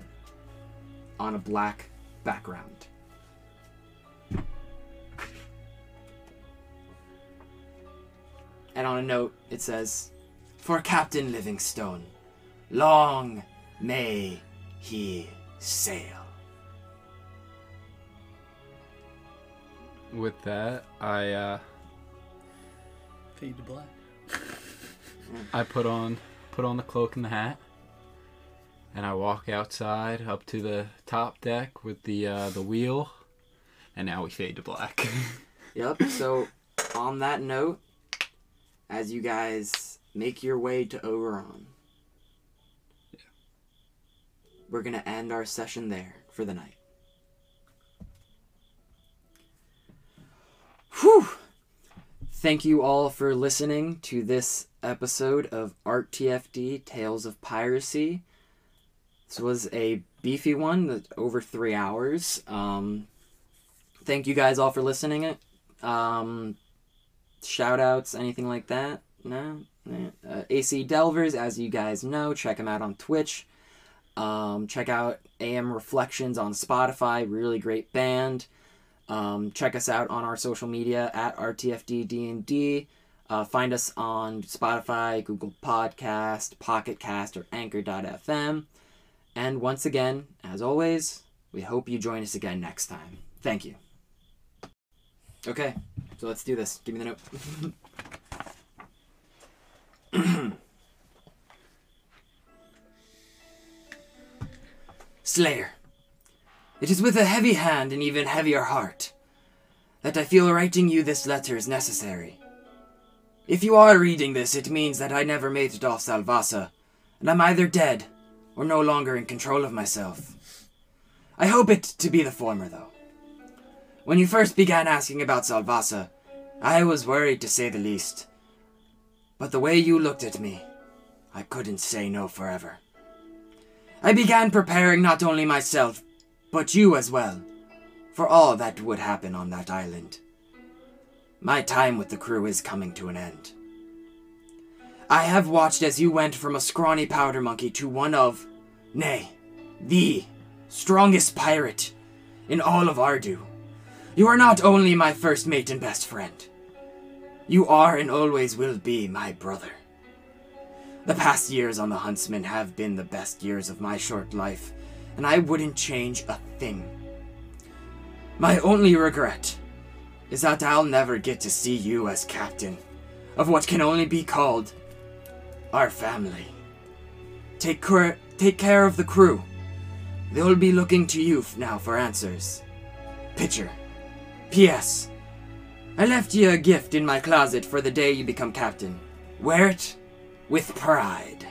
[SPEAKER 1] on a black background. And on a note, it says, For Captain Livingstone, long may he sail.
[SPEAKER 5] With that, I uh,
[SPEAKER 7] Fade to black.
[SPEAKER 5] I put on put on the cloak and the hat, and I walk outside up to the top deck with the uh, the wheel, and now we fade to black.
[SPEAKER 1] Yep, so on that note, as you guys make your way to Oberon, we're going to end our session there for the night. Whew! Thank you all for listening to this episode of Art TFD Tales of Piracy. This was a beefy one, that- over three hours. Um, thank you guys all for listening. It um, shout outs, anything like that. No, No. uh, AC Delvers, as you guys know, check him out on Twitch. Um, check out AM Reflections on Spotify, really great band. Um, check us out on our social media at RTFDDND. Uh, find us on Spotify, Google Podcast, Pocket Cast, or Anchor.fm. And once again, as always, we hope you join us again next time. Thank you. Okay, so let's do this. Give me the note. Slayer, it is with a heavy hand and even heavier heart that I feel writing you this letter is necessary. If you are reading this, it means that I never made it off Salvasa, and I'm either dead or no longer in control of myself. I hope it to be the former, though. When you first began asking about Salvasa, I was worried to say the least. But the way you looked at me, I couldn't say no forever. I began preparing not only myself, but you as well, for all that would happen on that island. My time with the crew is coming to an end. I have watched as you went from a scrawny powder monkey to one of, nay, the strongest pirate in all of Ardu. You are not only my first mate and best friend, you are and always will be my brother. The past years on the Huntsman have been the best years of my short life, and I wouldn't change a thing. My only regret is that I'll never get to see you as captain of what can only be called our family. Take, cur- take care of the crew. They'll be looking to you f- now for answers. Pitcher. P.S. I left you a gift in my closet for the day you become captain. Wear it with pride.